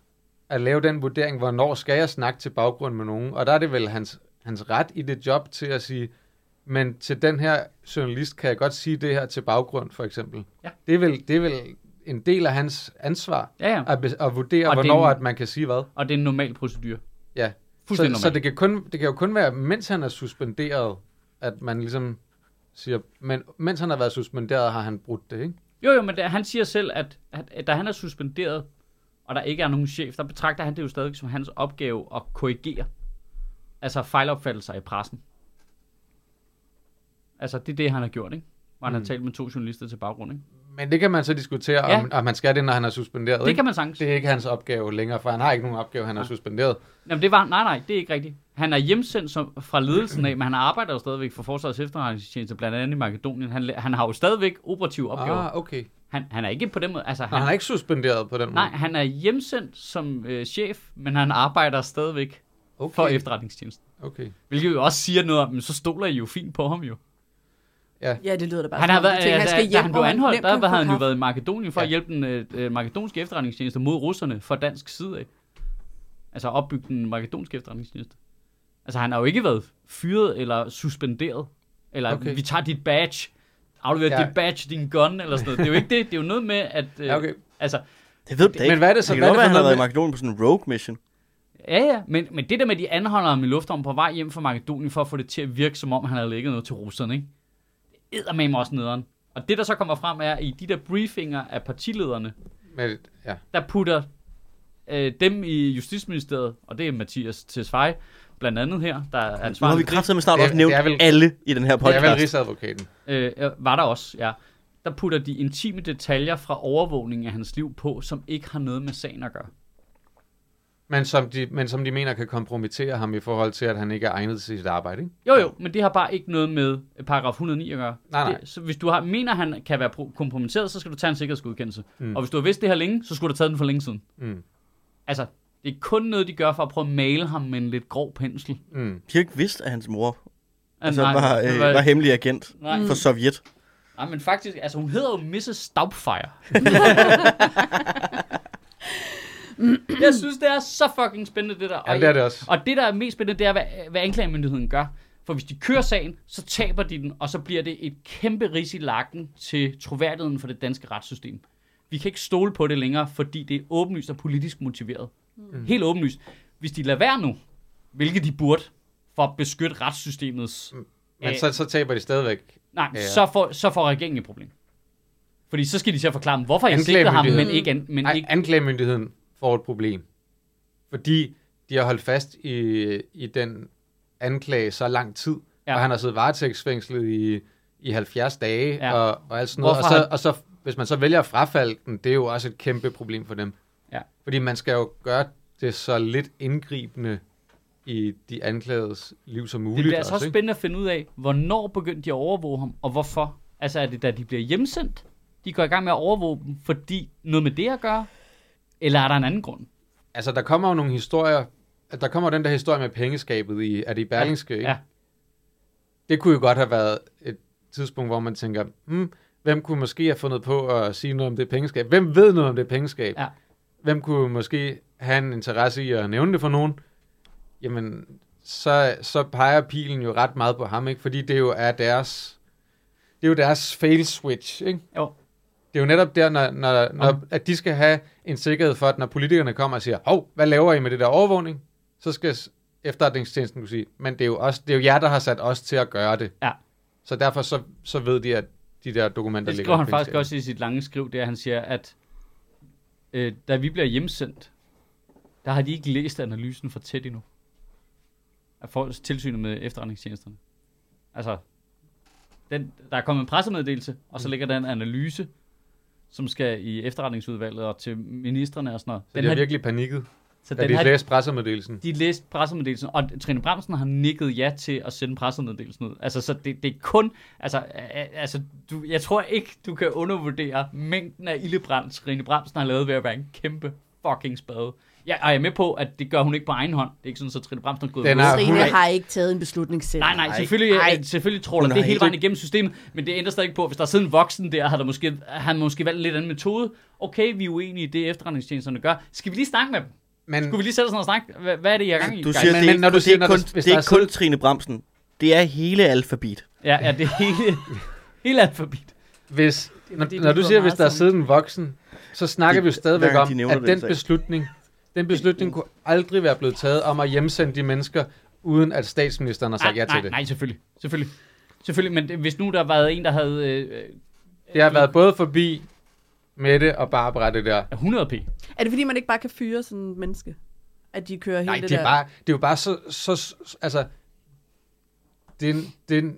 C: at lave den vurdering, hvornår skal jeg snakke til baggrund med nogen. Og der er det vel hans, hans ret i det job til at sige, men til den her journalist kan jeg godt sige det her til baggrund, for eksempel.
A: Ja.
C: Det, er vel, det er vel en del af hans ansvar
A: Ja, ja.
C: at, be- at vurdere,
A: Og det er
C: hvornår
A: en-
C: at man kan sige hvad.
A: Og det er en normal procedur.
C: Ja.
A: Fuldstændig
C: Så, så
A: normalt.
C: det, kan kun, det kan jo kun være, mens han er suspenderet, at man ligesom siger, men mens han har været suspenderet, har han brudt det, ikke?
A: Jo, jo, men det, han siger selv, at, at, at da han er suspenderet, og der ikke er nogen chef, der betragter han det jo stadig som hans opgave at korrigere. Altså fejlopfattelser i pressen. Altså, det er det, han har gjort, ikke? Hvor han mm. har talt med to journalister til baggrund, ikke?
C: Men det kan man så diskutere,
A: Ja.
C: ja. om, om man skal det, når han er suspenderet,
A: Det
C: ikke?
A: kan man sagtens.
C: Det
A: Det...
C: er ikke hans opgave længere, for han har ikke nogen opgave, han er suspenderet.
A: Jamen, det var, nej, nej, det er ikke rigtigt. Han er hjemsendt som, fra ledelsen af, men han arbejder jo stadigvæk for Forsvarets efterretningstjeneste, blandt andet i Makedonien. Han, la- han har jo stadigvæk operative opgaver. Ah.
C: Ah, okay.
A: Han, han er ikke på den måde... Altså,
C: Og han er ikke suspenderet på den måde?
A: Nej, han er hjemsendt som øh, chef, men han arbejder stadigvæk
C: okay.
A: for efterretningstjenesten.
C: Okay.
A: Hvilket jo også siger noget om, men så stoler I jo fint på ham jo.
D: Ja, det lyder da bare.
A: Han har
D: som om,
A: været,
D: de tænker,
A: tænker, da, da
D: hjem,
A: han
D: hvor
A: blev anholdt,
D: nemt
A: der
D: kan
A: var,
D: få
A: havde han jo
D: kaffe.
A: været i Makedonien for ja.
C: Ja.
A: at hjælpe den øh, øh, makedonske efterretningstjeneste mod russerne fra dansk side af. Altså opbygge den makedonske efterretningstjeneste. Altså han har jo ikke været fyret eller suspenderet. Eller
C: Okay.
A: okay. vi tager dit badge, afleverer
C: Ja.
A: ja. dit badge, din gun eller sådan noget. Det er jo ikke det. Det er jo noget med, at... Øh,
C: Ja, okay.
A: Altså,
B: Det ved det ikke.
C: Men hvad er det så-
B: Det
C: hvad
B: kan
C: er
B: godt
C: det
B: være,
C: for
B: han har
C: noget
B: været i Makedonien på sådan en rogue mission.
A: Ja, ja, men, men det der med, at de anholder ham i lufthavnen på vej hjem fra Makedonien, for at få det til at virke, som om han havde lægget noget til russerne, ikke? Det med mig også nederen. Og det, der så kommer frem, er, at i de der briefinger af partilederne,
C: Men, ja.
A: der putter øh, dem i Justitsministeriet, og det er Mathias Tesfaye, blandt andet her, der er
B: Nu har
A: ansvarlig
B: vi
A: for det,
B: kraftigt med snart
C: Det-
B: også nævnt
C: det er vel-
B: alle i den her
C: Det er vel
B: podcast.
C: rigsadvokaten.
A: øh, ja, var der også, ja. Der putter de intime detaljer fra overvågningen af hans liv på, som ikke har noget med sagen at gøre.
C: Men som, de, men som de mener kan kompromittere ham i forhold til, at han ikke er egnet til sit arbejde, ikke?
A: Jo, jo, men det har bare ikke noget med øh, paragraf 109 at gøre.
C: Nej, nej.
A: Det, så hvis du har, mener, han kan være pro- kompromitteret, så skal du tage en sikkerhedsgodkendelse. Mm. Og hvis du har vidst det her længe, så skulle du have taget den for længe siden.
C: Mm.
A: Altså, det er kun noget, de gør for at prøve at male ham med en lidt grov pensel.
C: Mm.
B: De har ikke vidst, at hans mor
A: Ah,
B: altså,
A: nej,
B: var,
A: det
B: øh,
A: var-
B: var hemmelig agent
A: Nej.
B: for Sovjet.
A: nej, men faktisk, altså hun hedder jo Mrs. Staubfire. Jeg synes, det er så fucking spændende, det der.
C: Ja, det er det også.
A: Og det, der er mest spændende, det er, hvad, hvad anklagemyndigheden gør. For hvis de kører sagen, så taber de den, og så bliver det et kæmpe ris i lakken til troværdigheden for det danske retssystem. Vi kan ikke stole på det længere, fordi det er åbenlyst og politisk motiveret. Mm. Helt åbenlyst. Hvis de lader være nu, hvilket de burde, for at beskytte retssystemets...
C: Men
A: Øh.
C: så, så taber de stadigvæk.
A: Nej,
C: Ja.
A: ja. så, får, så får regeringen et problem. Fordi så skal de til at forklare, hvorfor jeg sigter ham, men
C: Anklagemyndigheden.
A: ikke... an- Men
C: Nej,
A: ikke
C: anklagemyndigheden får et problem. Fordi de har holdt fast i, i den anklage så lang tid, ja.
A: Ja.
C: og han har siddet varetægtsfængslet i, i 70 dage ja.
A: Ja.
C: og, og alt sådan noget. Og
A: Hvorfor
C: så, og så, hvis man så vælger at frafalde den, det er jo også et kæmpe problem for dem.
A: Ja.
C: Fordi man skal jo gøre det så lidt indgribende i de anklagedes liv som muligt.
A: Det bliver altså
C: også,
A: også
C: ikke?
A: spændende at finde ud af, hvornår begyndte de at overvåge ham, og hvorfor. Altså er det, da de bliver hjemsendt, de går i gang med at overvåge dem, fordi noget med det at gøre? Eller er der en anden grund?
C: Altså, der kommer jo nogle historier. at Der kommer jo den der historie med pengeskabet i, er det i Berlingske, ikke?
A: Ja,
C: det kunne jo godt have været et tidspunkt, hvor man tænker, hmm, hvem kunne måske have fundet på at sige noget om det pengeskab? Hvem ved noget om det pengeskab?
A: Ja.
C: Hvem kunne måske have en interesse i at nævne det for nogen? Jamen, så, så peger pilen jo ret meget på ham, ikke? Fordi det jo er deres, det er jo deres fail switch, ikke?
A: jo.
C: Det er jo netop der, når, når, når, at de skal have en sikkerhed for, at når politikerne kommer og siger, hov, hvad laver I med det der overvågning? Så skal s- efterretningstjenesten kunne sige, men det er jo, også, det er jo jer, der har sat os til at gøre det.
A: Ja.
C: Så derfor så, så ved de, at de der dokumenter
A: Det
C: ligger
A: skriver
C: i
A: han faktisk
C: fængslet.
A: også i sit lange skriv, det er, at han siger, at øh, da vi bliver hjemsendt, der har de ikke læst analysen for tæt endnu. Af folks tilsynet med efterretningstjenesterne. Altså, den, der er kommet en pressemeddelelse, og
C: Mm.
A: så ligger der en analyse, som skal i efterretningsudvalget og til ministerne og sådan noget.
C: Så de har virkelig panikket.
A: Så
C: Da
A: den
C: de
A: har,
C: læste pressemeddelelsen.
A: de læste pressemeddelelsen, og Trine Bramsen har nikket ja til at sende pressemeddelelsen ud. Altså, så det, det er kun... Altså, øh, altså du, jeg tror ikke, du kan undervurdere mængden af ildebrand, Trine Bramsen har lavet ved at være en kæmpe fucking spade. Ja, og jeg er med på, at det gør hun ikke på egen hånd. Det er ikke sådan, så Trine Bramsen er gået
C: Den
A: ud.
C: er-
E: Trine
C: hun-
E: har ikke taget en beslutning selv.
A: Nej, nej, selvfølgelig,
E: Nej.
A: nej. selvfølgelig tråler
B: Hun
A: det
B: har
A: hele
B: ikke-
A: vejen igennem systemet, men det ændrer stadig ikke på, at hvis der sidder en voksen der, har der måske, han måske valgt en lidt anden metode. Okay, vi er uenige i det, efterretningstjenesterne gør. Skal vi lige snakke med dem?
C: Men,
A: Skulle vi lige sætte os ned og snakke? Hvad, hvad er det, I er gang i?
B: Du
A: guys?
B: siger,
C: men-
B: men, det,
C: men
B: er
C: når
B: ikke,
C: du
B: det,
C: siger,
B: er ikke
C: når
B: kun,
C: der- hvis
B: det er
C: der
B: ikke kun
C: er
B: Trine Bramsen. Det er hele alfabet.
A: Ja, ja, det er hele, hele alfabet.
C: hvis,
E: fordi, de
C: når, når
E: er
C: du
E: gået
C: siger, hvis
E: meget
C: der
E: sammen.
C: sidder en voksen, så snakker
B: De-
C: vi jo stadigvæk
B: hver gang de
C: om,
B: nævner
C: at
B: den
C: den
B: sag.
C: beslutning, den beslutning kunne aldrig være blevet taget om at hjemsende de mennesker, uden at statsministeren har sagt ja
A: nej,
C: til det.
A: nej, selvfølgelig. Selvfølgelig. Selvfølgelig, men det- hvis nu der var en, der havde øh,
C: Det har været både forbi Mette og Barbara, det der.
A: 100 øh, p.
D: Er det fordi, man ikke bare kan fyre sådan en menneske? At de kører
C: Nej,
D: hele det,
C: det er,
D: der?
C: bare, det er jo bare så... så, så altså, det er en, det er en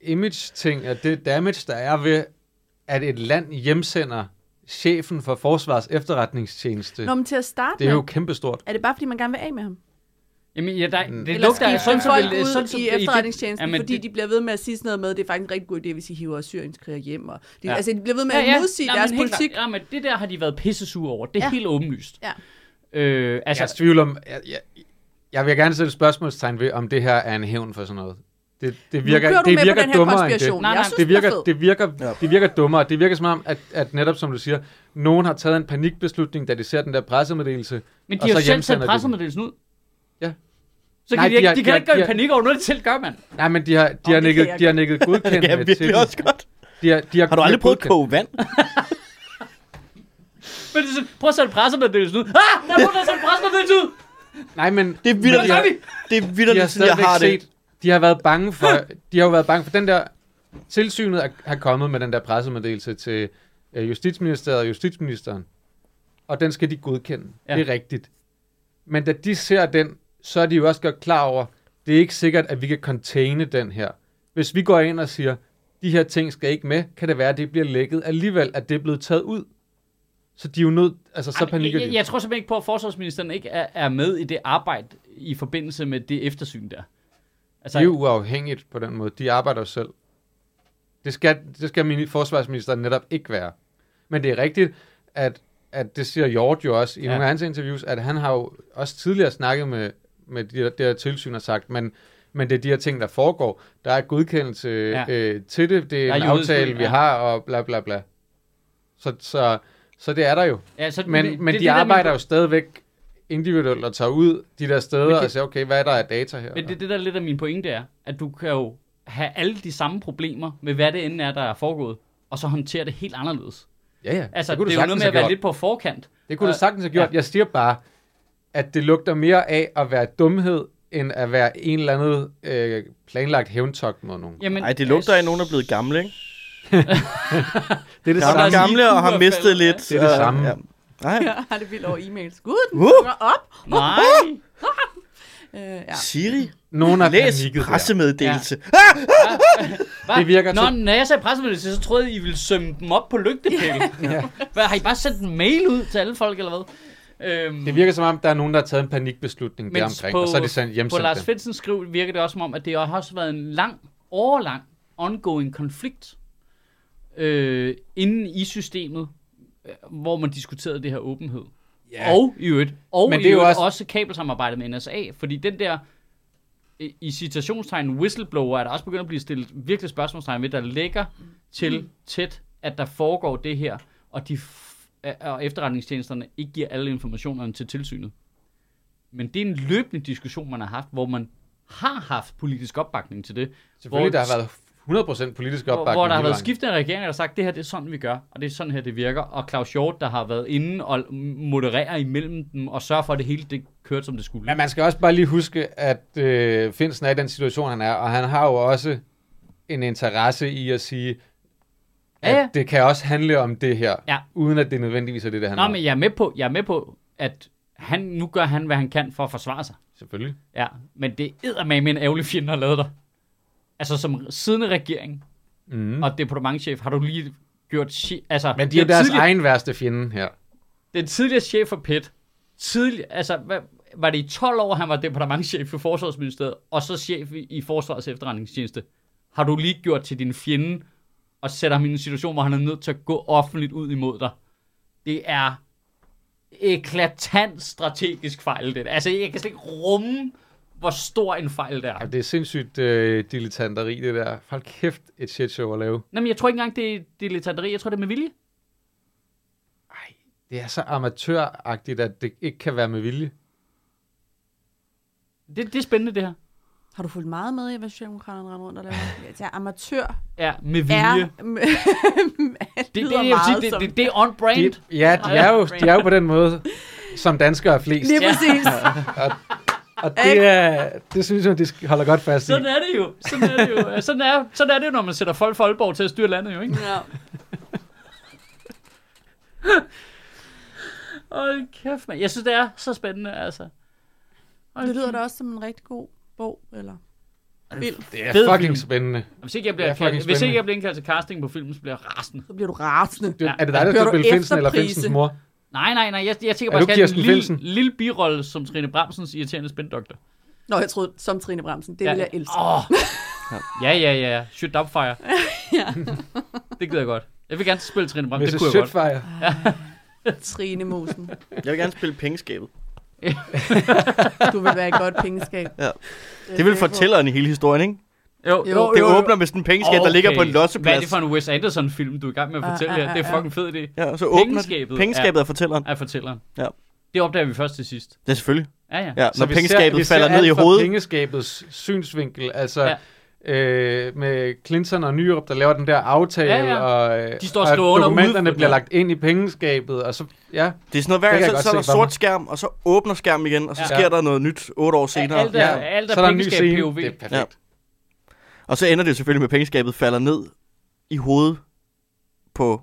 C: image-ting, og det damage, der er ved, at et land hjemsender chefen for Forsvars efterretningstjeneste.
D: Nå, men til at starte
C: det er jo
D: med,
C: kæmpestort.
D: er det bare fordi, man gerne vil af med ham?
A: Jamen, ja, der,
C: Mm.
A: det
D: Eller
A: lugter af
D: skifte
A: sådan,
D: folk
A: som vil-
D: ud
A: sådan, som-
D: i
A: det-
D: efterretningstjenesten,
A: Jamen,
D: fordi
A: det-
D: de bliver ved med at sige sådan noget med, det er faktisk en rigtig god idé, hvis I hiver syrienskriger hjem. Og de,
A: Ja.
D: ja. Altså, de bliver ved med at modsige
A: Nå,
D: deres
A: men helt
D: politik.
A: klart. Ja, men det der har de været pissesure over. Det er ja.
D: Ja.
A: helt åbenlyst.
D: Ja.
A: Øh, altså,
C: Jeg er i tvivl om... Jeg, jeg, jeg vil gerne sætte et spørgsmålstegn ved, om det her er en hævn for sådan noget. Det, det virker,
D: nu kører du
C: det
D: med
C: virker
D: på den her
C: dummere end det.
D: konspiration.
A: Nej, nej.
D: Jeg synes,
C: det virker,
D: den er fed.
C: det, virker,
B: Ja.
C: det virker dummere. Det virker som om, at, at netop som du siger, nogen har taget en panikbeslutning, da de ser den der pressemeddelelse.
A: men de
C: og
A: har jo
C: så
A: selv
C: hjemsender
A: sendt
C: de
A: pressemeddelsen ud.
C: Ja.
A: Så kan
C: Nej,
A: de, ikke,
C: de har-
A: de,
C: de
A: kan
C: har-
A: ikke gøre
C: de
A: i
C: har-
A: panik over noget, de selv gør, mand.
C: Nej, men de har, de
D: Åh,
C: har,
D: det
C: nikket,
D: kan jeg
C: de har nikket
B: Det kan
C: godkendende
B: jeg
C: til
B: virkelig
C: den.
B: også godt.
C: De har, de har,
B: Har du
C: de
B: aldrig prøvet at
C: godkendt-
B: koge vand?
A: Men det er sådan, prøv at sætte pressemeddelelsen ud. Ah, der er nogen, der har sendt pressemeddelelsen ud.
C: Nej, men
B: Det er
A: Hvad gør vi?
B: vitterligt, det er
C: de har
B: vitterligt sådan, jeg
C: stadigvæk
B: har det.
C: set... De har været bange for... De har jo været bange for den der... Tilsynet er, har kommet med den der pressemeddelelse til øh, Justitsministeriet og Justitsministeren. Og den skal de godkende.
A: Ja.
C: Ja. Det er rigtigt. Men da de ser den, så er de jo også godt klar over, det er ikke sikkert, at vi kan containe den her. Hvis vi går ind og siger, de her ting skal ikke med, kan det være, at det bliver lækket alligevel, at det er blevet taget ud. Så de er jo nødt... Altså, så
A: Ej,
C: panikker
A: jeg,
C: de.
A: jeg, jeg tror simpelthen ikke på, at forsvarsministeren ikke er, er med i det arbejde i forbindelse med det eftersyn der.
C: Så...
A: Altså,
C: Det er jo uafhængigt på den måde. De arbejder jo selv. Det skal, det skal min forsvarsminister netop ikke være. Men det er rigtigt, at, at det siger Hjort jo også i
A: Ja.
C: ja. nogle af hans interviews, at han har jo også tidligere snakket med, med de, der- det her tilsyn og sagt, men, men det er de her ting, der foregår. Der er godkendelse
A: Ja.
C: ja. øh, til det. Det
A: Der
C: er,
A: er
C: en
A: juridisk-
C: aftale, vi
A: ja.
C: har, og bla bla bla. Så, så, så det er der jo.
A: ja, så,
C: Men,
A: det-
C: men
A: det
C: de
A: er det der, min-
C: arbejder jo stadigvæk individuelt og tager ud de der
A: Men
C: steder
A: det-
C: og siger, okay, hvad er der af data her?
A: Men det, er det der lidt af min pointe er, at du kan jo have alle de samme problemer med, hvad det end er, der er foregået, og så håndtere det helt anderledes.
C: ja, ja.
A: Altså, det,
C: kunne du
A: det er jo noget
C: sagtens
A: med at
C: have
A: være
C: gjort.
A: lidt på forkant.
C: Det kunne
A: Og-
C: du sagtens have gjort.
A: ja.
C: Ja. Jeg siger bare, at det lugter mere af at være dumhed, end at være en eller anden øh, planlagt hævntogt mod nogen.
A: Jamen,
B: Nej, det lugter af
A: altså,
B: nogen, der er blevet gamle, ikke?
C: Det er det
B: Gamle,
A: samme.
B: gamle og har mistet lidt.
C: Det er det
B: øh,
C: samme.
B: ja. Nej,
D: Ja, har det vildt over e-mails. Gud, den
B: Uh!
D: uh! op.
A: Nej,
D: Øh, ja.
B: Siri,
C: Nogen har
B: læs
C: panikket der.
B: pressemeddelelse.
A: Hva?
C: Det virker
A: Nå,
C: til-
A: når jeg sagde pressemeddelelse, så troede jeg, I ville sømme dem op på lygtepælen.
C: Ja.
A: Hvad, har I bare sendt en mail ud til alle folk, eller hvad? Øhm,
C: Det virker som om, der er nogen, der har taget en panikbeslutning der
A: Mens
C: omkring,
A: på-
C: og så er de sendt
A: på
C: hjemsendt
A: Lars
C: dem.
A: Finsens skriv virker det også som om, at det har også været en lang, årlang, ongoing konflikt øh, inden i systemet, øh, hvor man diskuterede det her åbenhed. Ja. Og i øvrigt, og Men det er jo også... også kabelsamarbejdet med NSA, fordi den der i- i citationstegn whistleblower, er der også begyndt at blive stillet virkelig spørgsmålstegn ved, der ligger til tæt, at der foregår det her, og de f- og efterretningstjenesterne ikke giver alle informationerne til tilsynet. Men det er en løbende diskussion, man har haft, hvor man har haft politisk opbakning til det.
C: Selvfølgelig,
A: hvor,
C: der har været 100% politisk
A: hvor,
C: opbakning.
A: hvor der har
C: hele
A: været
C: vejen.
A: skiftende regeringer, der har sagt, det her det er sådan, vi gør, og det er sådan her, det virker. Og Claus Hjort, der har været inde og modererer imellem dem, og sørger for, at det hele det kørte, som det skulle.
C: Men man skal også bare lige huske, at øh, Finsen er i den situation, han er, og han har jo også en interesse i at sige, at
A: Ja, ja.
C: det kan også handle om det her,
A: Ja.
C: uden at det nødvendigvis er det, der handler
A: Nå,
C: om.
A: men jeg er med på, jeg er med på at han, nu gør han, hvad han kan for at forsvare sig.
C: Selvfølgelig.
A: Ja, men det er med en ærgerlig fjende, der har lavet dig. Altså, som siddende regering
C: Mm.
A: mm. og departementchef har du lige gjort... shi- Altså,
C: Men de er jo
A: den
C: deres
A: tidligere-
C: egen værste fjende her.
A: Den tidligere chef for PET tidlig, altså, hvad, var det i 12 år, han var departementchef for Forsvarsministeriet, og så chef i, i Forsvarets efterretningstjeneste? Har du lige gjort til din fjende, og sætter ham i en situation, hvor han er nødt til at gå offentligt ud imod dig? Det er eklatant strategisk fejl, det der. Altså, jeg kan slet ikke rumme, hvor stor en fejl det er.
C: Ja, det er sindssygt øh, dilettanteri, det der. Hold kæft, et shit show at lave.
A: Jamen, jeg tror ikke engang, det er dilettanteri. Jeg tror, det er med vilje.
C: Ej, det er så amatøragtigt, at det ikke kan være med vilje.
A: Det, det er spændende, det her.
D: Har du fulgt meget med i, hvad Socialdemokraterne render rundt og laver? Jeg tager amatør.
A: Ja, med
D: Er,
A: vilje.
D: det,
A: Det, det, jeg vil sige, det, det, det er on brand.
C: De, ja, de er, jo, de er jo på den måde, som danskere er flest.
D: Lige præcis.
C: Og det, er, det synes jeg, de skal- holder godt fast i.
A: Sådan er det jo. Sådan er det jo. Sådan er, sådan er det jo, når man sætter folk fra Aalborg til at styre landet, jo, ikke?
D: Ja.
A: Hold kæft, man. Jeg synes, det er så spændende, altså. Hold
D: Det lyder
A: kæft.
D: da også som en rigtig god bog, eller film.
C: Det er
A: Fed film.
C: fucking spændende.
A: Hvis ikke jeg
C: Det
A: bliver,
C: er fucking
A: kaldt, hvis ikke
C: spændende.
A: jeg bliver indkaldt til casting på filmen, så bliver jeg rasende.
D: Så bliver du rasende.
C: Du,
A: Ja.
C: er det dig, der
D: Kører
C: skal
D: du
C: spille Finsen eller
D: efterprise?
C: Finsens mor?
A: Nej, nej, nej. Jeg, jeg tænker
C: Er
A: bare,
C: du
A: at jeg skal have en
C: Kirsten
A: lille,
C: Finsen?
A: lille birolle som Trine Bramsens irriterende spændoktor.
D: Nå, jeg troede, som Trine Bramsen. Det ja.
A: Ja.
D: vil jeg elske.
A: Åh. Ja, ja, ja. Shoot up fire. Det gider jeg godt. Jeg vil gerne spille Trine Bramsen.
C: Hvis
A: Det
C: det
A: kunne jeg godt.
C: shit fire.
D: Trine Mosen.
B: Jeg vil gerne spille pengeskabet.
D: Du vil være et godt pengeskab.
B: Ja. Det vil fortælleren i hele historien, ikke?
A: Jo,
D: Jo,
B: Det
D: jo, jo.
B: åbner med sådan en pengeskab, der ligger på en
A: Hvad er det
B: losseplads.
A: for en Wes Anderson-film, du er i gang med at
D: Ah,
A: fortælle
D: ah,
A: her? Det er
D: ah,
A: fucking fed idé.
B: Ja, og så åbner
A: Pengeskabet
B: pengeskabet, pengeskabet er fortælleren.
A: af fortælleren.
B: Ja.
A: Det opdager vi først til sidst.
B: Ja, selvfølgelig.
A: Ja, ja.
B: Ja, når
C: vi
B: pengeskabet
C: vi
B: falder ned
C: alt
B: i
C: fra
B: hovedet.
C: pengeskabets synsvinkel, altså ja. øh, med Clinton og Nyrup, der laver den der aftale,
A: Ja,
C: ja,
A: ja.
C: ja. og, øh,
A: De står og
C: og
A: skriver under
C: dokumenterne
A: ude-
C: bliver lagt ind i pengeskabet, og så, ja,
B: Det er sådan noget, hver
C: Det kan
B: gang,
C: jeg
B: så,
C: godt
B: så er der
C: se for mig.
B: sort skærm, og så åbner skærmen igen, og så
A: Ja.
B: ja. sker der noget nyt otte år senere.
A: Alt er,
C: Ja.
A: alt
C: så
A: er,
C: er der en ny
A: pengeskab
C: scene.
A: POV.
C: Det er perfekt.
B: Og så ender det jo selvfølgelig med, at pengeskabet falder ned i hovedet på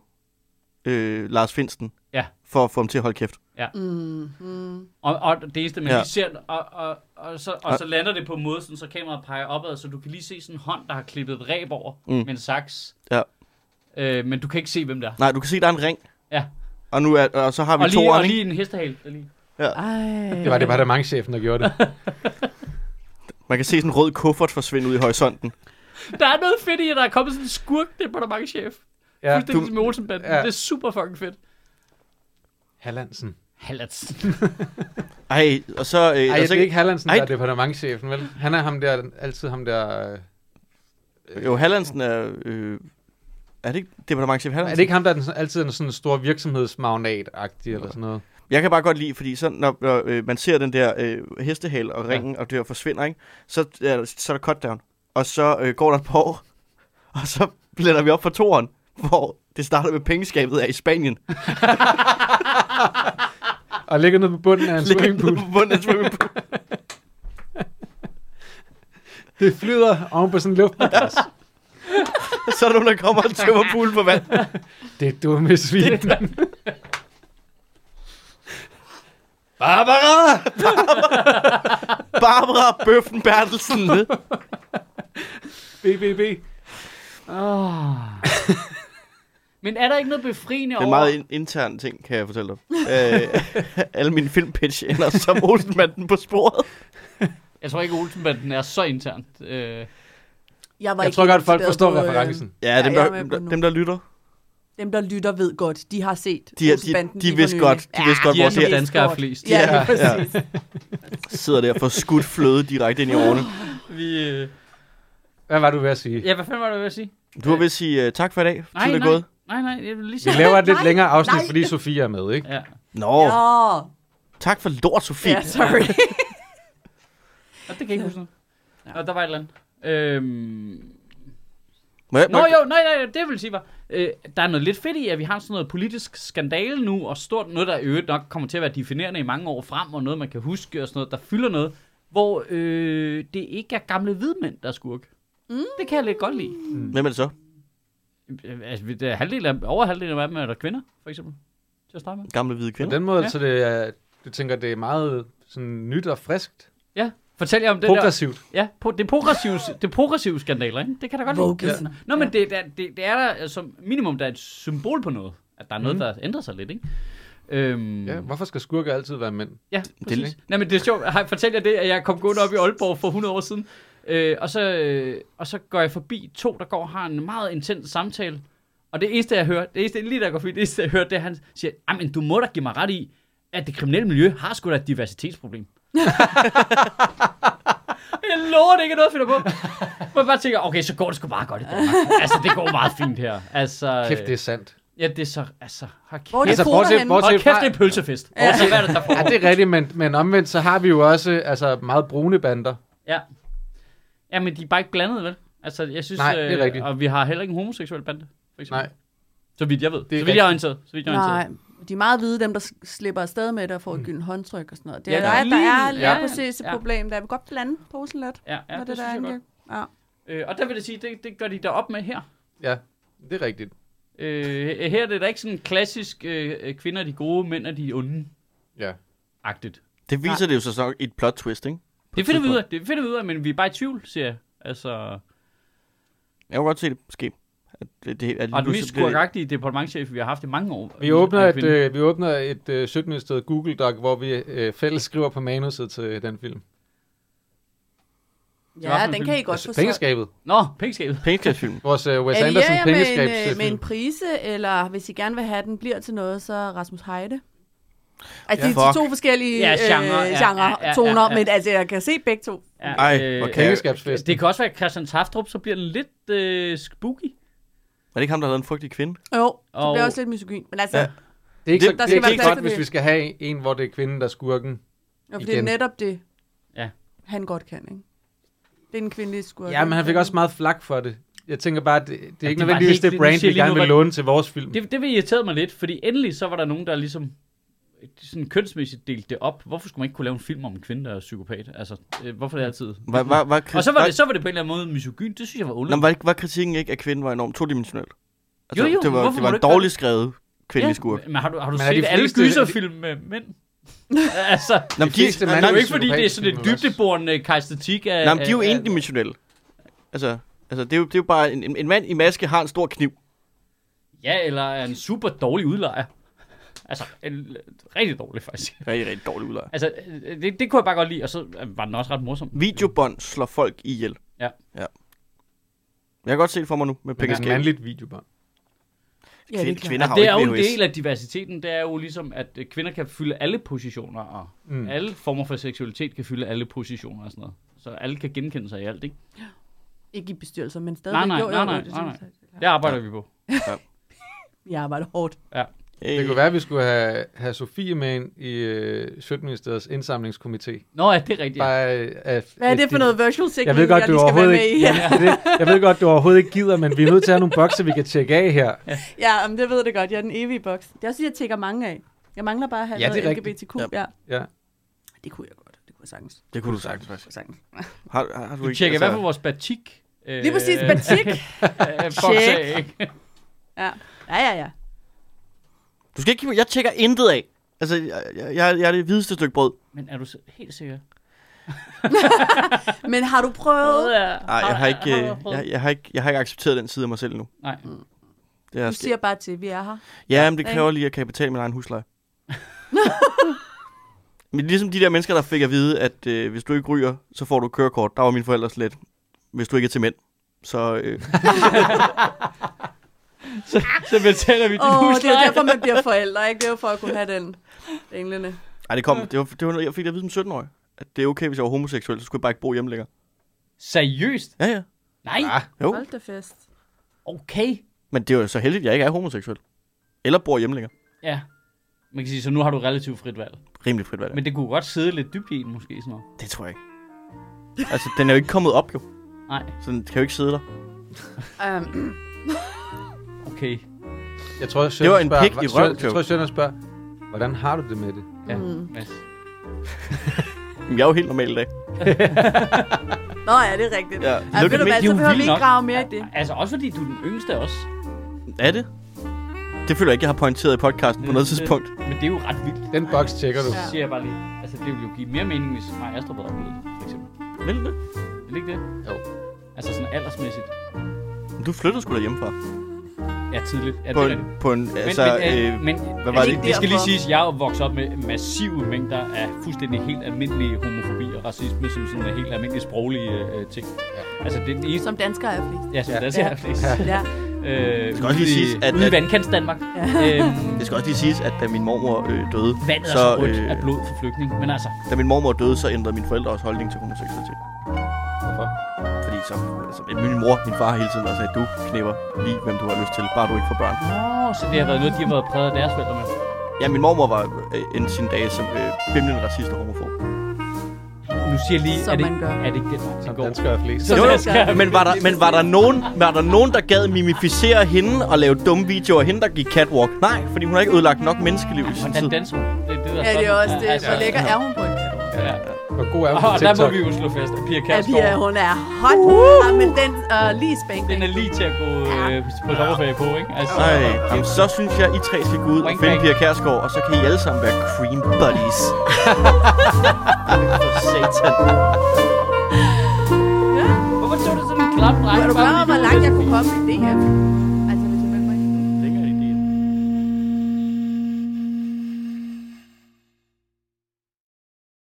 B: øh, Lars Finsten.
A: Ja.
B: For at få ham til at holde kæft.
D: Mm, mm.
A: Og, og det eneste, man ja.
B: Ja.
A: lige ser, og, og, og, så, og så lander det på en måde, sådan, så kameraet peger opad, så du kan lige se sådan en hånd, der har klippet et ræb over mm.
B: Mm.
A: med en saks.
B: Ja.
A: Øh, men du kan ikke se, hvem der er.
B: Nej, du kan se, der er en ring.
A: Ja.
B: Og, nu er, og så har vi
A: Og
B: to
A: lige, og lige en hestehal. Der lige.
D: Ej.
C: det var det var departementchefen, der gjorde det.
B: Man kan se sådan en rød kuffert forsvinde ud i horisonten.
A: Der er noget fedt i, at der er kommet sådan en skurk departementchef. Ja,
C: Ja,
A: Fuldstændig
B: du-
A: som i Olsenbanden. Ja.
C: Ja.
A: Det er super fucking fedt.
C: Hallandsen.
A: Halats.
B: Ej, og så... Øh,
C: Ej,
B: og
C: det
B: så
C: er ikke Hallandsen,
B: Ej.
C: der er departementchefen, vel? Han er ham der, altid ham der... Øh,
B: Jo, Hallandsen er... Øh, er det ikke departementchef
C: er
B: Hallandsen?
C: det ikke ham, der er den, altid en sådan stor virksomhedsmagnat-agtig eller sådan noget?
B: Jeg kan bare godt lide, fordi sådan, når, når øh, man ser den der øh, hestehal og ringen, ja. og det forsvinder, ikke? Så, øh, så er der cutdown. Og så øh, går der et par år, og så blænder vi op for toren, hvor det starter med pengeskabet af i Spanien.
C: Og ligger nede på bunden af en
B: Ligger nede
C: swimmingpool.
B: på bunden af swimmingpool.
C: Det flyder oven på sådan en luftmadras.
B: så er der nogen, der kommer og tømmer poolen på vand.
C: Det dumme svin.
B: Barbara! Barbara, Barbara Bøffen Bertelsen.
C: BBB.
A: Oh. Men er der ikke noget befriende
B: Det er en
A: over...
B: meget in- intern ting, kan jeg fortælle dig. Øh, alle mine filmpitch ender som Olsenmanden på sporet.
A: Jeg tror ikke, Olsenbanden er så internt. Øh,
D: Jeg, var
C: Jeg
D: ikke
C: tror
D: helt
C: godt, folk
D: inspireret
C: forstår
D: på, øh,
C: referencen.
B: Ja, dem
D: jeg
B: der,
D: er med på
B: dem, der,
D: nu.
B: dem, der lytter,
D: Dem, der lytter, ved godt. De har set
B: De er- de-
D: Olsenbanden
B: de
D: lige for
B: vidste
D: nylig.
B: godt- de vidste godt,
A: de er
B: hvor
A: som
B: det er.
A: danskere er
D: godt.
A: flest.
D: Ja,
B: Ja,
D: ja, præcis.
B: sidder der og får skudt fløde direkte ind i årene.
A: Vi, øh...
C: Hvad var du ved at sige?
A: Ja, hvad fanden var det, jeg ville sige?
B: Du har vist sige uh, tak for i dag.
A: Nej,
B: Tiden er
A: nej,
B: gået.
A: nej, nej, jeg vil lige
C: Vi
A: sige...
C: laver et lidt
D: Nej,
C: længere afsnit,
D: nej.
C: fordi Sofie er med, ikke?
A: Ja.
B: Nå, ja.
D: Nå.
B: tak for lort, Sofie.
D: Ja, sorry.
A: Og det kan jeg ikke huske noget. Og der var et eller andet. Øhm...
B: Må jeg, må
A: Nå
B: jeg,
A: jo, nej, nej, det jeg vil sige var, øh, der er noget lidt fedt i, at vi har sådan noget politisk skandale nu, og stort noget, der i øvrigt nok kommer til at være definerende i mange år frem, og noget, man kan huske og sådan noget, der fylder noget, hvor øh, det ikke er gamle hvidmænd, der er skurk. Mm. Det kan jeg lidt godt lide.
B: Hvem er det så?
A: Øh, Altså, det er halvdelen af, over halvdelen af dem er der kvinder, for eksempel, til at starte med.
B: Gamle hvide
C: På
B: kvinder.
C: den måde,
A: Ja.
C: så det er, du tænker, det er meget sådan nyt og friskt.
A: Ja, fortæl jer om det der.
C: Progressivt.
A: Ja, på, det er progressive, det er progressive skandaler, ikke? Det kan da godt
D: Wokeism.
A: lide. Nå, altså, men det, det, det, det er der som minimum, der er et symbol på noget. At der er noget, mm. der ændrer sig lidt, ikke? Øhm,
C: Ja, hvorfor skal skurke altid være mænd?
A: Ja, præcis.
B: ikke?
A: Nej, men det er sjovt. Jeg fortalte jer det, at jeg kom gående op i Aalborg for 100 år siden. Øh, og, så, øh, og så går jeg forbi to, der går og har en meget intens samtale. Og det eneste, jeg hører, det eneste, lige der går forbi, det eneste, jeg hører, det er, at han siger, "Ej, men du må da give mig ret i, at det kriminelle miljø har sgu da et diversitetsproblem. jeg lover, det ikke er noget, jeg finder på. Man bare tænker, okay, så går det sgu bare godt i Danmark. Altså, det går meget fint her. Altså,
C: Kæft, det er sandt.
A: Ja, det er så, altså, har kæft.
D: Hvor er de
A: Altså,
C: Altså,
D: kvoter
C: bortset-
D: henne?
A: og
C: bortset
A: kæft,
C: fra-
A: det er en pølsefest. Ja. Altså, hvad er det, der
C: Ja,
A: foregår?
C: det er rigtigt, men, men omvendt, så har vi jo også altså, meget brune bander.
A: Ja. Ja, men de er bare ikke blandet, vel? Altså, jeg synes,
C: Nej, det er rigtigt.
A: og vi har heller ikke en homoseksuel bande, for eksempel.
C: Nej.
A: Så vidt jeg ved.
C: er
A: så vidt jeg
C: rigtigt.
A: er orienteret. Så vidt jeg er orienteret.
D: Nej, de er meget hvide, dem der s- slipper afsted med det og får et gyldent håndtryk og sådan noget. Det
A: Ja,
D: er, ja, der, er, der er lige
A: lige- ja,
D: ja, præcis et
A: ja.
D: problem, der er vi godt blande posen lidt.
A: Ja, ja,
D: med
A: det, det synes jeg
D: angreb.
A: godt.
D: Ja.
A: Øh, og der vil jeg sige, det, det gør de der op med her.
C: Ja, det er rigtigt.
A: Øh, her er det da ikke sådan klassisk øh, øh, kvinder er de gode, mænd er de onde-agtigt.
C: Ja.
B: Det viser det jo så nok i et plot twist, ikke?
A: Det finder vi ud af, det finder vi ud af, men vi er bare i tvivl, siger jeg. Altså,
B: Jeg kan godt se det ske. At det, det, at
A: og den
B: nu-
A: mest
B: det-
A: skurkagtige departementchef, vi har haft i mange år.
C: Vi åbner
A: er en
C: et,
A: kvinde.
C: øh, vi åbner et øh, 17. sted Google Doc, hvor vi øh, fælles skriver på manuset til den film.
A: er
D: Ja,
A: også en altså,
D: den
A: film.
D: kan I godt forstå.
C: Altså, Pengeskabet.
A: Nå, pengeskabet.
B: Pengeskabsfilm.
C: Vores øh, Wes
D: Er I
C: Anderson
D: jer med en, øh, med en
C: pengeskabsfilm.
D: prise, eller hvis I gerne vil have, at den bliver til noget, så Rasmus Heide? Altså,
B: Ja.
D: det er de
B: Fuck.
D: to forskellige
A: Ja,
D: ja,
A: genre,
D: genre,
A: ja,
D: øh, genre
A: ja, ja, ja,
D: toner,
A: ja.
D: men altså, jeg kan se begge to.
A: Ja, øh,
B: Ej, hvor kan jeg-
C: øh, Pengeskabsfest.
A: Det kan også være Christian Taftrup, så bliver den lidt øh, spooky.
B: Var det ikke ham, der havde en frygtelig kvinde?
D: Jo, det
A: Og-
D: bliver også lidt misogyn, men altså,
B: Ja.
D: ja.
C: Det er ikke,
B: Det-
C: det,
B: der
C: så,
D: skal
C: det er
D: være
C: ikke
D: plads
C: godt,
D: til
C: hvis
D: det.
C: vi skal have en, hvor det er kvinden, der er skurken.
D: for det er
C: Igen.
D: netop det,
A: Ja.
D: han godt kan, ikke? Det er en kvindelig skurk.
C: Ja, men han fik også meget flak for det. Jeg tænker bare, at det, det er
A: det
C: ikke
A: var
C: nødvendigvis
A: helt-
C: det
A: nu
C: brand,
A: siger
C: vi
A: jeg lige
C: gerne
A: nu,
C: vil
A: hvad-
C: låne til vores film.
A: Det, det vil irritere mig lidt, fordi endelig så var der nogen, der ligesom sådan kønsmæssigt delte det op. Hvorfor skulle man ikke kunne lave en film om en kvinde, der er psykopat? Altså, øh, hvorfor er det altid?
B: Var, var, var,
A: Og så var, det, så var det på en eller anden måde misogyn. Det synes jeg var
B: Nå,
A: underligt.
B: men var, var kritikken ikke, at kvinden var enormt todimensionel? Altså,
A: Jo, jo,
B: det var,
A: hvorfor
B: det
A: må
B: var
A: du
B: en
A: ikke gøre
B: dårligt skrevet kvindelig skurk.
A: Men har du, har du
C: Men er
A: set
C: de
A: alle
C: fleste-
A: gyserfilm med mænd? altså,
B: Nå,
C: de fleste
B: nej,
A: det er jo
C: mandlige
A: ikke fordi, det er sådan et
C: psykopater-
A: dybdeborende kajstetik af...
B: Nej, men de er jo
A: af- af-
B: endimensionelle. Altså, altså det, er jo, det er jo bare, en, en- en mand i maske har en stor kniv.
A: Ja, eller er en super dårlig udlejer. Altså, en, rigtig dårlig faktisk.
B: Rigtig, rigtig dårlig udlejer.
A: Altså, øh, det, det kunne jeg bare godt lide, og så øh, var den også ret morsom.
B: Videobånd slår folk ihjel.
A: Ja.
B: ja. Jeg kan godt se det for mig nu med
C: Men det er et
B: pengeskab.
C: mandligt videobånd.
D: Ja, det er klart.
B: kvinder har
A: det er
B: jo
A: jo
B: ikke
A: en
B: VHS.
A: del af diversiteten, det er jo ligesom, at øh, kvinder kan fylde alle positioner, og mm.
C: Mm.
A: alle former for seksualitet kan fylde alle positioner og sådan noget. Så alle kan genkende sig i alt, ikke?
D: Ikke i bestyrelser, men stadig.
A: Nej, nej,
D: jo, jo,
A: nej,
D: jo,
A: nej,
D: det
A: nej,
D: synes
A: nej.
D: jeg.
A: Det arbejder vi på.
D: Jeg arbejder hårdt.
C: Det kunne
B: Øh,
C: være, at vi skulle have, have Sofie med ind i øh, 17. ministeriets indsamlingskomité.
A: Nå ja, det er rigtigt.
C: Bare, øh, at,
D: Hvad er det
C: at
D: for noget virtual
C: Jeg
D: signaling,
C: ved godt,
D: jeg
C: du
D: lige skal være
C: overhovedet
D: med i?
C: ikke, ja, det, er det. jeg ved godt, du overhovedet ikke gider, men vi er nødt til at have nogle bokse, vi kan tjekke af her.
D: Ja, men det ved det godt. Jeg er den evige boks. Det er også, jeg tækker mange af. Jeg mangler bare at have
C: Ja, det er
D: noget
C: rigtigt.
D: LGBTQ. Ja. ja.
C: Ja.
D: Det kunne jeg godt. Det kunne jeg sagtens. Det
B: det kunne du sagtens.
D: kunne jeg sagtens.
B: Har, har, har du
A: Vi
B: ikke, altså,
A: tjekker i hvert fald vores batik. øh,
D: Lige præcis, batik. Check. Ja, ja, ja. ja.
B: Du skal ikke kigge på- Jeg tjekker intet af. Altså, jeg, jeg, jeg er det hvideste stykke brød.
A: Men er du s- helt sikker?
D: Men har du prøvet?
B: Nej, jeg har ikke,
A: du
B: øh,
A: prøvet?
B: jeg, jeg, har ikke, jeg har ikke accepteret den side af mig selv nu.
A: Nej.
B: Det er
D: Du siger bare til, vi er her.
B: Ja, men det
D: Ikke?
B: kræver lige, at jeg kan betale min egen husleje. men ligesom de der mennesker, der fik at vide, at øh, hvis du ikke ryger, så får du et kørekort. Der var mine forældre slet. Hvis du ikke er til mænd. Så øh,
A: Så, så betaler vi din
D: Åh, oh, det er jo
A: husleje.
D: derfor, man bliver forældre, ikke? Det er jo for at kunne have den. Englene.
B: ej, det kom. Det var, det var, jeg fik det at vide som 17-årig. At det er okay, hvis jeg var homoseksuel, så skulle jeg bare ikke bo hjemme længere.
A: Seriøst?
B: Ja, ja.
A: Nej,
C: Ah,
B: Jo.
D: Hold da fest.
A: okay.
B: Men det er jo så heldigt, at jeg ikke er homoseksuel. Eller bor hjemme længere.
A: Ja. Man kan sige, så nu har du relativt frit valg.
B: Rimelig frit valg. Men
A: Men det kunne godt sidde lidt dybt i en, måske sådan noget.
B: det tror jeg ikke. Altså, den er jo ikke kommet op, jo.
A: Nej,
B: Så den kan jo ikke sidde der.
D: Um,
A: okay.
C: jeg tror, Søren
B: Det var en
C: spørger-
B: pik i
C: Søren-
B: røven,
C: Jeg tror, Søren spørger, hvordan har du det med det?
A: Ja,
D: Mm.
A: Mads.
B: Jamen, jeg er jo helt normal i dag.
D: Nå ja, det er rigtigt.
B: Ja,
D: Ja,
B: lykke med-
D: ved du hvad,
A: det er
D: så
A: jo
D: behøver vi
A: vildt
D: ikke
A: nok.
D: grave mere i det.
A: Altså også fordi du er den yngste også.
B: Er det? Det føler jeg ikke, jeg har pointeret i podcasten på noget tidspunkt.
A: Men det er jo ret vildt,
C: Den boks tjekker du.
D: Ja.
A: siger jeg bare lige. Altså det ville jo give mere mening, hvis Maja Astrup havde oplevet det, for eksempel.
B: Vil det?
A: Er det ikke det?
C: Jo.
A: Altså sådan aldersmæssigt.
B: Men Du flyttede sgu da hjemmefra.
A: er tidligt. Ja,
B: på
A: det er
B: en,
A: rigtigt.
B: på en altså,
A: men,
B: øh,
A: men,
B: hvad var
A: altså,
B: det?
A: det skal lige
D: Derfor-
A: siges, at jeg er vokset op med massive mængder af fuldstændig helt almindelig homofobi og racisme, som sådan en helt almindelig sproglige øh, ting. Ja. Altså, det er den eneste...
D: Som danskere er flest.
A: Ja, som
C: Ja.
A: ja. dansker er flest.
D: Ja.
A: Øh, det
B: skal også lige siges, at-
A: Ude i
B: at-
A: vandkants Danmark. Ja. Øhm,
B: det skal også lige siges, at da min mormor øh, døde,
A: vandet så, er så
B: så, øh,
A: rødt af blod for flygtning. Men altså,
B: da min mormor døde, så ændrede mine forældre også holdning til homoseksualitet.
C: Hvorfor?
B: Fordi så, altså, min mor, min far hele tiden var sådan, at du knipper lige, hvem du har lyst til, bare du ikke får børn.
A: åh, så det har været noget, de har været præget af deres forældre med.
B: Ja, min mormor var øh, en sin dag som øh, bimlen racist og homofob.
A: Nu siger jeg lige,
D: Som
A: er det,
D: man
A: ikke-
D: gør.
A: er det ikke den vej, det
C: Som
A: går?
C: danskere er flest.
D: Så-
B: Jo,
D: dansker er
B: jo,
D: det
B: men var der, men var der, nogen, var der nogen, der gad mimificere hende og lave dumme videoer af hende, der gik catwalk? Nej, fordi hun har ikke ødelagt nok menneskeliv i sin tid.
A: Hvordan danser hun? Det er det, der
D: ja, det er
A: spørgsmålet.
D: også det.
A: Altså,
D: Hvor lækker er hun på en catwalk?
A: ja.
C: Hvor god er hun
A: Og
C: på
A: der må
C: TikTok?
A: vi jo slå fast, at Pia
D: Ja,
A: Kærsgaard,
D: Pia, hun er hot. Ja, men den er lige spændt.
A: den er lige til at gå øh, på sommerferie på, ikke? Altså,
B: Nej, jamen, så synes jeg, I tre skal gå ud og
A: Wing
B: finde
A: bang.
B: Pia Kærsgaard, og så kan I alle sammen være cream buddies. For satan.
A: Hvorfor tog du sådan en klap, dreng?
D: Er du klar over, hvor langt jeg kunne komme i det her? Altså,